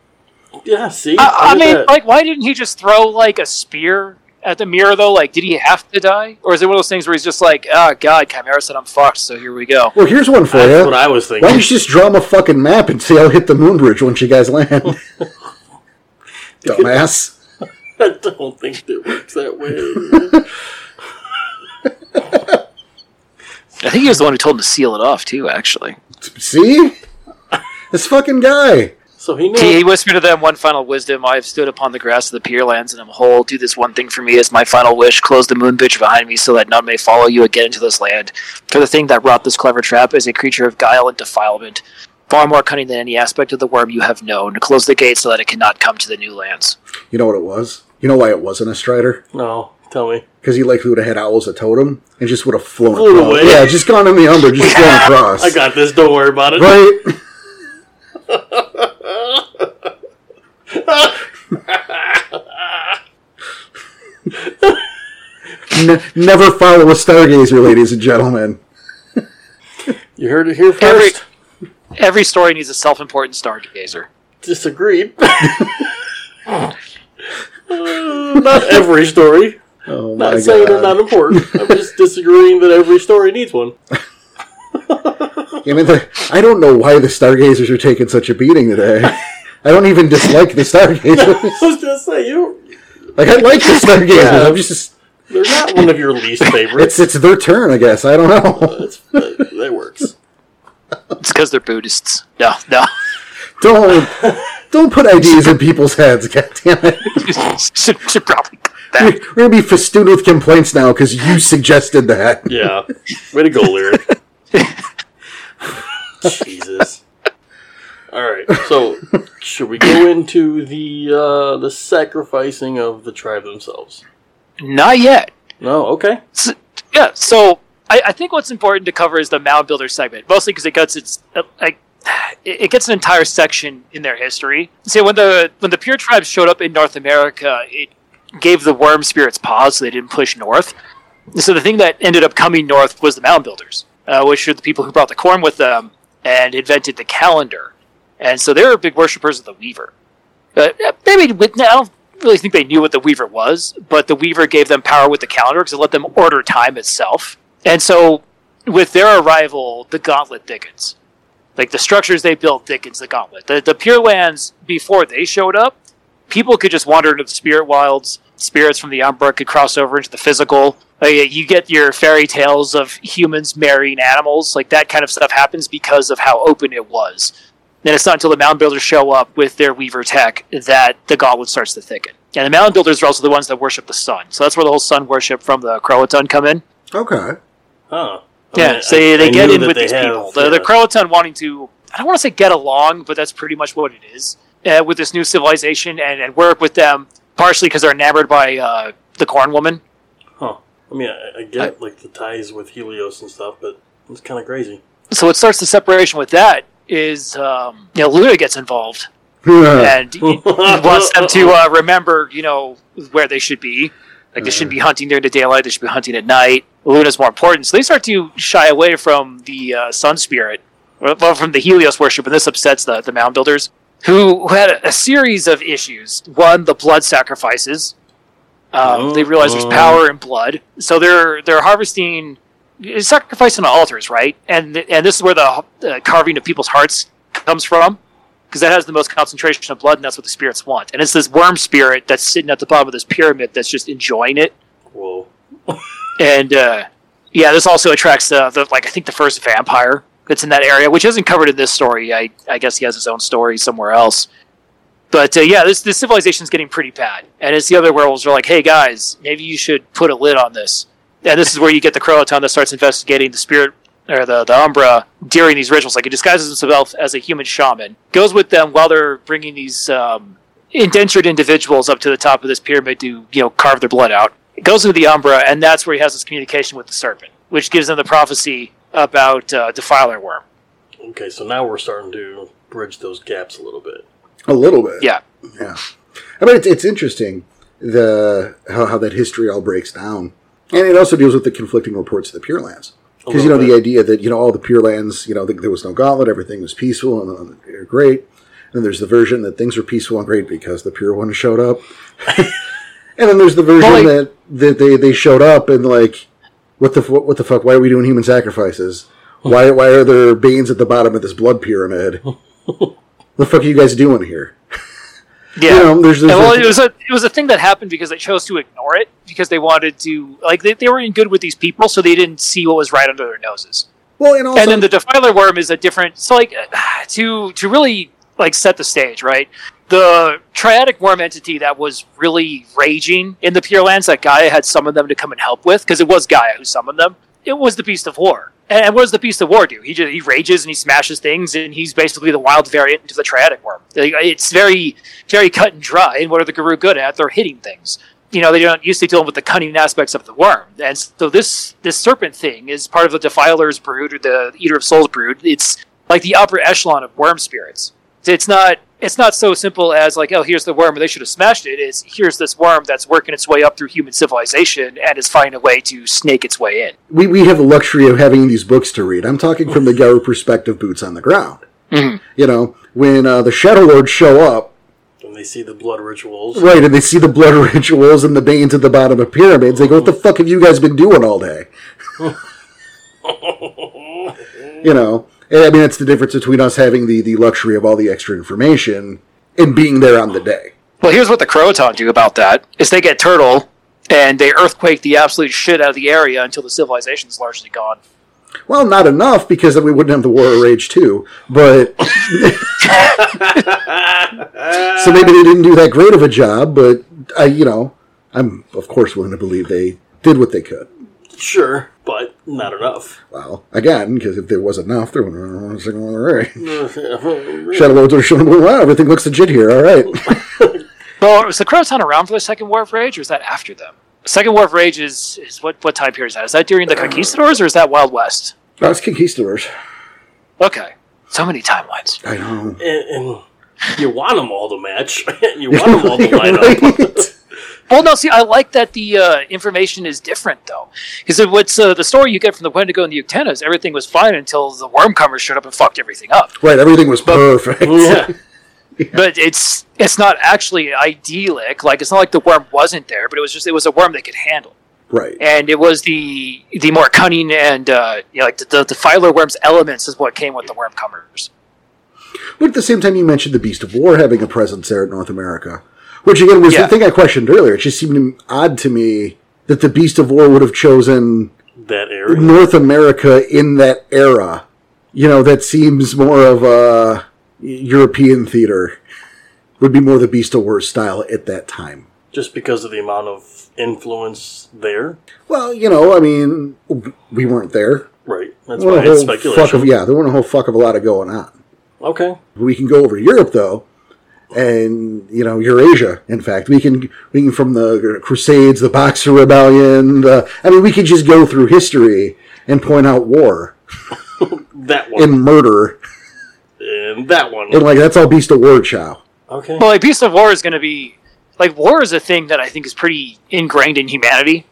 [SPEAKER 2] Yeah. See.
[SPEAKER 3] I, I
[SPEAKER 2] Look at
[SPEAKER 3] mean,
[SPEAKER 2] that.
[SPEAKER 3] like, why didn't he just throw, like, a spear at the mirror, though? Like, did he have to die? Or is it one of those things where he's just like, ah, God, chimera said I'm fucked, so here we go.
[SPEAKER 1] Well, here's one for
[SPEAKER 2] that's
[SPEAKER 1] you.
[SPEAKER 2] what I was
[SPEAKER 1] Why
[SPEAKER 2] thinking.
[SPEAKER 1] don't you just draw him a fucking map and say I'll hit the moon bridge once you guys land? Dumbass.
[SPEAKER 2] I don't think it works that way.
[SPEAKER 3] I think he was the one who told him to seal it off, too, actually.
[SPEAKER 1] See? This fucking guy.
[SPEAKER 2] so he
[SPEAKER 3] He,
[SPEAKER 2] knew.
[SPEAKER 3] he whispered to them one final wisdom. I have stood upon the grass of the pier lands and am whole. Do this one thing for me as my final wish. Close the moon bitch behind me so that none may follow you again into this land. For the thing that wrought this clever trap is a creature of guile and defilement, far more cunning than any aspect of the worm you have known. Close the gate so that it cannot come to the new lands.
[SPEAKER 1] You know what it was? You know why it wasn't a strider?
[SPEAKER 2] No, tell me.
[SPEAKER 1] Because he likely would have had owls a totem and just would have flown
[SPEAKER 2] Flew
[SPEAKER 1] across.
[SPEAKER 2] away.
[SPEAKER 1] Yeah, just gone in the umber, just flown across.
[SPEAKER 2] I got this. Don't worry about it.
[SPEAKER 1] right? Ne- never follow a stargazer, ladies and gentlemen.
[SPEAKER 2] You heard it here
[SPEAKER 3] Every-
[SPEAKER 2] first.
[SPEAKER 3] Every story needs a self-important stargazer.
[SPEAKER 2] Disagreed. Uh, not every story.
[SPEAKER 1] Oh my
[SPEAKER 2] Not saying they're
[SPEAKER 1] god!
[SPEAKER 2] not important. I'm just disagreeing that every story needs one.
[SPEAKER 1] I mean, the, I don't know why the stargazers are taking such a beating today. I don't even dislike the stargazers.
[SPEAKER 2] I was just saying, you don't,
[SPEAKER 1] Like I like the stargazers.
[SPEAKER 2] Yeah.
[SPEAKER 1] I'm just
[SPEAKER 2] they're not one of your least favorites.
[SPEAKER 1] it's it's their turn, I guess. I don't know.
[SPEAKER 2] That's, that, uh, that works.
[SPEAKER 3] It's because they're Buddhists. No, no.
[SPEAKER 1] Don't don't put ideas in people's heads. God damn it.
[SPEAKER 3] should, should probably cut
[SPEAKER 1] We're
[SPEAKER 3] that.
[SPEAKER 1] gonna be festooned with complaints now because you suggested that.
[SPEAKER 2] Yeah. Way to go, lyric. Jesus. All right. So, should we go into the uh, the sacrificing of the tribe themselves?
[SPEAKER 3] Not yet.
[SPEAKER 2] No. Okay.
[SPEAKER 3] S yeah, so I, I think what's important to cover is the mound builder segment, mostly because it gets its uh, like it it gets an entire section in their history. See, when the when the pure tribes showed up in North America, it gave the worm spirits pause, so they didn't push north. So the thing that ended up coming north was the mound builders, uh, which are the people who brought the corn with them and invented the calendar. And so they were big worshippers of the weaver. Uh, maybe with, I don't really think they knew what the Weaver was, but the Weaver gave them power with the calendar because it let them order time itself. And so, with their arrival, the Gauntlet thickens. Like the structures they built thickens the Gauntlet. The, the Pure Lands before they showed up, people could just wander into the Spirit Wilds. Spirits from the Umbra could cross over into the physical. Like, you get your fairy tales of humans marrying animals. Like that kind of stuff happens because of how open it was. Then it's not until the mound builders show up with their weaver tech that the goblet starts to thicken. And the mound builders are also the ones that worship the sun. So that's where the whole sun worship from the Croatan come in.
[SPEAKER 1] Okay.
[SPEAKER 2] Huh. I
[SPEAKER 3] yeah,
[SPEAKER 2] mean,
[SPEAKER 3] so
[SPEAKER 2] I-
[SPEAKER 3] they, they
[SPEAKER 2] I
[SPEAKER 3] get
[SPEAKER 2] knew
[SPEAKER 3] in
[SPEAKER 2] that
[SPEAKER 3] with
[SPEAKER 2] they
[SPEAKER 3] these
[SPEAKER 2] have-
[SPEAKER 3] people. The,
[SPEAKER 2] yeah.
[SPEAKER 3] the Croatan wanting to, I don't want to say get along, but that's pretty much what it is uh, with this new civilization and, and work with them, partially because they're enamored by uh, the corn woman.
[SPEAKER 2] Huh. I mean, I, I get like the ties with Helios and stuff, but it's kind of crazy.
[SPEAKER 3] So what starts the separation with that is, um, you know, Luna gets involved. and he wants them to uh, remember, you know, where they should be. Like they
[SPEAKER 2] Mm.
[SPEAKER 3] shouldn't be hunting during the daylight; they should be hunting at night. Luna's more important, so they start to shy away from the uh, sun spirit, well, from the Helios worship, and this upsets the the mound builders, who, who had a, a series of issues. One, the blood sacrifices. Um, They realize there's
[SPEAKER 2] Oh.
[SPEAKER 3] power in blood, so they're they're harvesting, sacrificing on altars, right? And th- and this is where the uh, carving of people's hearts comes from because that has the most concentration of blood, and that's what the spirits want. And it's this worm spirit that's sitting at the bottom of this pyramid that's just enjoying it.
[SPEAKER 2] Whoa.
[SPEAKER 3] And uh, yeah, this also attracts uh, the like I think the first vampire that's in that area, which isn't covered in this story. I I guess he has his own story somewhere else. But uh, yeah, this this civilization's getting pretty bad, and it's the other werewolves are like, hey guys, maybe you should put a lid on this. And this is where you get the Croatan that starts investigating the spirit or the, the Umbra during these rituals. Like, he disguises himself as a human shaman, goes with them while they're bringing these um, indentured individuals up to the top of this pyramid to, you know, carve their blood out. Goes into the Umbra, and that's where he has this communication with the serpent, which gives them the prophecy about uh, Defiler Worm.
[SPEAKER 2] Okay, so now we're starting to bridge those gaps a little bit.
[SPEAKER 1] a little bit.
[SPEAKER 3] Yeah.
[SPEAKER 1] Yeah. I mean, it's, it's interesting the how, how that history all breaks down, and it also deals with the conflicting reports of the Pure Lands. Because you know
[SPEAKER 2] little
[SPEAKER 1] the idea that you know all the Pure Lands, you know th- there was no gauntlet, everything was peaceful and, and they're great. And there's the version that things were peaceful and great because the Pure One showed up. and then there's the version
[SPEAKER 3] Well, like-
[SPEAKER 1] that, that they, they showed up and like, what the f- what the fuck? Why are we doing human sacrifices? Why why are there beings at the bottom of this blood pyramid? the fuck are you guys doing here?
[SPEAKER 3] Yeah.
[SPEAKER 1] You know, there's, there's
[SPEAKER 3] And, well, it was a it was a thing that happened because they chose to ignore it because they wanted to like they, they were in good with these people, so they didn't see what was right under their noses.
[SPEAKER 1] Well, and also,
[SPEAKER 3] and then the defiler worm is a different. So like to to really like set the stage, right? The triadic worm entity that was really raging in the Pure Lands that Gaia had summoned them to come and help with because it was Gaia who summoned them. It was the Beast of War. And what does the Beast of War do? He just, he rages and he smashes things, and he's basically the wild variant of the Triadic Worm. Like, It's very very cut and dry. And what are the Guru good at? They're hitting things. You know, they don't used to dealing with the cunning aspects of the worm. And so this this serpent thing is part of the Defiler's brood or the Eater of Souls brood. It's like the upper echelon of worm spirits. It's not it's not so simple as like, oh, here's the worm, they should have smashed it. It's here's this worm that's working its way up through human civilization and is finding a way to snake its way in.
[SPEAKER 1] we, we have the luxury of having these books to read. I'm talking from the Garu perspective, boots on the ground.
[SPEAKER 3] Mhm.
[SPEAKER 1] You know, when uh, the Shadow Lords show up,
[SPEAKER 2] And they see the blood rituals.
[SPEAKER 1] right, and they see the blood rituals and the Banes at the bottom of pyramids, they go, What the fuck have you guys been doing all day? you know, and, I mean, it's the difference between us having the, the luxury of all the extra information and being there on the day.
[SPEAKER 3] Well, here's what the Croatan do about that: is they get turtle and they earthquake the absolute shit out of the area until the civilization's largely gone.
[SPEAKER 1] Well, not enough because then we wouldn't have the War of Rage too. But so maybe they didn't do that great of a job. But I, you know, I'm of course willing to believe they did what they could.
[SPEAKER 2] Sure, but not enough.
[SPEAKER 1] Well, again, because if there was enough, there was a War of Rage.
[SPEAKER 2] Sure.
[SPEAKER 1] Shadow Lords are showing wow, everything looks legit here. All right.
[SPEAKER 3] Well, was the Croatan around for the Second War of Rage, or is that after them? Second War of Rage is, is what what time period is that? Is that during the Conquistadors or is that Wild West?
[SPEAKER 1] No, it's conquistadors.
[SPEAKER 3] Okay, so many timelines.
[SPEAKER 1] I know.
[SPEAKER 2] And, and you want them all to match. you want them all to line up.
[SPEAKER 1] Right?
[SPEAKER 3] Well, no, see, I like that the uh, information is different though, because what's uh, the story you get from the Wendigo and the Uctena is everything was fine until the Wormcomers showed up and fucked everything up.
[SPEAKER 1] Right, everything was perfect.
[SPEAKER 2] Yeah.
[SPEAKER 3] But it's it's not actually idyllic. Like it's not like the worm wasn't there, but it was just it was a worm they could handle.
[SPEAKER 1] Right.
[SPEAKER 3] and it was the the more cunning and uh, you know, like the, the, the filer worm's elements is what came with the worm comers.
[SPEAKER 1] But at the same time, you mentioned the Beast of War having a presence there at North America, which again was
[SPEAKER 3] Yeah.
[SPEAKER 1] the thing I questioned earlier. It just seemed odd to me that the Beast of War would have chosen
[SPEAKER 2] that area.
[SPEAKER 1] North America in that era. You know, that seems more of a European theater would be more the Beast of War style at that time.
[SPEAKER 2] Just because of the amount of influence there.
[SPEAKER 1] Well, you know, I mean, we weren't there.
[SPEAKER 2] Right. That's
[SPEAKER 1] There weren't
[SPEAKER 2] why
[SPEAKER 1] a
[SPEAKER 2] it's
[SPEAKER 1] whole fuck
[SPEAKER 2] speculation.
[SPEAKER 1] of yeah, there weren't a whole fuck of a lot of going on.
[SPEAKER 2] Okay.
[SPEAKER 1] We can go over to Europe though, and you know Eurasia. In fact, we can we can from the Crusades, the Boxer Rebellion. The, I mean, we could just go through history and point out war
[SPEAKER 2] That one.
[SPEAKER 1] and murder
[SPEAKER 2] and that one.
[SPEAKER 1] and like that's all beast of war chow.
[SPEAKER 2] okay.
[SPEAKER 3] Well, like Beast of War is going to be like war is a thing that I think is pretty ingrained in humanity,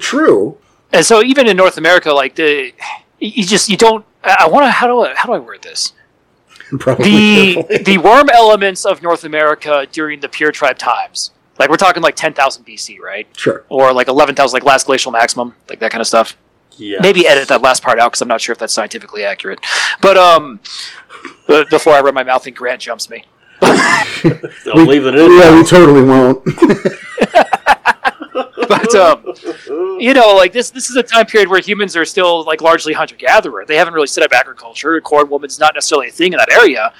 [SPEAKER 1] True.
[SPEAKER 3] and so even in North America, like the you just you don't. I want to how do I, how do I word this?
[SPEAKER 1] Probably.
[SPEAKER 3] The
[SPEAKER 1] carefully.
[SPEAKER 3] the worm elements of North America during the Pure Tribe times, like we're talking like ten thousand BC, right?
[SPEAKER 1] Sure.
[SPEAKER 3] Or like eleven thousand, like last glacial maximum, like that kind of stuff.
[SPEAKER 2] yeah.
[SPEAKER 3] maybe edit that last part out because I'm not sure if that's scientifically accurate. But um, b- before I run my mouth and Grant jumps me,
[SPEAKER 2] I'll leave it in.
[SPEAKER 1] Yeah, we totally won't.
[SPEAKER 3] but um, you know, like this this is a time period where humans are still like largely hunter gatherer. They haven't really set up agriculture. Corn woman's not necessarily a thing in that area,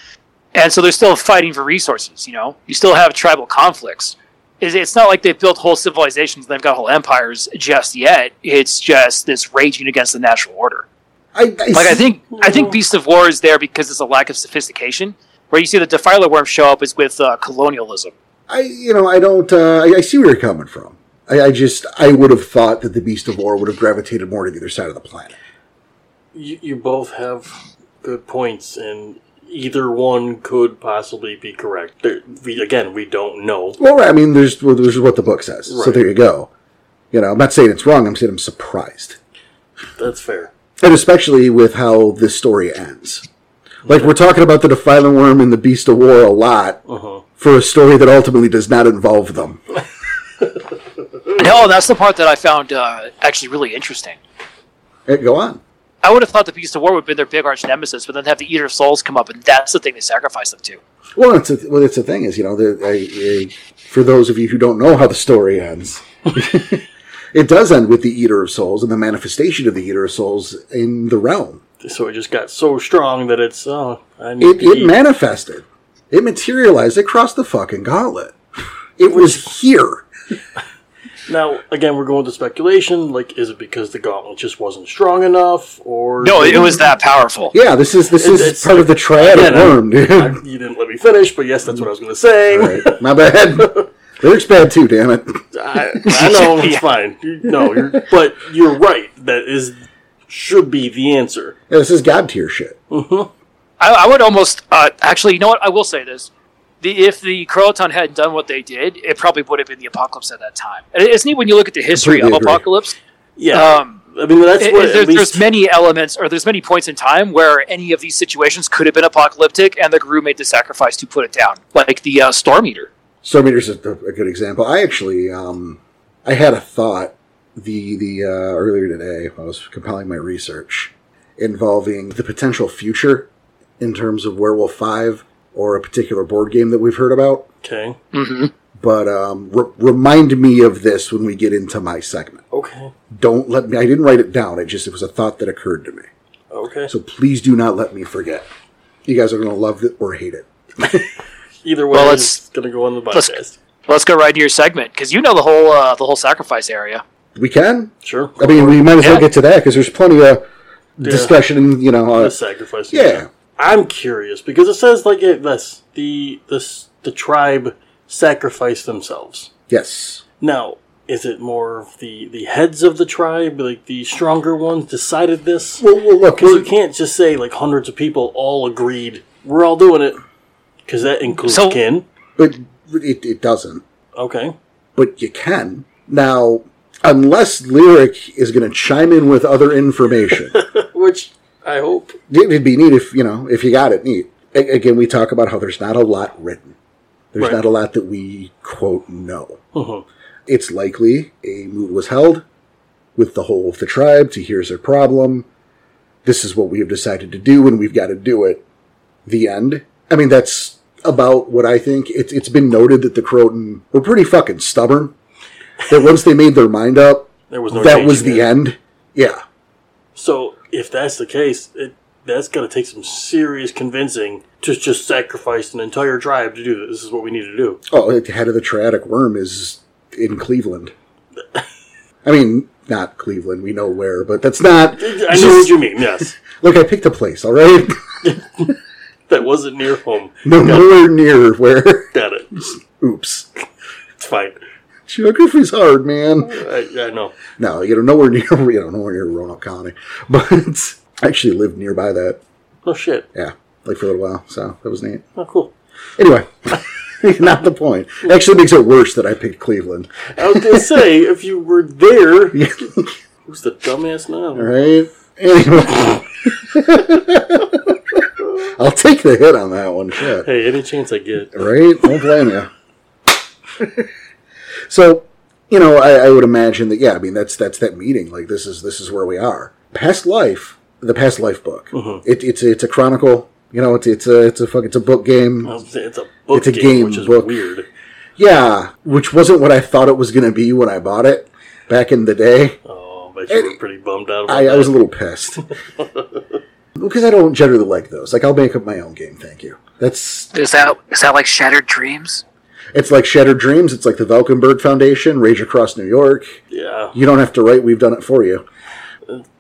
[SPEAKER 3] and so they're still fighting for resources. You know, you still have tribal conflicts. It's- It's not like they've built whole civilizations and they've got whole empires just yet. It's just this raging against the natural order.
[SPEAKER 1] I, I
[SPEAKER 3] like
[SPEAKER 1] see-
[SPEAKER 3] I think I think Beast of War is there because it's a lack of sophistication. Where you see the Defiler Worm show up is with uh, colonialism.
[SPEAKER 1] I you know I don't uh, I, I see where you're coming from. I, I just I would have thought that the Beast of War would have gravitated more to the other side of the planet.
[SPEAKER 2] You, you both have good points, and either one could possibly be correct. There, we, again, we don't know.
[SPEAKER 1] Well, right, I mean, there's well, there's what the book says. So
[SPEAKER 2] Right.
[SPEAKER 1] there you go. You know, I'm not saying it's wrong. I'm saying I'm surprised,
[SPEAKER 2] That's fair.
[SPEAKER 1] and especially with how this story ends. Like we're talking about the defiling worm and the beast of war a lot
[SPEAKER 2] Uh-huh.
[SPEAKER 1] for a story that ultimately does not involve them.
[SPEAKER 3] No, oh, that's the part that I found uh, actually really interesting.
[SPEAKER 1] Eh, Go on.
[SPEAKER 3] I would have thought the Beast of War would have been their big arch nemesis, but then have the Eater of Souls come up, and that's the thing they sacrifice them to.
[SPEAKER 1] Well, it's a, well, it's the thing is, you know, the, I, I, for those of you who don't know how the story ends, it does end with the Eater of Souls and the manifestation of the Eater of Souls in the realm.
[SPEAKER 2] So it just got so strong that it's. Uh, I need
[SPEAKER 1] It,
[SPEAKER 2] to
[SPEAKER 1] it
[SPEAKER 2] eat.
[SPEAKER 1] manifested. It materialized. It crossed the fucking gauntlet. It was here.
[SPEAKER 2] now again, we're going to speculation. Like, is it because the gauntlet just wasn't strong enough, or
[SPEAKER 3] No, it, it was that powerful.
[SPEAKER 1] Yeah, this is this is
[SPEAKER 2] it's-
[SPEAKER 1] part of the triadic
[SPEAKER 2] Again, I-
[SPEAKER 1] worm, dude.
[SPEAKER 2] I- you didn't let me finish, but yes, that's what I was going to say.
[SPEAKER 1] Right. My bad. Lyric's bad too, damn it.
[SPEAKER 2] I, I know it's
[SPEAKER 3] Yeah.
[SPEAKER 2] fine. You- No, you're, but you're right. That is should be the answer.
[SPEAKER 1] Yeah, this is god tier shit.
[SPEAKER 3] I, I would almost uh, actually, you know what? I will say this: the, if the Croatan hadn't done what they did, it probably would have been the apocalypse at that time. And it's neat when you look at the history
[SPEAKER 1] Completely
[SPEAKER 3] of
[SPEAKER 1] agree.
[SPEAKER 3] apocalypse.
[SPEAKER 2] Yeah,
[SPEAKER 3] Um,
[SPEAKER 2] I mean that's
[SPEAKER 3] It-
[SPEAKER 2] what
[SPEAKER 3] it-
[SPEAKER 2] at
[SPEAKER 3] there's,
[SPEAKER 2] least
[SPEAKER 3] there's many elements or there's many points in time where any of these situations could have been apocalyptic and the crew made the sacrifice to put it down like the uh, storm eater
[SPEAKER 1] Storm Eater's a, a good example. I actually, um, I had a thought the the uh, earlier today while I was compiling my research involving the potential future in terms of Werewolf Five or a particular board game that we've heard about.
[SPEAKER 2] okay.
[SPEAKER 1] But um, re- remind me of this when we get into my segment.
[SPEAKER 2] Okay,
[SPEAKER 1] Don't let me. I didn't write it down. It just it was a thought that occurred to me.
[SPEAKER 2] okay.
[SPEAKER 1] So please do not let me forget. You guys are going to love it or hate it.
[SPEAKER 2] Either way,
[SPEAKER 3] Well, let's-
[SPEAKER 2] it's gonna go on the
[SPEAKER 3] let's-
[SPEAKER 2] podcast.
[SPEAKER 3] let's go right to your segment because you know the whole uh, the whole sacrifice area
[SPEAKER 1] We can.
[SPEAKER 2] Sure,
[SPEAKER 1] I mean, we might as well
[SPEAKER 3] Yeah.
[SPEAKER 1] get to that because there's plenty of discussion. and You know, uh,
[SPEAKER 2] the sacrifice.
[SPEAKER 1] Yeah.
[SPEAKER 2] I'm curious because it says like it, this the this the tribe sacrificed themselves.
[SPEAKER 1] Yes.
[SPEAKER 2] Now Is it more of the, the heads of the tribe, like the stronger ones, decided this?
[SPEAKER 1] Well, well look,
[SPEAKER 2] Because you can't just say like hundreds of people all agreed we're all doing it, because that includes
[SPEAKER 3] So-
[SPEAKER 2] kin.
[SPEAKER 1] but it, it doesn't.
[SPEAKER 2] Okay,
[SPEAKER 1] But you can now, unless Lyric is going to chime in with other information.
[SPEAKER 2] which I hope.
[SPEAKER 1] it'd be neat if you know if you got it neat. A- again, we talk about how there's not a lot written. There's
[SPEAKER 2] Right.
[SPEAKER 1] not a lot that we quote know.
[SPEAKER 2] Mhm.
[SPEAKER 1] It's likely a mood was held with the whole of the tribe to here's their problem. This is what we have decided to do, and we've got to do it. The end. I mean, that's about what I think. It's it's been noted that the Croton were pretty fucking stubborn. That once they made their mind up,
[SPEAKER 2] There was no
[SPEAKER 1] that
[SPEAKER 2] changing
[SPEAKER 1] was the
[SPEAKER 2] it.
[SPEAKER 1] end. Yeah.
[SPEAKER 2] So if that's the case, it, that's got to take some serious convincing to just sacrifice an entire tribe to do this. This is what we need to do.
[SPEAKER 1] Oh, like the head of the triadic worm is in Cleveland. I mean, not Cleveland. We know where, but that's not.
[SPEAKER 2] I know what you mean. Yes,
[SPEAKER 1] Look, I picked a place. All right,
[SPEAKER 2] that wasn't near home.
[SPEAKER 1] no, nowhere near where.
[SPEAKER 2] Got it.
[SPEAKER 1] Oops,
[SPEAKER 2] It's fine.
[SPEAKER 1] geography's hard, man.
[SPEAKER 2] I, I know.
[SPEAKER 1] No, you know, nowhere near. You know, nowhere near Roanoke County. But I actually lived nearby that.
[SPEAKER 2] Oh shit.
[SPEAKER 1] Yeah, like for a little while. So that was neat.
[SPEAKER 2] Oh cool.
[SPEAKER 1] Anyway, not the point. It actually makes it worse that I picked Cleveland.
[SPEAKER 2] I was gonna say if you were there, who's the dumbass now?
[SPEAKER 1] All right. Anyway. I'll take the hit on that one. Shit.
[SPEAKER 2] Hey, any chance I get?
[SPEAKER 1] Right? Don't blame you. so, you know, I, I would imagine that. Yeah, I mean, that's that's that meeting. Like this is this is where we are. Past life, the past life book. It, it's it's a chronicle. You know, it's it's a it's a fuck, it's a book game.
[SPEAKER 2] I was gonna say, It's a book
[SPEAKER 1] It's a
[SPEAKER 2] game,
[SPEAKER 1] game
[SPEAKER 2] which is
[SPEAKER 1] book.
[SPEAKER 2] weird.
[SPEAKER 1] Yeah, which wasn't what I thought it was going to be when I bought it back in the day.
[SPEAKER 2] Oh, but you were pretty bummed out. About
[SPEAKER 1] I, I
[SPEAKER 2] that.
[SPEAKER 1] was a little pissed because I don't generally like those. Like I'll make up my own game. Thank you. That's
[SPEAKER 3] Is that is that like Shattered Dreams?
[SPEAKER 1] it's like Shattered Dreams. It's like the Valkenburg Foundation, Rage Across New York.
[SPEAKER 2] yeah.
[SPEAKER 1] You don't have to write. We've done it for you.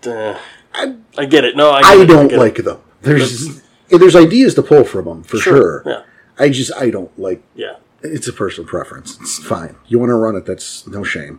[SPEAKER 2] Uh,
[SPEAKER 1] I,
[SPEAKER 2] I get it. No, I, get it,
[SPEAKER 1] I don't
[SPEAKER 2] get it.
[SPEAKER 1] like them. There's there's ideas to pull from them for sure.
[SPEAKER 2] Yeah.
[SPEAKER 1] I just I don't like.
[SPEAKER 2] Yeah.
[SPEAKER 1] It's a personal preference. It's fine. You want to run it? That's no shame.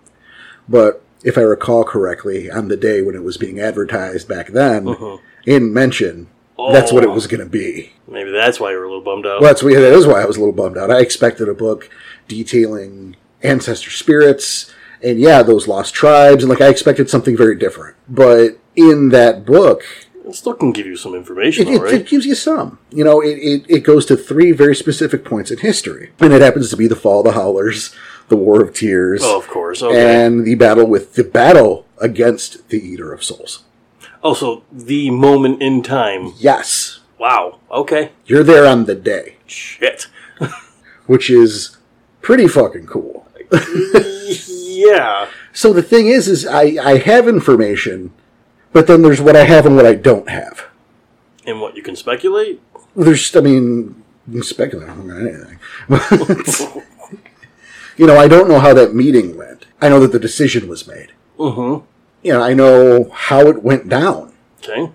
[SPEAKER 1] But if I recall correctly, on the day when it was being advertised back then
[SPEAKER 2] Uh-huh.
[SPEAKER 1] in mention, that's what it
[SPEAKER 2] Oh.
[SPEAKER 1] was going to be.
[SPEAKER 2] Maybe that's why you were a little bummed out.
[SPEAKER 1] Well, that's yeah, that is why I was a little bummed out. I expected a book detailing ancestor spirits and yeah, those lost tribes, and like I expected something very different. But in that book,
[SPEAKER 2] It still can give you some
[SPEAKER 1] it,
[SPEAKER 2] information,
[SPEAKER 1] it,
[SPEAKER 2] all right?
[SPEAKER 1] it gives you some. You know, it, it, it goes to three very specific points in history, and it happens to be the fall of the Howlers, the War of Tears,
[SPEAKER 2] oh, of course. Okay.
[SPEAKER 1] and the battle with the battle against the Eater of Souls.
[SPEAKER 2] also, the moment in time.
[SPEAKER 1] Yes,
[SPEAKER 2] Wow. Okay.
[SPEAKER 1] you're there on the day,
[SPEAKER 2] Shit.
[SPEAKER 1] which is pretty fucking cool.
[SPEAKER 2] yeah.
[SPEAKER 1] So the thing is, is I, I have information, but then there's what I have and what I don't have.
[SPEAKER 2] And what you can speculate?
[SPEAKER 1] There's, I mean, I'm speculating I don't know anything. But, you know, I don't know how that meeting went. I know that the decision was made.
[SPEAKER 2] Mm-hmm.
[SPEAKER 1] You know, I know how it went down.
[SPEAKER 2] Okay.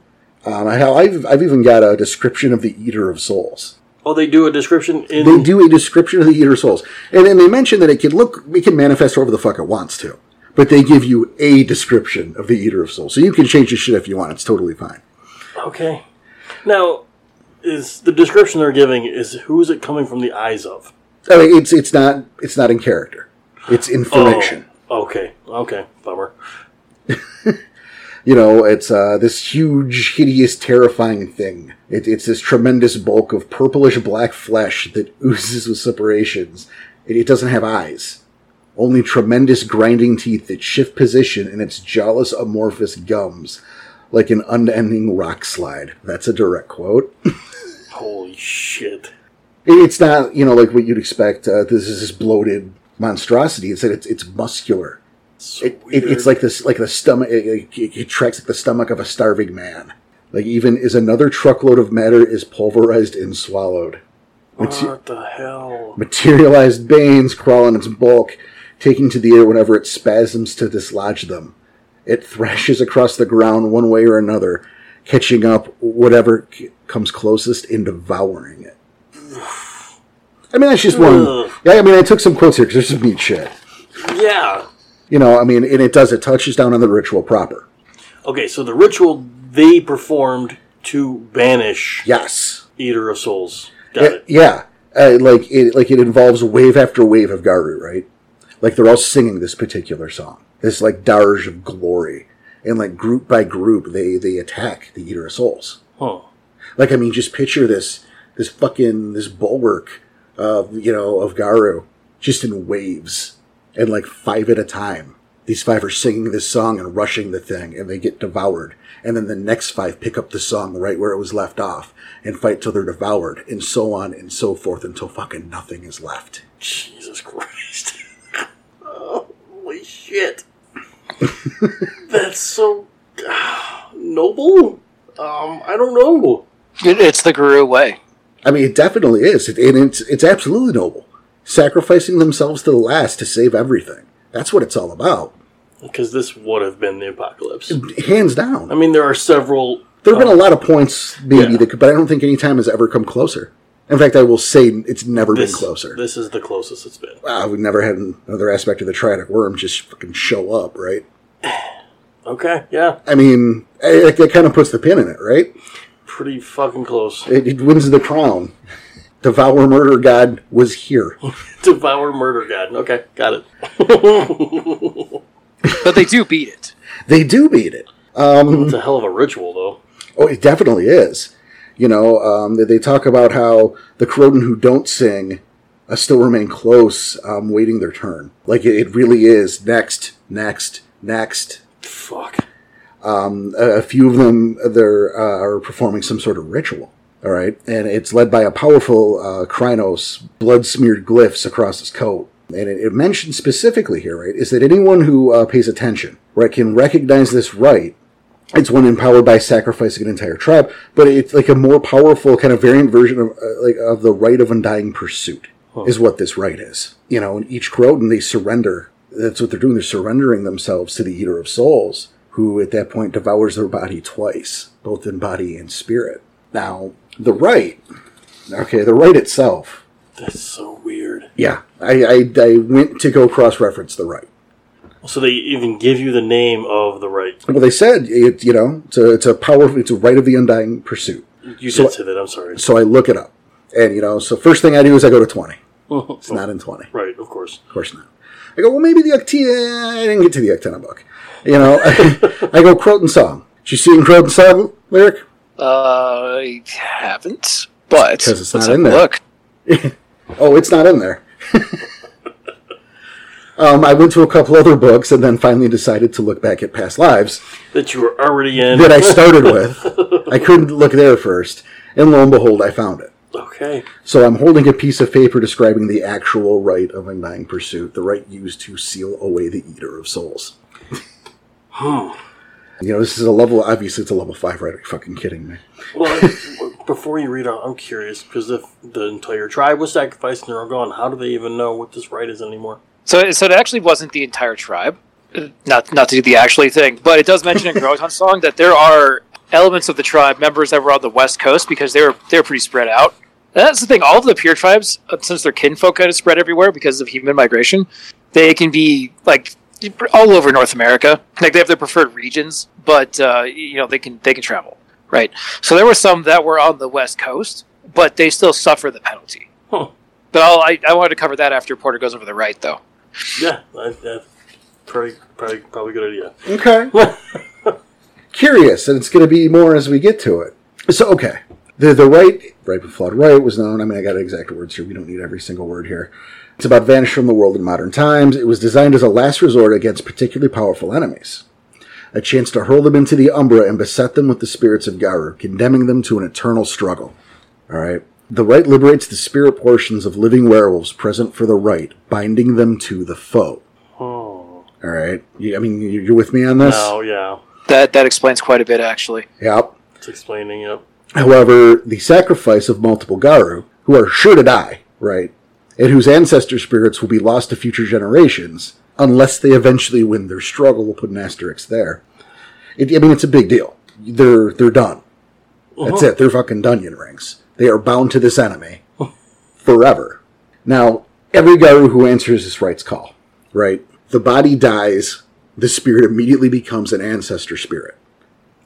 [SPEAKER 1] Um, I have, I've, I've even got a description of the Eater of Souls.
[SPEAKER 2] Oh, they do a description in.
[SPEAKER 1] They do a description of the Eater of Souls, and then they mention that it can look, it can manifest however the fuck it wants to. But they give you a description of the Eater of Souls, so you can change the shit if you want. It's totally fine.
[SPEAKER 2] Okay. Now, is the description they're giving is who is it coming from the eyes of?
[SPEAKER 1] I mean, it's it's not it's not in character. It's information.
[SPEAKER 2] Oh, okay. Okay. Bummer.
[SPEAKER 1] You know, it's uh, this huge, hideous, terrifying thing. It, it's this tremendous bulk of purplish black flesh that oozes with separations. It, it doesn't have eyes, only tremendous grinding teeth that shift position in its jawless, amorphous gums, like an unending rock slide. That's a direct quote.
[SPEAKER 2] Holy shit.
[SPEAKER 1] It- It's not, you know, like what you'd expect. Uh, this is this bloated monstrosity. It's that it's, it's muscular. It, it,
[SPEAKER 2] Weird.
[SPEAKER 1] it's like this, like the stomach. It, it, it, it tracks like the stomach of a starving man. Like even is another truckload of matter is pulverized and swallowed.
[SPEAKER 2] What the hell?
[SPEAKER 1] Materialized veins crawl in its bulk, taking to the air whenever it spasms to dislodge them. It thrashes across the ground one way or another, catching up whatever c- comes closest and devouring it. I mean, that's just one.
[SPEAKER 2] Ugh.
[SPEAKER 1] Yeah, I mean, I took some quotes here because there's some neat shit.
[SPEAKER 2] Yeah.
[SPEAKER 1] You know, I mean, and it does. It touches down on the ritual proper.
[SPEAKER 2] Okay, so the ritual they performed to banish
[SPEAKER 1] Yes.
[SPEAKER 2] Eater of Souls. Got
[SPEAKER 1] Yeah,
[SPEAKER 2] it.
[SPEAKER 1] yeah. Uh, like it, like it involves wave after wave of Garu, right? Like they're all singing this particular song, this like dirge of glory, and like group by group, they they attack the Eater of Souls.
[SPEAKER 2] Huh.
[SPEAKER 1] Like I mean, just picture this this fucking this bulwark of you know of Garu just in waves, and like five at a time. These five are singing this song and rushing the thing, and they get devoured. And then the next five pick up the song right where it was left off and fight till they're devoured, and so on and so forth until fucking nothing is left.
[SPEAKER 2] Jesus Christ. Holy shit. That's so noble. Um, I don't know.
[SPEAKER 3] It, it's the guru way.
[SPEAKER 1] I mean, it definitely is, it, and it's it's absolutely noble, sacrificing themselves to the last to save everything. That's what it's all about,
[SPEAKER 2] Because this would have been the apocalypse.
[SPEAKER 1] hands down.
[SPEAKER 2] I mean, there are several.
[SPEAKER 1] There have been a lot of points, maybe,
[SPEAKER 2] Oh. Yeah.
[SPEAKER 1] that could but I don't think any time has ever come closer. In fact, I will say it's never
[SPEAKER 2] This,
[SPEAKER 1] been closer.
[SPEAKER 2] this is the closest it's been.
[SPEAKER 1] Wow, we've never had another aspect of the triadic worm just fucking show up, right?
[SPEAKER 2] Okay, yeah.
[SPEAKER 1] I mean, it, it kind of puts the pin in it, right?
[SPEAKER 2] Pretty fucking close.
[SPEAKER 1] It, it wins the crown. Devour Murder God was here.
[SPEAKER 2] Devour Murder God. Okay, got it.
[SPEAKER 3] But they do beat it.
[SPEAKER 1] They do beat it.
[SPEAKER 2] It's a hell of a ritual, though.
[SPEAKER 1] Oh, it definitely is. You know, um, they- they talk about how the Kuroden who don't sing uh, still remain close, um, waiting their turn. Like, it, it really is next, next, next.
[SPEAKER 2] Fuck.
[SPEAKER 1] a, a few of them they're uh, are performing some sort of ritual. All right, and it's led by a powerful uh, Krynos, blood smeared glyphs across his coat. And it, it mentions specifically here, right, is that anyone who uh, pays attention, right, can recognize this rite. It's one empowered by sacrificing an entire tribe, but it's like a more powerful kind of variant version of uh, like of the rite of undying pursuit is what this rite is. You know, and each Croton they surrender. That's what they're doing. They're surrendering themselves to the Eater of Souls, who at that point devours their body twice, both in body and spirit. Now, the rite, okay, the rite itself.
[SPEAKER 2] That's so weird.
[SPEAKER 1] Yeah, I, I, I went to go cross reference the rite.
[SPEAKER 2] So they even give you the name of the right.
[SPEAKER 1] Well, they said it. You know, it's a, it's a powerful. It's a rite of the undying pursuit.
[SPEAKER 2] You
[SPEAKER 1] So-
[SPEAKER 2] did say that, I'm sorry.
[SPEAKER 1] So I look it up, and you know, so first thing I do is I go to twenty. It's not in twenty.
[SPEAKER 2] Right, of course.
[SPEAKER 1] Of course not. I go, well, maybe the Octana. I didn't get to the Octana book. You know, I go, Croton song. Did you see in Croton song lyric?
[SPEAKER 3] Uh, I haven't, but
[SPEAKER 1] 'Cause it's
[SPEAKER 3] let's
[SPEAKER 1] not
[SPEAKER 3] have
[SPEAKER 1] in
[SPEAKER 3] a
[SPEAKER 1] there.
[SPEAKER 3] look.
[SPEAKER 1] Oh, it's not in there. um, I went to a couple other books and then finally decided to look back at past lives
[SPEAKER 2] That you were already in.
[SPEAKER 1] that I started with. I couldn't look there first. And lo and behold, I found it.
[SPEAKER 2] Okay.
[SPEAKER 1] So I'm holding a piece of paper describing the actual rite of undying pursuit, the rite used to seal away the eater of souls. You know, this is a level. Obviously, it's a level five rite. Are you fucking kidding me?
[SPEAKER 2] Well, before you read on, I'm curious because if the entire tribe was sacrificed and they're all gone, how do they even know what this right is anymore?
[SPEAKER 3] So, so it actually wasn't the entire tribe. Uh, Not, not to do the actually thing, but it does mention in Groton's song that there are elements of the tribe members that were on the west coast because they were they're pretty spread out. And that's the thing. All of the pure tribes, uh, since their kinfolk kind of spread everywhere because of human migration, they can be like all over North America. Like they have their preferred regions, but uh, you know they can they can travel, right? So there were some that were on the west coast, but they still suffer the penalty.
[SPEAKER 2] Huh.
[SPEAKER 3] But I'll, I, I wanted to cover that after Porter goes over the right, though.
[SPEAKER 2] Yeah, I, I, probably, probably, probably good idea.
[SPEAKER 1] Okay. Curious, and it's going to be more as we get to it. So, okay. The, the right, right and flawed right was known. I mean, I got exact words here. We don't need every single word here. It's about vanished from the world in modern times. It was designed as a last resort against particularly powerful enemies. A chance to hurl them into the Umbra and beset them with the spirits of Garu, condemning them to an eternal struggle. All right. The right liberates the spirit portions of living werewolves present for the right, binding them to the foe.
[SPEAKER 2] Oh,
[SPEAKER 1] All right. You, I mean, you- you're with me on this?
[SPEAKER 2] now, yeah,
[SPEAKER 3] That that explains quite a bit, actually.
[SPEAKER 1] Yep.
[SPEAKER 2] it's explaining it.
[SPEAKER 1] However, the sacrifice of multiple Garu, who are sure to die, right, and whose ancestor spirits will be lost to future generations, unless they eventually win their struggle, we'll put an asterisk there. It, I mean, it's a big deal. They're they're done. That's it. They're fucking Dunyan rings. They are bound to this enemy forever. Now, every Garu who answers this right's call, right, The body dies, the spirit immediately becomes an ancestor spirit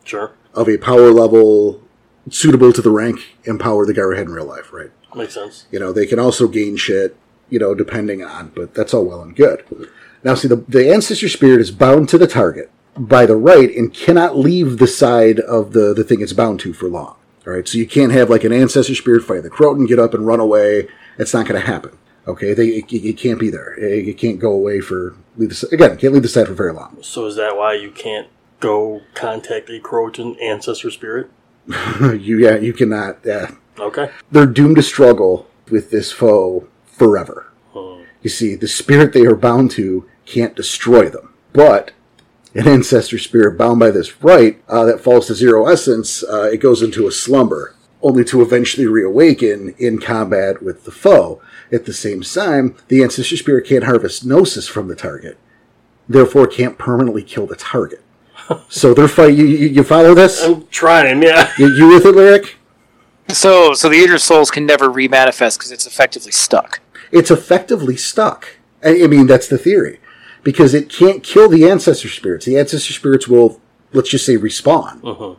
[SPEAKER 2] Sure.
[SPEAKER 1] of a power level suitable to the rank and power the Gyro had in real life, right?
[SPEAKER 2] Makes sense.
[SPEAKER 1] You know, they can also gain shit, you know, depending on, but that's all well and good. Now, see, the, the ancestor spirit is bound to the target by the right and cannot leave the side of the, the thing it's bound to for long. All right, so you can't have like an ancestor spirit fight the Croton, get up and run away. It's not going to happen. Okay, they, it, it can't be there. It, it can't go away for leave the, si- again. Can't leave the side for very long.
[SPEAKER 2] So is that why you can't go contact a Croatan ancestor spirit?
[SPEAKER 1] you yeah, you cannot. Yeah,
[SPEAKER 2] Okay.
[SPEAKER 1] they're doomed to struggle with this foe forever.
[SPEAKER 2] Hmm.
[SPEAKER 1] You see, the spirit they are bound to can't destroy them. But an ancestor spirit bound by this right uh, that falls to zero essence, uh, it goes into a slumber, only to eventually reawaken in combat with the foe. At the same time, the ancestor spirit can't harvest gnosis from the target, therefore can't permanently kill the target. so they're fight. You, you, you follow this?
[SPEAKER 2] I'm trying, yeah.
[SPEAKER 1] You, you with it, Lyric?
[SPEAKER 3] So, so the Eater Souls can never remanifest because it's effectively stuck.
[SPEAKER 1] it's effectively stuck. I, I mean, that's the theory. Because it can't kill the ancestor spirits. The ancestor spirits will, let's just say, respawn.
[SPEAKER 2] Mhm.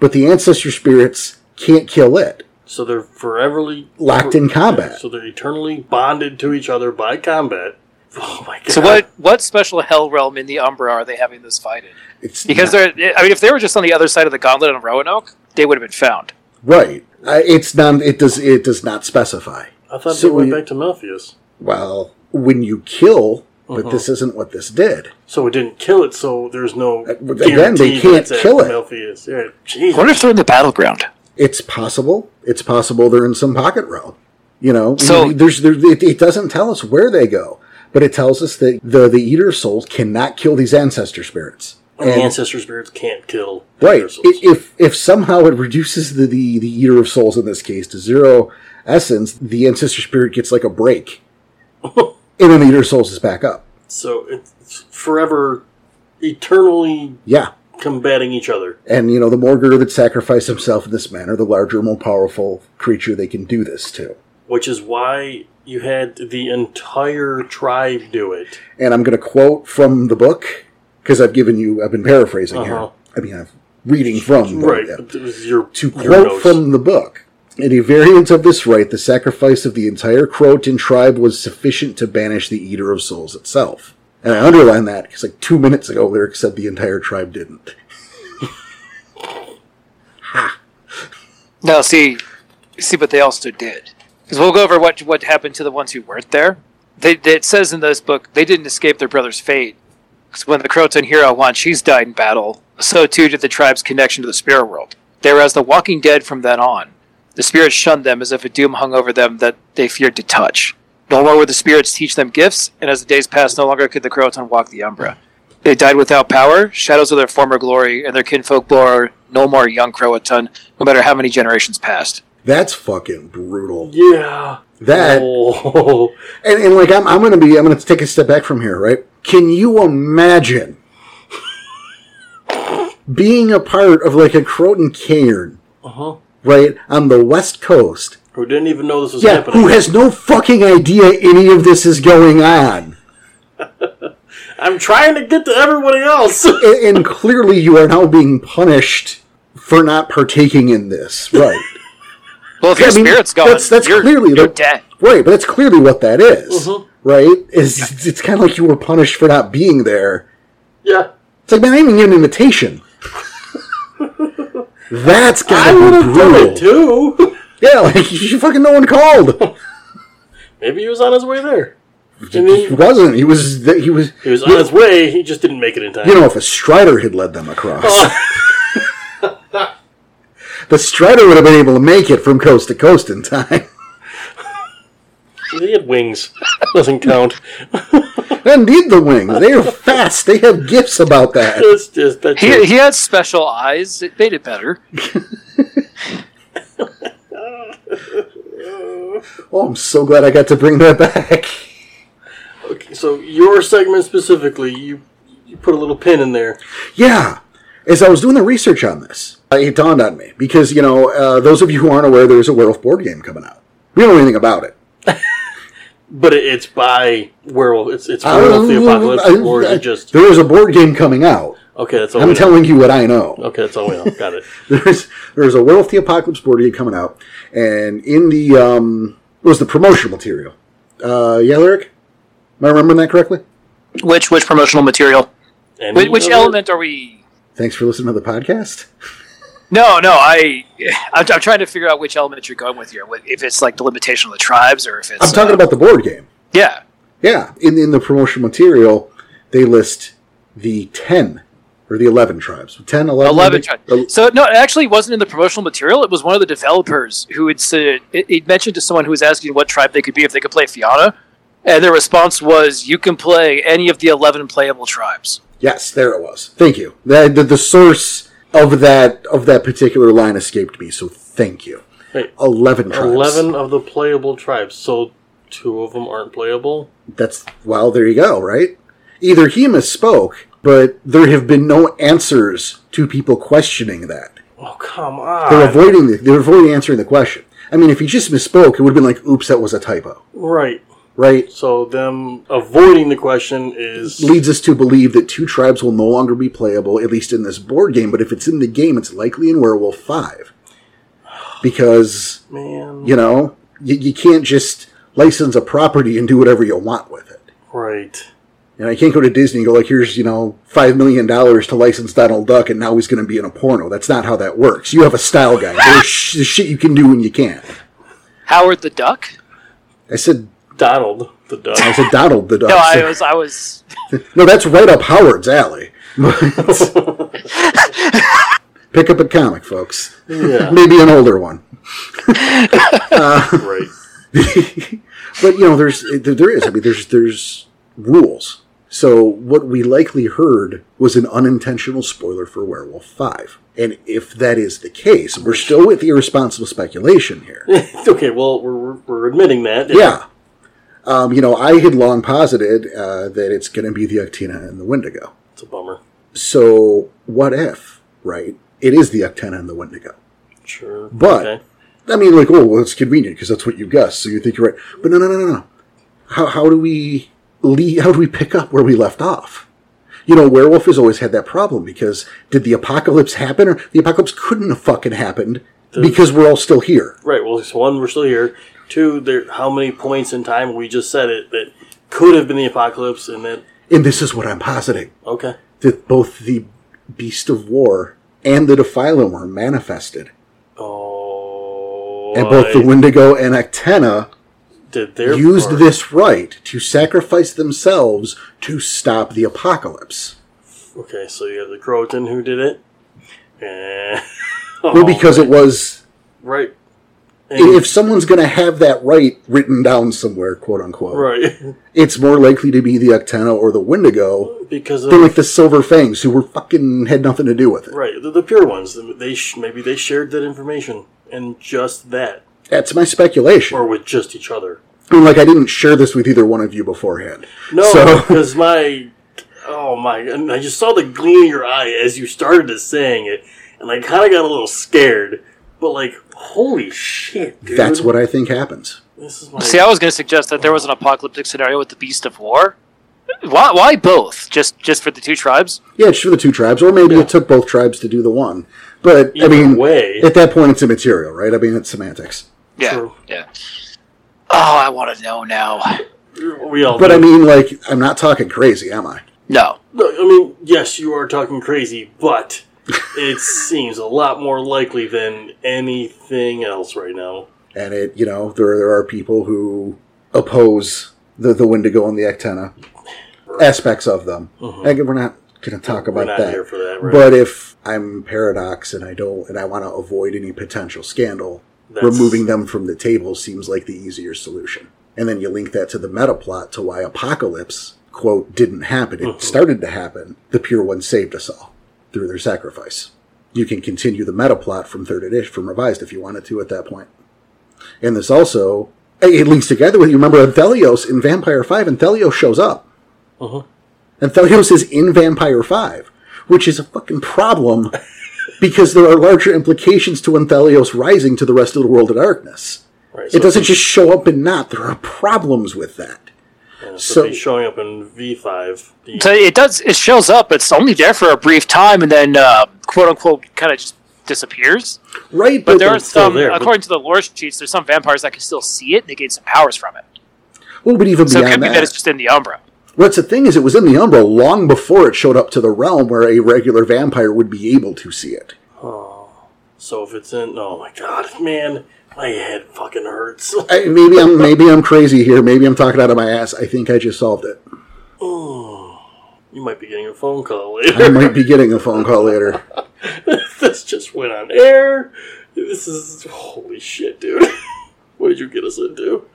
[SPEAKER 1] But the ancestor spirits can't kill it.
[SPEAKER 2] So they're foreverly
[SPEAKER 1] Locked in combat.
[SPEAKER 2] So they're eternally bonded to each other by combat. Oh my god.
[SPEAKER 3] So, what what special hell realm in the Umbra are they having this fight in?
[SPEAKER 1] It's
[SPEAKER 3] Because
[SPEAKER 1] not-
[SPEAKER 3] they're, I mean, if they were just on the other side of the gauntlet on Roanoke, they would have been found.
[SPEAKER 1] right. I, it's non. It does. It does not specify.
[SPEAKER 2] I thought
[SPEAKER 1] So
[SPEAKER 2] they went
[SPEAKER 1] we-
[SPEAKER 2] back to Malpheus.
[SPEAKER 1] Well, when you kill, but this isn't what this did.
[SPEAKER 2] So it didn't kill it, so there's no
[SPEAKER 1] Uh, but again, they
[SPEAKER 2] guarantee that
[SPEAKER 1] can't
[SPEAKER 2] it's at
[SPEAKER 1] kill it.
[SPEAKER 2] Malpheus. Yeah,
[SPEAKER 3] I
[SPEAKER 2] Jesus.
[SPEAKER 3] wonder if they're in the battleground.
[SPEAKER 1] It's possible. It's possible they're in some pocket realm. You know,
[SPEAKER 3] So-
[SPEAKER 1] there's there, it, it doesn't tell us where they go, but it tells us that the the eater of souls cannot kill these ancestor spirits.
[SPEAKER 2] And
[SPEAKER 1] And-
[SPEAKER 2] Oh, the ancestor spirits can't kill
[SPEAKER 1] Right.
[SPEAKER 2] their
[SPEAKER 1] I-
[SPEAKER 2] souls.
[SPEAKER 1] If if somehow it reduces the, the the eater of souls in this case to zero essence, the ancestor spirit gets like a break, and then the eater of souls is back up.
[SPEAKER 2] so it's forever, eternally
[SPEAKER 1] Yeah.
[SPEAKER 2] combating each other.
[SPEAKER 1] And you know, the more Gervid sacrifices himself in this manner, the larger, more powerful creature they can do this to.
[SPEAKER 2] which is why you had the entire tribe do it.
[SPEAKER 1] and I'm going to quote from the book because I've given you, I've been paraphrasing
[SPEAKER 2] Uh-huh.
[SPEAKER 1] here. I mean, I'm reading from the
[SPEAKER 2] Right.
[SPEAKER 1] book, yeah.
[SPEAKER 2] It was your,
[SPEAKER 1] To
[SPEAKER 2] your
[SPEAKER 1] quote
[SPEAKER 2] notes.
[SPEAKER 1] from the book, in a variant of this rite, the sacrifice of the entire Croatan tribe was sufficient to banish the Eater of Souls itself. And I underline that because, like, two minutes ago, Lyric said the entire tribe didn't.
[SPEAKER 3] No, see, see, but they also did. Because we'll go over what what happened to the ones who weren't there. They, they- it says in this book they didn't escape their brother's fate. Because when the Croton hero Wan She's died in battle, so too did the tribe's connection to the spirit world. They were as the walking dead from then on. The spirits shunned them as if a doom hung over them that they feared to touch. No more would the spirits teach them gifts, and as the days passed, no longer could the Croton walk the Umbra. They died without power, shadows of their former glory, and their kinfolk bore no more young Croatan, no matter how many generations passed.
[SPEAKER 1] That's fucking brutal.
[SPEAKER 2] Yeah.
[SPEAKER 1] That
[SPEAKER 2] Oh.
[SPEAKER 1] And, and like I'm, I'm gonna be, I'm gonna take a step back from here, right? Can you imagine being a part of like a Croton cairn,
[SPEAKER 2] Uh-huh.
[SPEAKER 1] right, on the west coast?
[SPEAKER 2] Who didn't even know this was
[SPEAKER 1] Yeah,
[SPEAKER 2] happening.
[SPEAKER 1] who has no fucking idea any of this is going on,
[SPEAKER 2] I'm trying to get to everybody else.
[SPEAKER 1] and, and clearly you are now being punished for not partaking in this, right?
[SPEAKER 3] Well, if
[SPEAKER 1] Yeah,
[SPEAKER 3] your
[SPEAKER 1] I mean,
[SPEAKER 3] spirit's gone,
[SPEAKER 1] that's- that's
[SPEAKER 3] you're,
[SPEAKER 1] clearly
[SPEAKER 3] you're
[SPEAKER 1] the-
[SPEAKER 3] dead.
[SPEAKER 1] right, but that's clearly what that is,
[SPEAKER 2] Mhm.
[SPEAKER 1] right? Is it's, it's kind of like you were punished for not being there.
[SPEAKER 2] yeah.
[SPEAKER 1] It's like, man, I didn't even get an invitation. That's
[SPEAKER 2] I
[SPEAKER 1] gotta
[SPEAKER 2] would
[SPEAKER 1] be
[SPEAKER 2] have done it
[SPEAKER 1] brutal.
[SPEAKER 2] too.
[SPEAKER 1] Yeah, like you fucking no one called.
[SPEAKER 2] Maybe he was on his way there. And
[SPEAKER 1] he
[SPEAKER 2] he,
[SPEAKER 1] wasn't. He was. th- He was.
[SPEAKER 2] he was on his way, he just didn't make it in time.
[SPEAKER 1] You know, if a Strider had led them across,
[SPEAKER 2] Oh.
[SPEAKER 1] the Strider would have been able to make it from coast to coast in time.
[SPEAKER 2] he had wings. Doesn't count.
[SPEAKER 1] And need the wings. They are fast. They have gifts about that.
[SPEAKER 2] It's just that
[SPEAKER 3] He, he had special eyes. It made it better.
[SPEAKER 1] Oh, I'm so glad I got to bring that back.
[SPEAKER 2] okay, so your segment specifically, you you put a little pin in there.
[SPEAKER 1] Yeah. As I was doing the research on this, uh, it dawned on me because, you know, uh, those of you who aren't aware, there's a werewolf board game coming out. We don't know anything about it.
[SPEAKER 2] But it, it's by werewolf. It's it's
[SPEAKER 1] I
[SPEAKER 2] werewolf the
[SPEAKER 1] don't-
[SPEAKER 2] apocalypse,
[SPEAKER 1] I-
[SPEAKER 2] or is
[SPEAKER 1] I-
[SPEAKER 2] it just
[SPEAKER 1] Uh, there is a board game coming out.
[SPEAKER 2] okay? That's all.
[SPEAKER 1] I'm
[SPEAKER 2] we know.
[SPEAKER 1] telling you what I know.
[SPEAKER 2] Okay, that's all we know. Got it.
[SPEAKER 1] there's there's a Werewolf the Apocalypse board game coming out, and in the um, it was the promotional material. Uh, yeah, Lyric, am I remembering that correctly?
[SPEAKER 3] Which which promotional material?
[SPEAKER 2] And
[SPEAKER 3] Which, which element are we?
[SPEAKER 1] Thanks for listening to the podcast.
[SPEAKER 3] No, no. I I'm, I'm trying to figure out which element you're going with here. Wh- If it's like the limitation of the tribes, or if it's
[SPEAKER 1] I'm talking
[SPEAKER 3] uh,
[SPEAKER 1] about the board game.
[SPEAKER 3] yeah.
[SPEAKER 1] Yeah, in in the promotional material, they list the ten or the eleven tribes. 10, 11,
[SPEAKER 3] 11
[SPEAKER 1] el-
[SPEAKER 3] times. So no, it actually wasn't in the promotional material. It was one of the developers who had said it, it mentioned to someone who was asking what tribe they could be if they could play Fiana, and their response was, "You can play any of the eleven playable tribes."
[SPEAKER 1] Yes, there it was. Thank you. The, the, the source of that of that particular line escaped me, so thank you.
[SPEAKER 2] Wait.
[SPEAKER 1] Eleven tribes.
[SPEAKER 2] Eleven of the playable tribes. So two of them aren't playable.
[SPEAKER 1] That's well, there you go, right? Either he misspoke, but there have been no answers to people questioning that.
[SPEAKER 2] Oh come
[SPEAKER 1] They're
[SPEAKER 2] on!
[SPEAKER 1] avoiding the, they're avoiding answering the question. I mean, if he just misspoke, it would have been like, "Oops, that was a typo,"
[SPEAKER 2] right.
[SPEAKER 1] right?
[SPEAKER 2] So them avoiding the question is
[SPEAKER 1] Leads us to believe that two tribes will no longer be playable, at least in this board game. But if it's in the game, it's likely in Werewolf Five, because
[SPEAKER 2] man
[SPEAKER 1] you know you, you can't just license a property and do whatever you want with it.
[SPEAKER 2] right.
[SPEAKER 1] And I can't go to Disney and go like, here's, you know, five million dollars to license Donald Duck and now he's going to be in a porno. That's not how that works. You have a style guide. There's, sh- there's shit you can do and you can't.
[SPEAKER 3] Howard the Duck?
[SPEAKER 1] I said,
[SPEAKER 2] Donald the duck.
[SPEAKER 1] I said Donald the Duck.
[SPEAKER 3] No, I
[SPEAKER 1] So-
[SPEAKER 3] was I was
[SPEAKER 1] no, that's right up Howard's alley. Pick up a comic, folks.
[SPEAKER 2] yeah.
[SPEAKER 1] Maybe an older one.
[SPEAKER 2] right.
[SPEAKER 1] But you know, there's there there is. I mean, there's there's rules. So what we likely heard was an unintentional spoiler for Werewolf Five. And if that is the case, we're still with irresponsible speculation here.
[SPEAKER 2] okay. Well, we're, we're, we're admitting that.
[SPEAKER 1] Yeah. Um, you know, I had long posited uh, that it's going to be the Actina and the Wendigo.
[SPEAKER 2] It's a bummer.
[SPEAKER 1] So what if, right? It is the Actina and the Wendigo.
[SPEAKER 2] Sure.
[SPEAKER 1] But-
[SPEAKER 2] okay.
[SPEAKER 1] I mean, like, oh, well, it's convenient because that's what you guessed, so you think you're right. But no, no, no, no, no. How, how do we leave, how do we pick up where we left off? You know, werewolf has always had that problem because did the apocalypse happen, or the apocalypse couldn't have fucking happened because we're all still here.
[SPEAKER 2] right. Well, so one, we're still here. Two, there. How many points in time we just said it that could have been the apocalypse, and then
[SPEAKER 1] And this is what I'm positing
[SPEAKER 2] okay,
[SPEAKER 1] that both the beast of war and the defiler were manifested,
[SPEAKER 2] oh,
[SPEAKER 1] and both the Wendigo and Actena
[SPEAKER 2] did their
[SPEAKER 1] used
[SPEAKER 2] part.
[SPEAKER 1] this right to sacrifice themselves to stop the apocalypse.
[SPEAKER 2] Okay, so you have the Croton who did it. Eh.
[SPEAKER 1] Well, because it was.
[SPEAKER 2] right,
[SPEAKER 1] i- If someone's going to have that right written down somewhere, quote unquote,
[SPEAKER 2] right,
[SPEAKER 1] it's more likely to be the Actana or the Wendigo
[SPEAKER 2] because
[SPEAKER 1] than
[SPEAKER 2] of,
[SPEAKER 1] like the Silver Fangs, who were fucking had nothing to do with it.
[SPEAKER 2] right, the, the pure ones. They sh- maybe they shared that information and just that,
[SPEAKER 1] That's my speculation.
[SPEAKER 2] or with just each other.
[SPEAKER 1] I mean, like I didn't share this with either one of you beforehand.
[SPEAKER 2] No,
[SPEAKER 1] So
[SPEAKER 2] because my oh my, and I just saw the gleam in your eye as you started to saying it, and I kind of got a little scared. But like, holy shit, dude!
[SPEAKER 1] that's what I think happens.
[SPEAKER 2] this is my
[SPEAKER 3] see I was gonna suggest that there was an apocalyptic scenario with the Beast of War. Why why both? Just just for the two tribes?
[SPEAKER 1] Yeah, it's for the two tribes, or maybe it took both tribes to do the one. But I
[SPEAKER 2] Either
[SPEAKER 1] mean,
[SPEAKER 2] way.
[SPEAKER 1] at that point, it's immaterial, right? I mean, it's semantics.
[SPEAKER 3] Yeah.
[SPEAKER 2] True.
[SPEAKER 3] Yeah. Oh, I wanna know now.
[SPEAKER 2] we all.
[SPEAKER 1] But
[SPEAKER 2] do.
[SPEAKER 1] I mean, like, I'm not talking crazy, am I?
[SPEAKER 3] No.
[SPEAKER 2] No, I mean, yes, you are talking crazy, but it seems a lot more likely than anything else right now.
[SPEAKER 1] and it you know there there are people who oppose the the Wendigo and the Actena aspects of them. Again, we're not going to talk
[SPEAKER 2] Mm-hmm. We're
[SPEAKER 1] about
[SPEAKER 2] not
[SPEAKER 1] that.
[SPEAKER 2] here for that, right?
[SPEAKER 1] But if I'm paradox and I don't and I want to avoid any potential scandal,
[SPEAKER 2] That's-
[SPEAKER 1] removing them from the table seems like the easier solution. And then you link that to the meta plot to why apocalypse quote didn't happen. It started to happen. The pure one saved us all through their sacrifice. You can continue the meta plot from third edition from revised if you wanted to at that point. And this also it links together with you remember Thelios in Vampire Five, and Thelios shows up, and Thelios is in Vampire Five, which is a fucking problem because there are larger implications to when Thelios rising to the rest of the world of darkness.
[SPEAKER 2] Right,
[SPEAKER 1] It doesn't
[SPEAKER 2] if
[SPEAKER 1] just show up and not. There are problems with that.
[SPEAKER 2] they- yeah,
[SPEAKER 1] so-
[SPEAKER 2] so if he's showing up in V5. The,
[SPEAKER 3] So it does. It shows up. It's only there for a brief time, and then uh, quote unquote kind of just disappears.
[SPEAKER 1] Right,
[SPEAKER 3] But there are
[SPEAKER 2] it's still
[SPEAKER 3] some,
[SPEAKER 2] there, but-
[SPEAKER 3] according to the lore sheets, there's some vampires that can still see it and they gain some powers from it.
[SPEAKER 1] well, but even
[SPEAKER 3] So it
[SPEAKER 1] beyond
[SPEAKER 3] could be that it's just in the Umbra.
[SPEAKER 1] Well, That's the thing is, it was in the Umbra long before it showed up to the realm where a regular vampire would be able to see it.
[SPEAKER 2] so if it's in. Oh my god, man. My head fucking hurts.
[SPEAKER 1] I, maybe I'm maybe I'm crazy here. Maybe I'm talking out of my ass. I think I just solved it.
[SPEAKER 2] You might be getting a phone call
[SPEAKER 1] I
[SPEAKER 2] later.
[SPEAKER 1] might be getting a phone call later.
[SPEAKER 2] this just went on air. This is. Holy shit, dude. what did you get us into?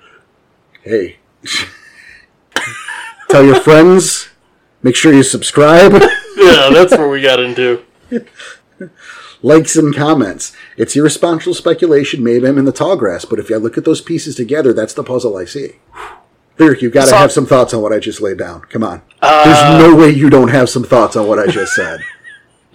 [SPEAKER 1] Hey, tell your friends. Make sure you subscribe,
[SPEAKER 2] Yeah, that's where we got into.
[SPEAKER 1] likes, and comments. It's irresponsible speculation made by him in the tall grass, but if I look at those pieces together, that's the puzzle I see. Derek, you've got to
[SPEAKER 3] So- Uh,
[SPEAKER 1] have some thoughts on what I just laid down. Come on. There's no way you don't have some thoughts on what I just said.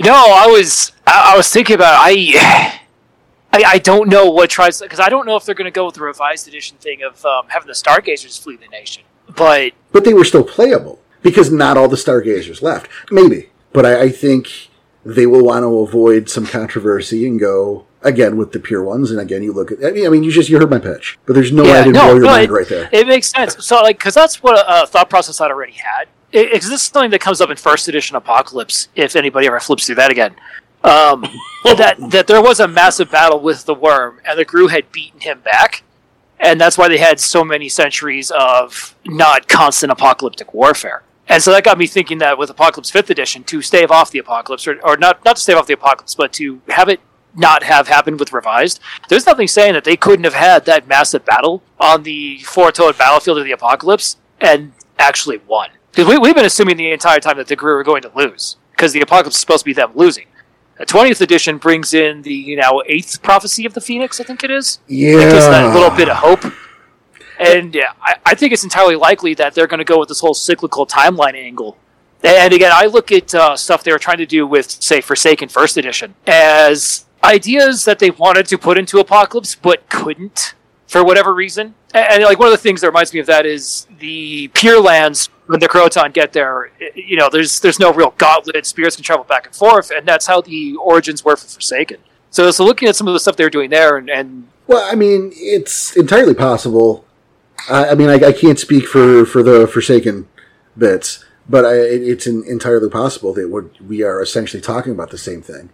[SPEAKER 3] No, I was I, I was thinking about it. I, I I don't know what tries because I don't know if they're going to go with the revised edition thing of um, having the Stargazers flee the nation. But
[SPEAKER 1] but they were still playable because not all the stargazers left maybe but i, I think they will want to avoid some controversy and go again with the pure ones and again you look at i mean, I mean you just you heard my pitch but there's no way i didn't blow your
[SPEAKER 3] no,
[SPEAKER 1] mind
[SPEAKER 3] it,
[SPEAKER 1] right there
[SPEAKER 3] It makes sense. So, like, because that's what a, a thought process I'd already had. Because this is something that comes up in first edition Apocalypse, if anybody ever flips through that again. Um, that that there was a massive battle with the worm, and the Gru had beaten him back, and that's why they had so many centuries of not constant apocalyptic warfare. And so that got me thinking that with Apocalypse Fifth Edition, to stave off the apocalypse, or, or not not to stave off the apocalypse, but to have it not have happened with revised, there's nothing saying that they couldn't have had that massive battle on the four-toed battlefield of the apocalypse and actually won. Because we, we've been assuming the entire time that the Gru are going to lose, because the apocalypse is supposed to be them losing. The 20th edition brings in the you know eighth prophecy of the Phoenix, I think it is.
[SPEAKER 1] yeah
[SPEAKER 3] It gives that little bit of hope. And yeah, I, I think it's entirely likely that they're going to go with this whole cyclical timeline angle. And again, I look at uh, stuff they were trying to do with, say, Forsaken First Edition as ideas that they wanted to put into Apocalypse but couldn't for whatever reason. And, and, like one of the things that reminds me of that is the Pure Lands when the Croton get there. i- You know, there's there's no real gauntlet. Spirits can travel back and forth, and that's how the origins were for Forsaken. So, so looking at some of the stuff they were doing there, and, and
[SPEAKER 1] well i mean it's entirely possible i, I mean I, I can't speak for for the forsaken bits but I, it- it's en- entirely possible that we're, we are essentially talking about the same thing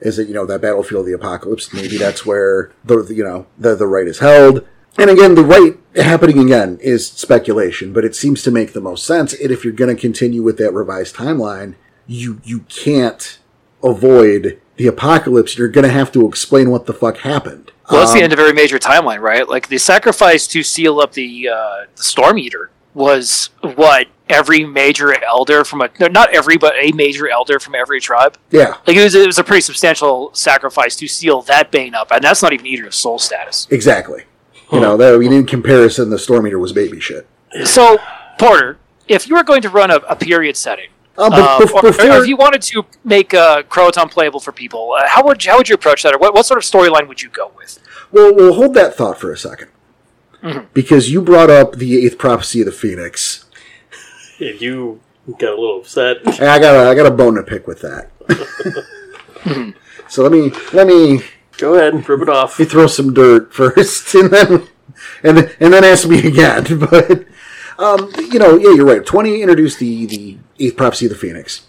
[SPEAKER 1] is that you know that battlefield of the apocalypse maybe that's where the the, you know the the right is held and again the right happening again is speculation but it seems to make the most sense and if you're going to continue with that revised timeline you you can't avoid the apocalypse you're going to have to explain what the fuck happened Um,
[SPEAKER 3] Well, that's the end of every major timeline, right? Like the sacrifice to seal up the uh, the Storm Eater was what every major elder from a no, not every but a major elder from every tribe.
[SPEAKER 1] yeah
[SPEAKER 3] Like it was, it was a pretty substantial sacrifice to seal that Bane up, and that's not even Eater of Soul status.
[SPEAKER 1] exactly you know that, i mean in comparison the storm eater was baby shit
[SPEAKER 3] So Porter, if you were going to run a, a period setting,
[SPEAKER 1] uh, but
[SPEAKER 3] um,
[SPEAKER 1] bef-
[SPEAKER 3] or, or
[SPEAKER 1] before-
[SPEAKER 3] if you wanted to make uh, Croton playable for people, uh, how would you, how would you approach that, or what, what sort of storyline would you go with?
[SPEAKER 1] Well, we'll hold that thought for a 2nd Because you brought up the eighth prophecy of the Phoenix.
[SPEAKER 2] If you got a little upset.
[SPEAKER 1] And I got a, I got a bone to pick with that. so let me let me, let
[SPEAKER 2] Go ahead and rip it off.
[SPEAKER 1] me throw some dirt first and then and and then ask me again. But um, you know, yeah, you're right. Twenty introduced the the eighth prophecy of the Phoenix.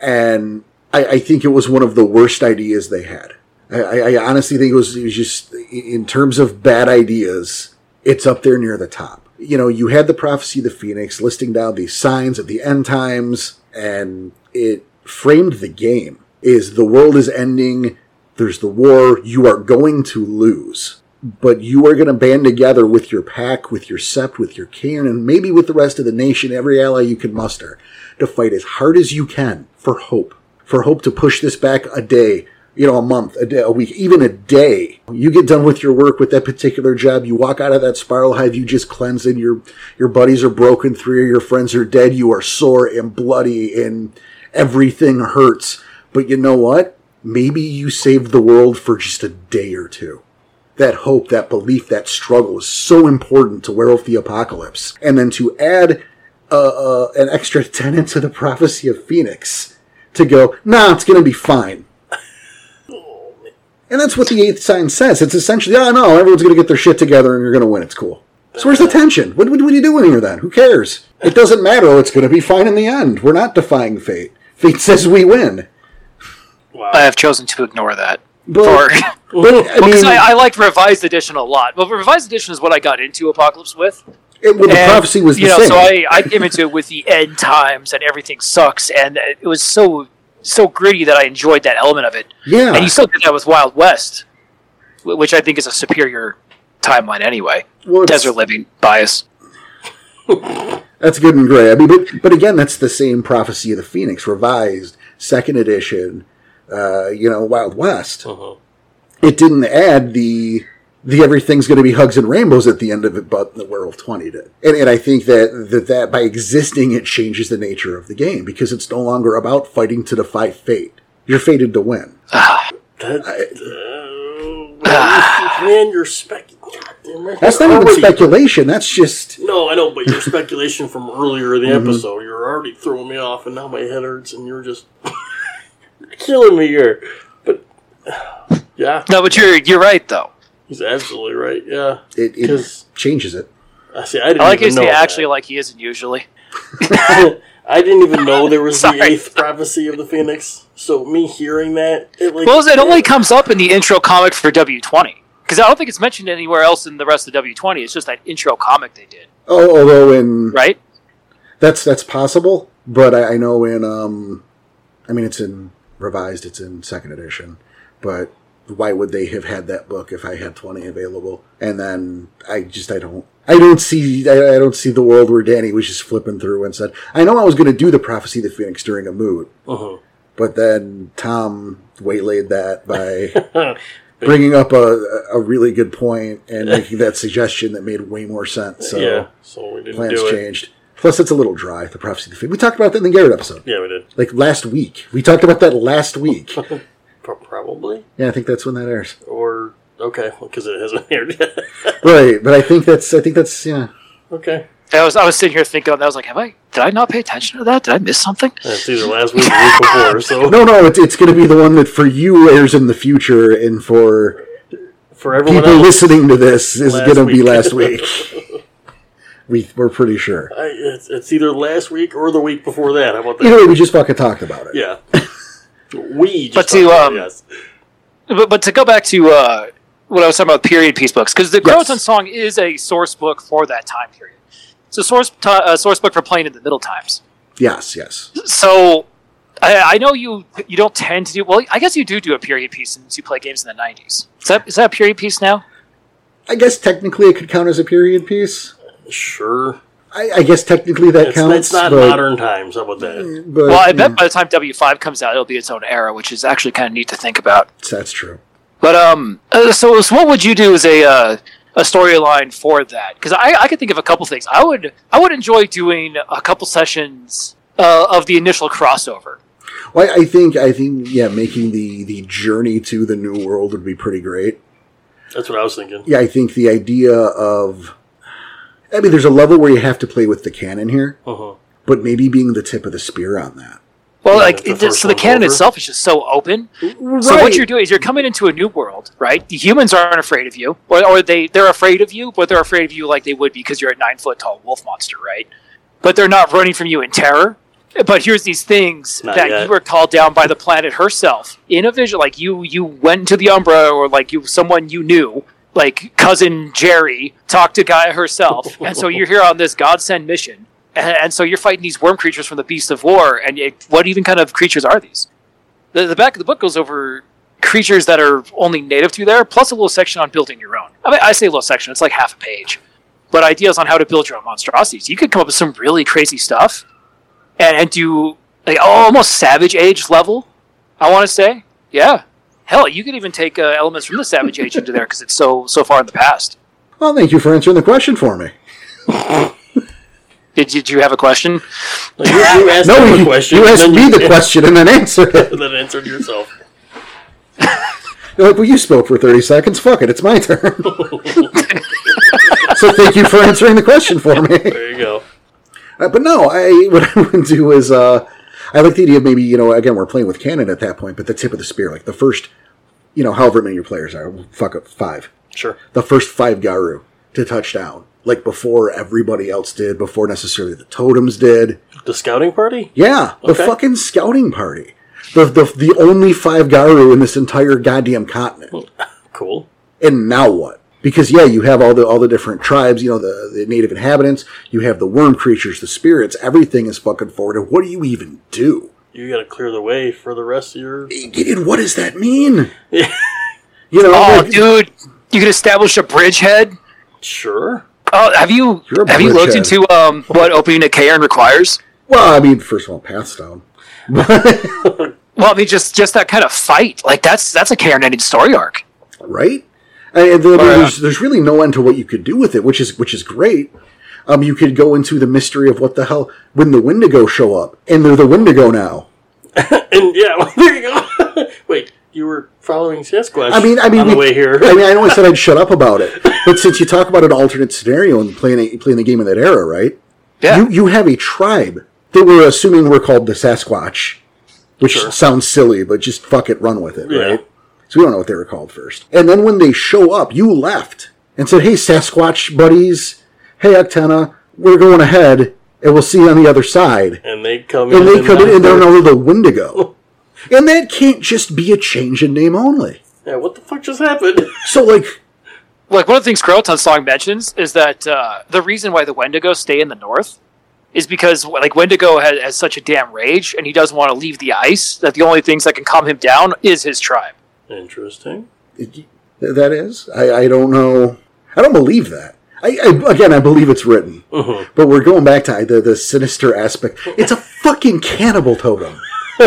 [SPEAKER 1] And I, I think it was one of the worst ideas they had. I, I, I honestly think it was, it was just in terms of bad ideas, it's up there near the top. You know, you had the prophecy of the phoenix listing down the signs of the end times, and it framed the game: is the world is ending. There's the war. You are going to lose, but you are going to band together with your pack, with your sept, with your cairn, and maybe with the rest of the nation, every ally you can muster, to fight as hard as you can for hope for hope to push this back a day you know a month a day a week even a day you get done with your work with that particular job you walk out of that spiral hive you just cleanse and your your buddies are broken three of your friends are dead you are sore and bloody and everything hurts but you know what maybe you saved the world for just a day or two that hope, that belief, that struggle is so important to Werewolf the Apocalypse. And then to add uh, uh, an extra tenant to the prophecy of Phoenix to go, nah, it's going to be fine. And that's what the eighth sign says. It's essentially, oh no, everyone's going to get their shit together and you're going to win. It's cool. So where's the tension? What, what, what are you doing here then? Who cares? It doesn't matter. It's going to be fine in the end. We're not defying fate. Fate says we win.
[SPEAKER 2] Wow.
[SPEAKER 3] I have chosen to ignore that.
[SPEAKER 1] But,
[SPEAKER 3] For-
[SPEAKER 1] but I
[SPEAKER 3] Because
[SPEAKER 1] mean,
[SPEAKER 3] I, I liked Revised Edition a lot. Well, Revised Edition is what I got into Apocalypse with.
[SPEAKER 1] it, well, the
[SPEAKER 3] And,
[SPEAKER 1] prophecy was the
[SPEAKER 3] you know,
[SPEAKER 1] same.
[SPEAKER 3] So I, I came into it with the end times and everything sucks, and it was so so gritty that I enjoyed that element of it.
[SPEAKER 1] yeah.
[SPEAKER 3] And you still did that with Wild West, wh- which I think is a superior timeline anyway.
[SPEAKER 1] Well, it's-
[SPEAKER 3] Desert living bias.
[SPEAKER 1] That's good and gray. I mean, but but again, that's the same prophecy of the Phoenix, revised, second edition. Uh, you know, Wild West.
[SPEAKER 2] Uh-huh.
[SPEAKER 3] Mm-hmm.
[SPEAKER 1] It didn't add the the everything's going to be hugs and rainbows at the end of it, but the Werewolf Twenty did. And and I think that that that by existing, it changes the nature of the game because it's no longer about fighting to defy fate. You're fated to win.
[SPEAKER 2] That, uh, man, you're spec. Goddamn it.
[SPEAKER 1] That's not
[SPEAKER 2] You're
[SPEAKER 1] even
[SPEAKER 2] already-
[SPEAKER 1] speculation. That's just
[SPEAKER 2] No, I know, but your speculation from earlier in the
[SPEAKER 1] Mhm.
[SPEAKER 2] episode, you're already throwing me off, and now my head hurts, and you're just killing me here. But yeah,
[SPEAKER 3] No, but you're you're right though.
[SPEAKER 2] he's absolutely right. Yeah,
[SPEAKER 1] it, it
[SPEAKER 2] 'Cause-
[SPEAKER 1] changes it.
[SPEAKER 2] I see. I didn't
[SPEAKER 3] I like
[SPEAKER 2] even
[SPEAKER 3] his
[SPEAKER 2] know. that.
[SPEAKER 3] actually like he isn't usually.
[SPEAKER 2] I didn't even know there was the
[SPEAKER 3] Sorry.
[SPEAKER 2] eighth prophecy of the phoenix. So me hearing that, it like
[SPEAKER 3] Well, it only comes up in the intro comic for W twenty because I don't think it's mentioned anywhere else in the rest of W twenty. It's just that intro comic they did,
[SPEAKER 1] Oh, although in
[SPEAKER 3] right?
[SPEAKER 1] That's that's possible, but I, I know in um, I mean it's in revised, it's in second edition, but why would they have had that book if I had twenty available? And then I just I don't I don't see I, I don't see the world where Danny was just flipping through and said I know I was going to do the prophecy of the phoenix during a mood,
[SPEAKER 2] Uh-huh.
[SPEAKER 1] but then Tom waylaid that by bringing up a a really good point and making that suggestion that made way more sense. So
[SPEAKER 2] yeah. So we didn't
[SPEAKER 1] plans
[SPEAKER 2] do it.
[SPEAKER 1] changed. Plus, it's a little dry. The prophecy of the Phoenix. We talked about that in the Garrett episode,
[SPEAKER 2] Yeah, we did.
[SPEAKER 1] like last week. We talked about that last week.
[SPEAKER 2] Pro- Probably
[SPEAKER 1] yeah, I think that's when that airs.
[SPEAKER 2] or okay, because it hasn't aired yet.
[SPEAKER 1] Right, but I think that's. I think that's. Yeah,
[SPEAKER 2] okay,
[SPEAKER 3] I was I was sitting here thinking, I was like, have I did I not pay attention to that? Did I miss something?
[SPEAKER 2] it's either last week or the week before. So
[SPEAKER 1] no, no. It's it's going to be the one that for you airs in the future, and for
[SPEAKER 2] for everyone
[SPEAKER 1] people
[SPEAKER 2] else,
[SPEAKER 1] listening to this is
[SPEAKER 2] Last
[SPEAKER 1] going to be
[SPEAKER 2] week.
[SPEAKER 1] last week. we we're pretty sure.
[SPEAKER 2] I, it's, it's either last week or the week before that. How about that?
[SPEAKER 1] Either way, we just fucking talked about it.
[SPEAKER 2] Yeah. we just
[SPEAKER 3] But to,
[SPEAKER 2] talked about
[SPEAKER 3] um,
[SPEAKER 2] it, yes.
[SPEAKER 3] But, but to go back to uh, what I was talking about, period piece books, because the
[SPEAKER 1] Yes.
[SPEAKER 3] Croton song is a source book for that time period. It's a source ti uh, source book for playing in the Middle Times.
[SPEAKER 1] Yes. Yes.
[SPEAKER 3] So I, I know you you don't tend to do well. I guess you do do a period piece since you play games in the nineties. Is that is that a period piece now?
[SPEAKER 1] I guess technically it could count as a period piece.
[SPEAKER 2] Sure.
[SPEAKER 1] I, I guess technically that
[SPEAKER 2] It's,
[SPEAKER 1] counts.
[SPEAKER 2] it's not
[SPEAKER 1] but-
[SPEAKER 2] modern times. How about that?
[SPEAKER 1] But,
[SPEAKER 3] Well, I bet by the time W five comes out, it'll be its own era, which is actually kind of neat to think about.
[SPEAKER 1] that's true.
[SPEAKER 3] But um, uh, so, so what would you do as a uh, a storyline for that? Because I, I could think of a couple things. I would I would enjoy doing a couple sessions uh, of the initial crossover.
[SPEAKER 1] Well, I I think I think yeah, making the the journey to the new world would be pretty great.
[SPEAKER 2] That's what I was thinking.
[SPEAKER 1] Yeah, I think the idea of I mean, there's a level where you have to play with the cannon here,
[SPEAKER 2] Uh-huh.
[SPEAKER 1] but maybe being the tip of the spear on that.
[SPEAKER 3] Well,
[SPEAKER 2] Yeah,
[SPEAKER 3] like
[SPEAKER 2] the
[SPEAKER 3] it, just-
[SPEAKER 2] first
[SPEAKER 3] so the
[SPEAKER 2] one's
[SPEAKER 3] canon
[SPEAKER 2] over.
[SPEAKER 3] itself is just so open. So
[SPEAKER 1] Right.
[SPEAKER 3] what you're doing is you're coming into a new world, right? The humans aren't afraid of you, or, or they they're afraid of you, but they're afraid of you like they would because you're a nine foot tall wolf monster, right? But they're not running from you in terror. But here's these things
[SPEAKER 2] Not
[SPEAKER 3] that
[SPEAKER 2] yet.
[SPEAKER 3] you were called down by the planet herself in a vision, like you you went into the Umbra, or like you someone you knew, like cousin Jerry talked to Gaia herself, and so you're here on this godsend mission, and, and so you're fighting these worm creatures from the Beast of War, and it, what even kind of creatures are these? the, the back of the book goes over creatures that are only native to there, plus a little section on building your own. I mean, I say little section; it's like half a page, but ideas on how to build your own monstrosities. You could come up with some really crazy stuff, and, and do like almost Savage Age level. I want to say, yeah, hell, you could even take uh, elements from the Savage Age into there because it's so so far in the past.
[SPEAKER 1] well, thank you for answering the question for me.
[SPEAKER 3] Did, did you have a question?
[SPEAKER 2] Like, you, you asked
[SPEAKER 1] No,
[SPEAKER 2] him a
[SPEAKER 1] you,
[SPEAKER 2] question.
[SPEAKER 1] you
[SPEAKER 2] and
[SPEAKER 1] asked
[SPEAKER 2] then
[SPEAKER 1] me
[SPEAKER 2] you-
[SPEAKER 1] the question and then answered it.
[SPEAKER 2] And then answered yourself.
[SPEAKER 1] They're like, well, you spoke for 30 seconds. Fuck it, it's my turn. so thank you for answering the question for me.
[SPEAKER 2] There you go.
[SPEAKER 1] Uh, but no, I what I would do is uh, I like the idea of maybe you know again we're playing with cannon at that point, but the tip of the spear, like the first, you know, however many your players are, fuck up five,
[SPEAKER 2] Sure.
[SPEAKER 1] the first five Garu to touch down, like before everybody else did, before necessarily the totems did.
[SPEAKER 2] The scouting party?
[SPEAKER 1] Yeah, the
[SPEAKER 2] Okay.
[SPEAKER 1] fucking scouting party. The, the, the only five Garu in this entire goddamn continent.
[SPEAKER 2] Cool.
[SPEAKER 1] And now what? Because yeah, you have all the all the different tribes, you know, the, the native inhabitants, you have the worm creatures, the spirits, everything is fucking forward. And what do you even do?
[SPEAKER 2] You got to clear the way for the rest of your.
[SPEAKER 1] And what does that mean?
[SPEAKER 2] Yeah.
[SPEAKER 1] You know,
[SPEAKER 3] Oh,
[SPEAKER 1] like,
[SPEAKER 3] dude, you can establish a bridgehead.
[SPEAKER 2] Sure.
[SPEAKER 3] Oh, have you
[SPEAKER 1] You're a
[SPEAKER 3] have you looked
[SPEAKER 1] bridgehead.
[SPEAKER 3] into um, what opening a cairn requires?
[SPEAKER 1] well, I mean, first of all, Pathstone.
[SPEAKER 3] Well, I mean, just just that kind of fight, like that's that's a cairn ending story arc.
[SPEAKER 1] right? And there-
[SPEAKER 2] Oh,
[SPEAKER 3] uh,
[SPEAKER 2] yeah.
[SPEAKER 1] there's, there's really no end to what you could do with it, which is which is great. Um, you could go into the mystery of what the hell when the Wendigo show up, and they're the Wendigo now.
[SPEAKER 2] And yeah, well, there you go. Wait, you were following Sasquatch.
[SPEAKER 1] I mean, I mean,
[SPEAKER 2] on the
[SPEAKER 1] we-
[SPEAKER 2] way here.
[SPEAKER 1] I mean, I know I said I'd shut up about it, but since you talk about an alternate scenario and playing a, playing the game in that era, right?
[SPEAKER 3] Yeah.
[SPEAKER 1] You you have a tribe that we're assuming we're called the Sasquatch, which
[SPEAKER 2] Sure.
[SPEAKER 1] sounds silly, but just fuck it, run with it,
[SPEAKER 2] Yeah.
[SPEAKER 1] right? So we don't know what they were called first. And then when they show up, you left and said, "Hey, Sasquatch buddies, hey Octana, we're going ahead, and we'll see you on the other side."
[SPEAKER 2] and they come
[SPEAKER 1] And
[SPEAKER 2] in.
[SPEAKER 1] they come in and they're
[SPEAKER 2] not-
[SPEAKER 1] another the Wendigo, and that can't just be a change in name only.
[SPEAKER 2] Yeah, what the fuck just happened?
[SPEAKER 1] So like.
[SPEAKER 3] Like one of the things Grelton's song mentions is that uh, the reason why the Wendigo stay in the north is because like Wendigo has, has such a damn rage, and he doesn't want to leave the ice. That the only things that can calm him down is his tribe.
[SPEAKER 2] Interesting.
[SPEAKER 1] Th- That is, I, I don't know. I don't believe that. I, I again, I believe it's written,
[SPEAKER 2] Mhm.
[SPEAKER 1] but we're going back to the the sinister aspect. It's a fucking cannibal totem.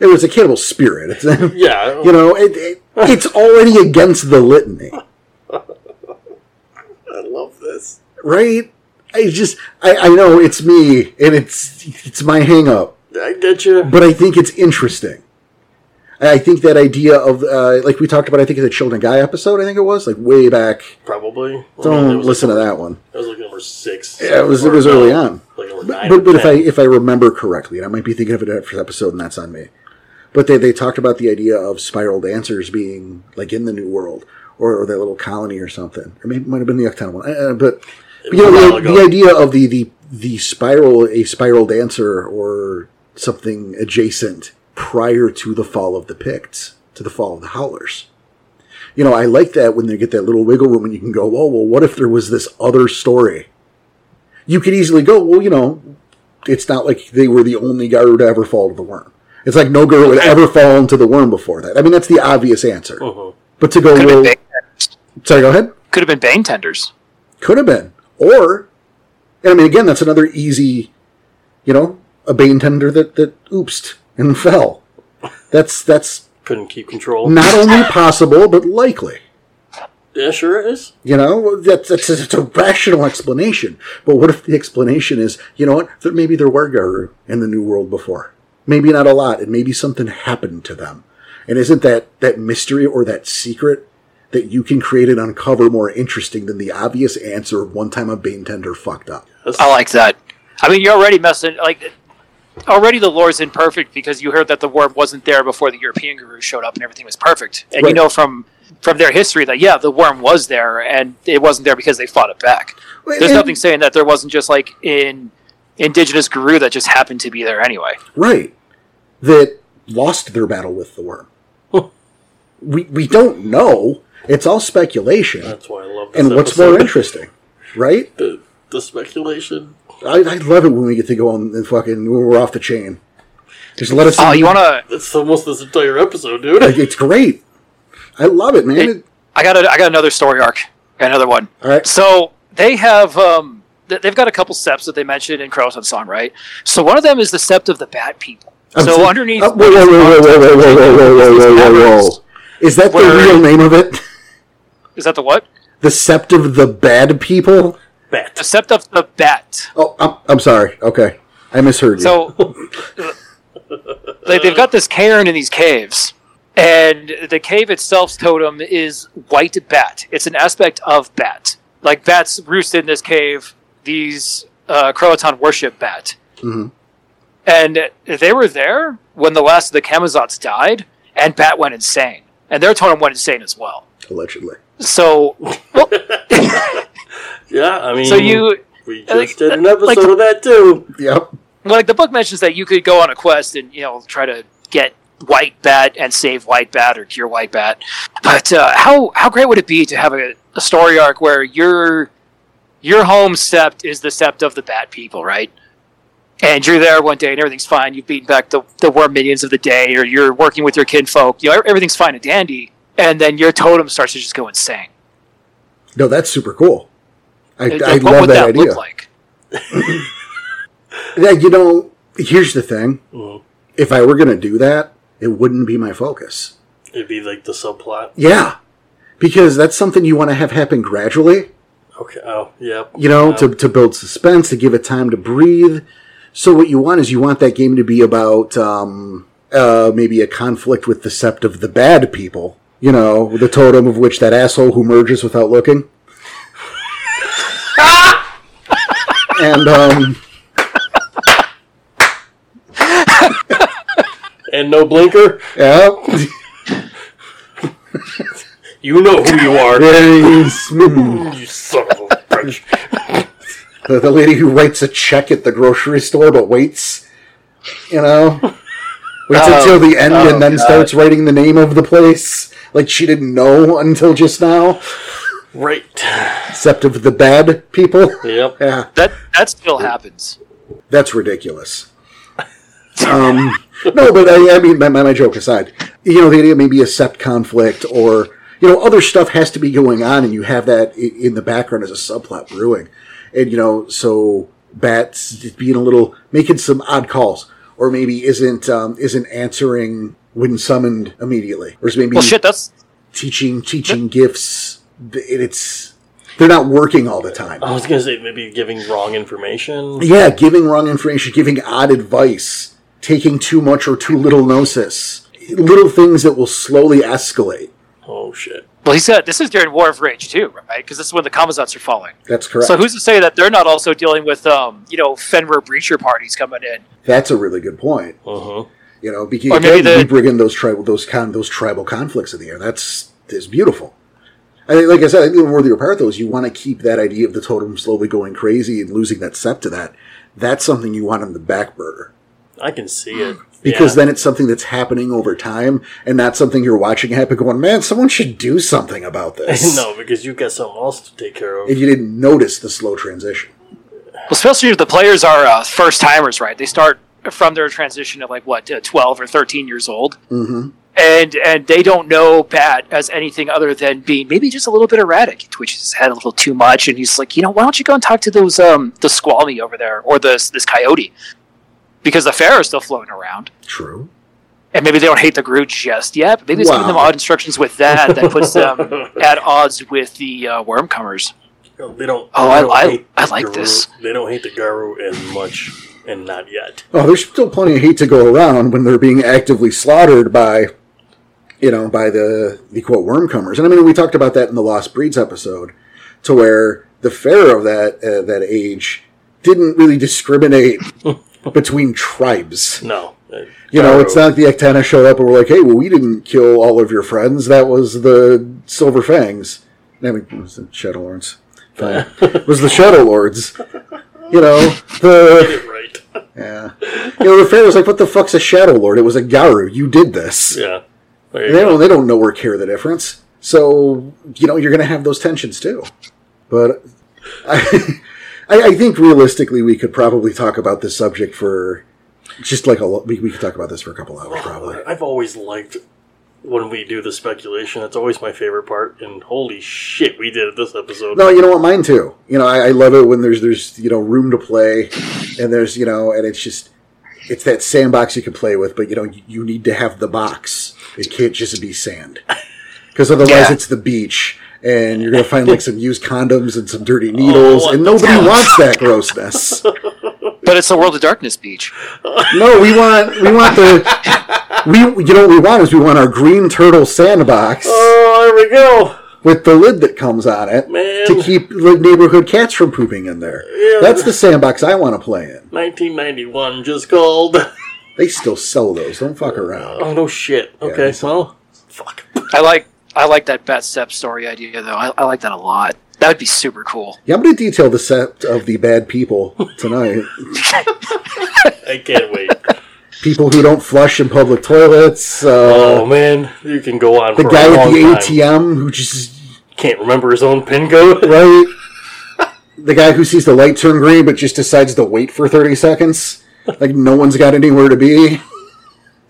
[SPEAKER 1] it was a cannibal spirit. It's, you
[SPEAKER 2] Yeah.
[SPEAKER 1] know, it, it, it's already against the litany,
[SPEAKER 2] I love this.
[SPEAKER 1] right? I just, I, I know it's me, and it's it's my hang up,
[SPEAKER 2] I get you.
[SPEAKER 1] but I think it's interesting. And I think that idea of uh, like we talked about, I think in the Children Guy episode, I think it was like way back.
[SPEAKER 2] Probably.
[SPEAKER 1] Don't
[SPEAKER 2] That was
[SPEAKER 1] listen to that one.
[SPEAKER 2] That was like number six.
[SPEAKER 1] Yeah, it was it
[SPEAKER 2] Or
[SPEAKER 1] was
[SPEAKER 2] no,
[SPEAKER 1] early on.
[SPEAKER 2] Like number nine.
[SPEAKER 1] But,
[SPEAKER 2] or
[SPEAKER 1] but if I
[SPEAKER 2] 10.
[SPEAKER 1] if I remember correctly, and I might be thinking of it for episode, and that's on me. But they, they talked about the idea of spiral dancers being like in the new world or, or that little colony or something, or maybe it might have been the Yucatan one. Uh, but but, you know
[SPEAKER 2] A while
[SPEAKER 1] the,
[SPEAKER 2] ago.
[SPEAKER 1] the idea of the, the the spiral a spiral dancer or something adjacent prior to the fall of the Picts, to the fall of the Howlers. You know, I like that when they get that little wiggle room and you can go, oh well, what if there was this other story? You could easily go, well, you know, it's not like they were the only Garu to ever fall to the worm. It's like no girl would ever fall into the worm before that. I mean, that's the obvious answer.
[SPEAKER 2] Mhm.
[SPEAKER 1] But to go,
[SPEAKER 3] Could have
[SPEAKER 1] well,
[SPEAKER 3] been bang,
[SPEAKER 1] sorry, go ahead.
[SPEAKER 3] could have been bang tenders.
[SPEAKER 1] Could have been, or, and I mean, again, that's another easy, you know, a bane tender that that oopsed and fell. That's that's
[SPEAKER 2] couldn't keep control.
[SPEAKER 1] not only possible but likely.
[SPEAKER 2] Yeah, sure it is.
[SPEAKER 1] You know, that's, that's it's a rational explanation. But what if the explanation is, you know what, that maybe there were Garu in the New World before. Maybe not a lot, and maybe something happened to them. And isn't that, that mystery or that secret that you can create and uncover more interesting than the obvious answer of one time a Bane Tender fucked up?
[SPEAKER 2] That's,
[SPEAKER 3] I like that. I mean, you're already messing like already the lore's imperfect because you heard that the worm wasn't there before the European guru showed up and everything was perfect. And you
[SPEAKER 1] Right.
[SPEAKER 3] know from from their history that yeah, the worm was there and it wasn't there because they fought it back. There's
[SPEAKER 1] And-
[SPEAKER 3] nothing saying that there wasn't just like in indigenous guru that just happened to be there anyway.
[SPEAKER 1] Right. That lost their battle with the worm.
[SPEAKER 2] Huh.
[SPEAKER 1] we, we don't know. It's all speculation.
[SPEAKER 2] that's why I love this
[SPEAKER 1] and what's
[SPEAKER 2] episode.
[SPEAKER 1] more interesting, right?
[SPEAKER 2] the, the speculation.
[SPEAKER 1] I, I love it when we get to go on and fucking when we're off the chain. Just let us.
[SPEAKER 3] Oh, you wanna?
[SPEAKER 2] That's almost this entire episode, dude.
[SPEAKER 1] Like, it's great. I love it, man. It-
[SPEAKER 3] I got a, I got another story arc. Got another one.
[SPEAKER 1] all right,
[SPEAKER 3] So they have um, th- they've got a couple steps that they mentioned in Carlton's song, right? So one of them is the sept of the Bat People.
[SPEAKER 1] I'm
[SPEAKER 3] so
[SPEAKER 1] sorry.
[SPEAKER 3] underneath,
[SPEAKER 1] Oh, whoa, whoa, whoa, whoa, whoa, whoa, whoa, whoa, whoa, whoa, whoa, whoa, whoa, whoa. Is that the
[SPEAKER 3] Where-
[SPEAKER 1] real name of it?
[SPEAKER 3] is that the what?
[SPEAKER 1] The Sept of the Bad People?
[SPEAKER 3] The
[SPEAKER 2] Bet.
[SPEAKER 3] sept of the Bat.
[SPEAKER 1] Oh, I'm, I'm sorry. Okay, I misheard you.
[SPEAKER 3] So like they've got this cairn in these caves, And the cave itself's totem is white bat. It's an aspect of bat. Like bats roosted in this cave, these uh, Croatan worship bat.
[SPEAKER 1] Mhm.
[SPEAKER 3] And they were there when the last of the Kamazots died, and bat went insane. And their totem went insane as well.
[SPEAKER 1] allegedly.
[SPEAKER 3] So, well,
[SPEAKER 2] Yeah, I mean,
[SPEAKER 3] so you
[SPEAKER 2] we just
[SPEAKER 3] like,
[SPEAKER 2] did an
[SPEAKER 3] uh,
[SPEAKER 2] episode
[SPEAKER 3] like-
[SPEAKER 2] of that too.
[SPEAKER 1] Yep.
[SPEAKER 3] like the book mentions that you could go on a quest and you know try to get white bat and save white bat or cure white bat but uh, how how great would it be to have a, a story arc where your your home sept is the sept of the bat people right and you're there one day and everything's fine you've beaten back the, the worm minions of the day or you're working with your kinfolk you know everything's fine and dandy and then your totem starts to just go insane
[SPEAKER 1] No, that's super cool. I,
[SPEAKER 3] Like,
[SPEAKER 1] I
[SPEAKER 3] what
[SPEAKER 1] love
[SPEAKER 3] would
[SPEAKER 1] that,
[SPEAKER 3] that,
[SPEAKER 1] idea.
[SPEAKER 3] look like
[SPEAKER 1] Yeah, you know, here's the thing.
[SPEAKER 2] Mhm.
[SPEAKER 1] If I were going to do that, it wouldn't be my focus.
[SPEAKER 2] It'd be like the subplot.
[SPEAKER 1] Yeah. Because that's something you want to have happen gradually,
[SPEAKER 2] Okay. Oh, yeah.
[SPEAKER 1] you know, to, to build suspense, to give it time to breathe. So what you want is you want that game to be about um, uh, maybe a conflict with the sept of the bad people, you know, the totem of which that asshole who merges without looking. and um,
[SPEAKER 2] and no blinker.
[SPEAKER 1] yeah.
[SPEAKER 2] You know who you are.
[SPEAKER 1] Yes. Mm.
[SPEAKER 2] you son of a bitch.
[SPEAKER 1] the, the lady who writes a check at the grocery store but waits, you know, waits
[SPEAKER 3] Oh,
[SPEAKER 1] until the end
[SPEAKER 3] oh,
[SPEAKER 1] and then
[SPEAKER 3] God.
[SPEAKER 1] starts writing the name of the place like she didn't know until just now,
[SPEAKER 2] Right.
[SPEAKER 1] except of the bad people.
[SPEAKER 2] Yep.
[SPEAKER 1] Yeah,
[SPEAKER 3] that that still happens
[SPEAKER 1] that's ridiculous. Um, no, but I, I mean, my, my my joke aside, you know, the idea maybe a sept conflict or you know other stuff has to be going on, and you have that i- in the background as a subplot brewing, and you know, so bats being a little making some odd calls, or maybe isn't um, isn't answering when summoned immediately, or is maybe
[SPEAKER 3] well shit that's
[SPEAKER 1] teaching teaching gifts. It, it's they're not working all the time.
[SPEAKER 2] I was gonna say maybe giving wrong information.
[SPEAKER 1] Yeah, giving wrong information, giving odd advice, taking too much or too little gnosis. Little things that will slowly escalate.
[SPEAKER 2] Oh shit.
[SPEAKER 3] Well, he said this is during War of Rage too, right? Because this is when the Kamazots are falling.
[SPEAKER 1] That's correct.
[SPEAKER 3] So who's to say that they're not also dealing with, um, you know, Fenrir breacher parties coming in?
[SPEAKER 1] That's a really good point.
[SPEAKER 2] Uh huh.
[SPEAKER 1] You know, because
[SPEAKER 3] Or maybe
[SPEAKER 1] again, we
[SPEAKER 3] the-
[SPEAKER 1] bring in those tribal those con those tribal conflicts in the air. That's is beautiful. I think, like I said, I think the worthier part though is you want to keep that idea of the totem slowly going crazy and losing that sept to that. That's something you want on the back burner.
[SPEAKER 2] I can see it
[SPEAKER 1] because
[SPEAKER 2] yeah.
[SPEAKER 1] then it's something that's happening over time and not something you're watching happen going, man, someone should do something about this.
[SPEAKER 2] no, because you've got something else to take care of.
[SPEAKER 1] And you didn't notice the slow transition.
[SPEAKER 3] Well, especially if the players are uh, first timers, right? They start from their transition of like what, uh, twelve or thirteen years old,
[SPEAKER 1] Mm-hmm.
[SPEAKER 3] and and they don't know Bat as anything other than being maybe just a little bit erratic. He twitches his head a little too much, and he's like, you know, why don't you go and talk to those um the squalmy over there or this this coyote, because the fair is still floating around.
[SPEAKER 1] True.
[SPEAKER 3] and maybe they don't hate the Groot just yet. But maybe it's giving them
[SPEAKER 1] Wow.
[SPEAKER 3] odd instructions with that that puts them at odds with the uh, Wormcomers.
[SPEAKER 2] they don't.
[SPEAKER 3] Oh,
[SPEAKER 2] they
[SPEAKER 3] I-
[SPEAKER 2] don't
[SPEAKER 3] I-
[SPEAKER 2] hate
[SPEAKER 3] I
[SPEAKER 2] the
[SPEAKER 3] like
[SPEAKER 2] Garu-
[SPEAKER 3] this.
[SPEAKER 2] They don't hate the Garu as much, and not yet.
[SPEAKER 1] Oh, there's still plenty of hate to go around when they're being actively slaughtered by, you know, by the, the quote wormcomers. And I mean, we talked about that in the Lost Breeds episode, to where the fair of that uh, that age didn't really discriminate between tribes.
[SPEAKER 2] No,
[SPEAKER 1] You know, it's not like the Actana showed up and were like, "Hey, well, we didn't kill all of your friends. That was the Silver Fangs." I mean, it was the Shadow Lords. Fine. it was the Shadow Lords. You know, the
[SPEAKER 2] right.
[SPEAKER 1] yeah. You know, the fair was like, "What the fuck's a Shadow Lord? It was a Garu. You did this."
[SPEAKER 2] Yeah, there you
[SPEAKER 1] They
[SPEAKER 2] go.
[SPEAKER 1] don't. They don't know or care the difference. So you know, you're going to have those tensions too. But I, I, I think realistically, we could probably talk about this subject for. Just like a, lo- we, we could talk about this for a couple hours, probably.
[SPEAKER 2] I've always liked when we do the speculation. It's always my favorite part. And holy shit, we did it this episode.
[SPEAKER 1] No, you know what? Mine too. You know, I, I love it when there's there's you know room to play, and there's you know, and it's just it's that sandbox you can play with, but you know you, you need to have the box. It can't just be sand, because otherwise
[SPEAKER 3] Yeah.
[SPEAKER 1] it's the beach, and you're gonna find like some used condoms and some dirty needles,
[SPEAKER 2] Oh, what
[SPEAKER 1] and
[SPEAKER 2] the
[SPEAKER 1] nobody wants that grossness.
[SPEAKER 3] But it's the World of Darkness beach.
[SPEAKER 1] No, we want we want the we, you know, what we want is we want our green turtle sandbox
[SPEAKER 2] Oh, there we go.
[SPEAKER 1] with the lid that comes on it
[SPEAKER 2] Man.
[SPEAKER 1] to keep the neighborhood cats from pooping in there.
[SPEAKER 2] Yeah.
[SPEAKER 1] That's the sandbox I want to play in.
[SPEAKER 2] 1991 just called.
[SPEAKER 1] They still sell those. Don't fuck around.
[SPEAKER 2] Oh no shit. Okay,
[SPEAKER 1] Yeah.
[SPEAKER 2] so fuck.
[SPEAKER 3] I like I like that Bat Step story idea though. I, I like that a lot. That would be super cool.
[SPEAKER 1] Yeah, I'm going to detail the set of the bad people tonight.
[SPEAKER 2] I can't wait.
[SPEAKER 1] people who don't flush in public toilets. Uh,
[SPEAKER 2] oh man, you can go on.
[SPEAKER 1] the
[SPEAKER 2] for
[SPEAKER 1] guy
[SPEAKER 2] a long
[SPEAKER 1] with the
[SPEAKER 2] time.
[SPEAKER 1] ATM who just
[SPEAKER 2] can't remember his own pin code.
[SPEAKER 1] right. the guy who sees the light turn green but just decides to wait for 30 seconds. Like no one's got anywhere to be.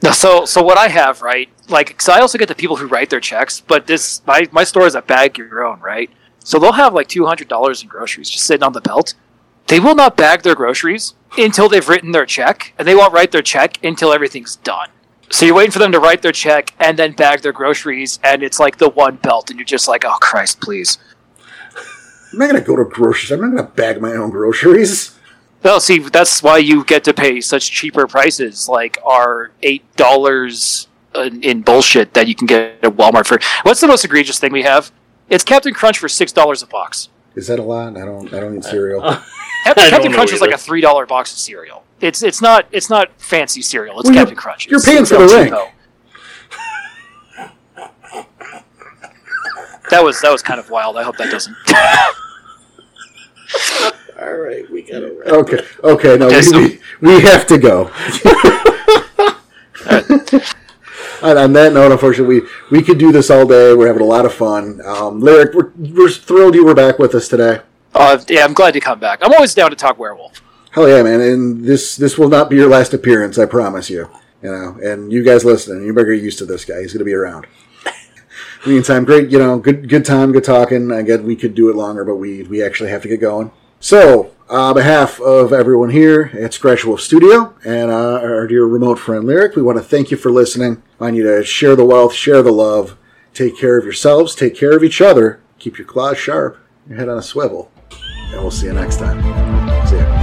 [SPEAKER 3] No, so so what I have right, like, because I also get the people who write their checks, but this my my store is a bag your own, right? So they'll have like two hundred dollars in groceries just sitting on the belt. They will not bag their groceries until they've written their check, and they won't write their check until everything's done. So you're waiting for them to write their check and then bag their groceries, and it's like the one belt, and you're just like, oh Christ, please.
[SPEAKER 1] I'm not going to go to groceries. I'm not going to bag my own groceries.
[SPEAKER 3] Well, see, that's why you get to pay such cheaper prices, like our eight dollars in, in bullshit that you can get at Walmart for. What's the most egregious thing we have? It's Captain Crunch for six dollars a box.
[SPEAKER 1] Is that a lot? I don't. I don't eat cereal.
[SPEAKER 3] Cap-
[SPEAKER 2] don't
[SPEAKER 3] Captain
[SPEAKER 2] know
[SPEAKER 3] Crunch is like
[SPEAKER 2] either.
[SPEAKER 3] a three dollar box of cereal. It's it's not it's not fancy cereal. It's
[SPEAKER 1] Well, you're-
[SPEAKER 3] Captain Crunch.
[SPEAKER 1] you're
[SPEAKER 3] It's
[SPEAKER 1] paying for
[SPEAKER 3] real
[SPEAKER 1] the
[SPEAKER 3] cheapo.
[SPEAKER 1] link.
[SPEAKER 3] That was that was kind of wild. I hope that doesn't.
[SPEAKER 2] All right, we got it.
[SPEAKER 1] Okay. Okay. No,
[SPEAKER 3] Yes,
[SPEAKER 1] we, we, we have to go. and on that note, unfortunately, we, we could do this all day. We're having a lot of fun. Um, Lyric, we're, we're thrilled you were back with us today.
[SPEAKER 3] Uh, yeah, I'm glad to come back. I'm always down to talk werewolf.
[SPEAKER 1] Hell yeah, man! And this this will not be your last appearance. I promise you. You know, and you guys listening, you better get used to this guy. He's going to be around. Meantime, great. You know, good good time, good talking. I guess we could do it longer, but we we actually have to get going. So, uh, on behalf of everyone here at Scratch Wolf Studio and uh, our dear remote friend Lyric, we want to thank you for listening. I want you to share the wealth, share the love, take care of yourselves, take care of each other, keep your claws sharp, your head on a swivel, and we'll see you next time. See ya.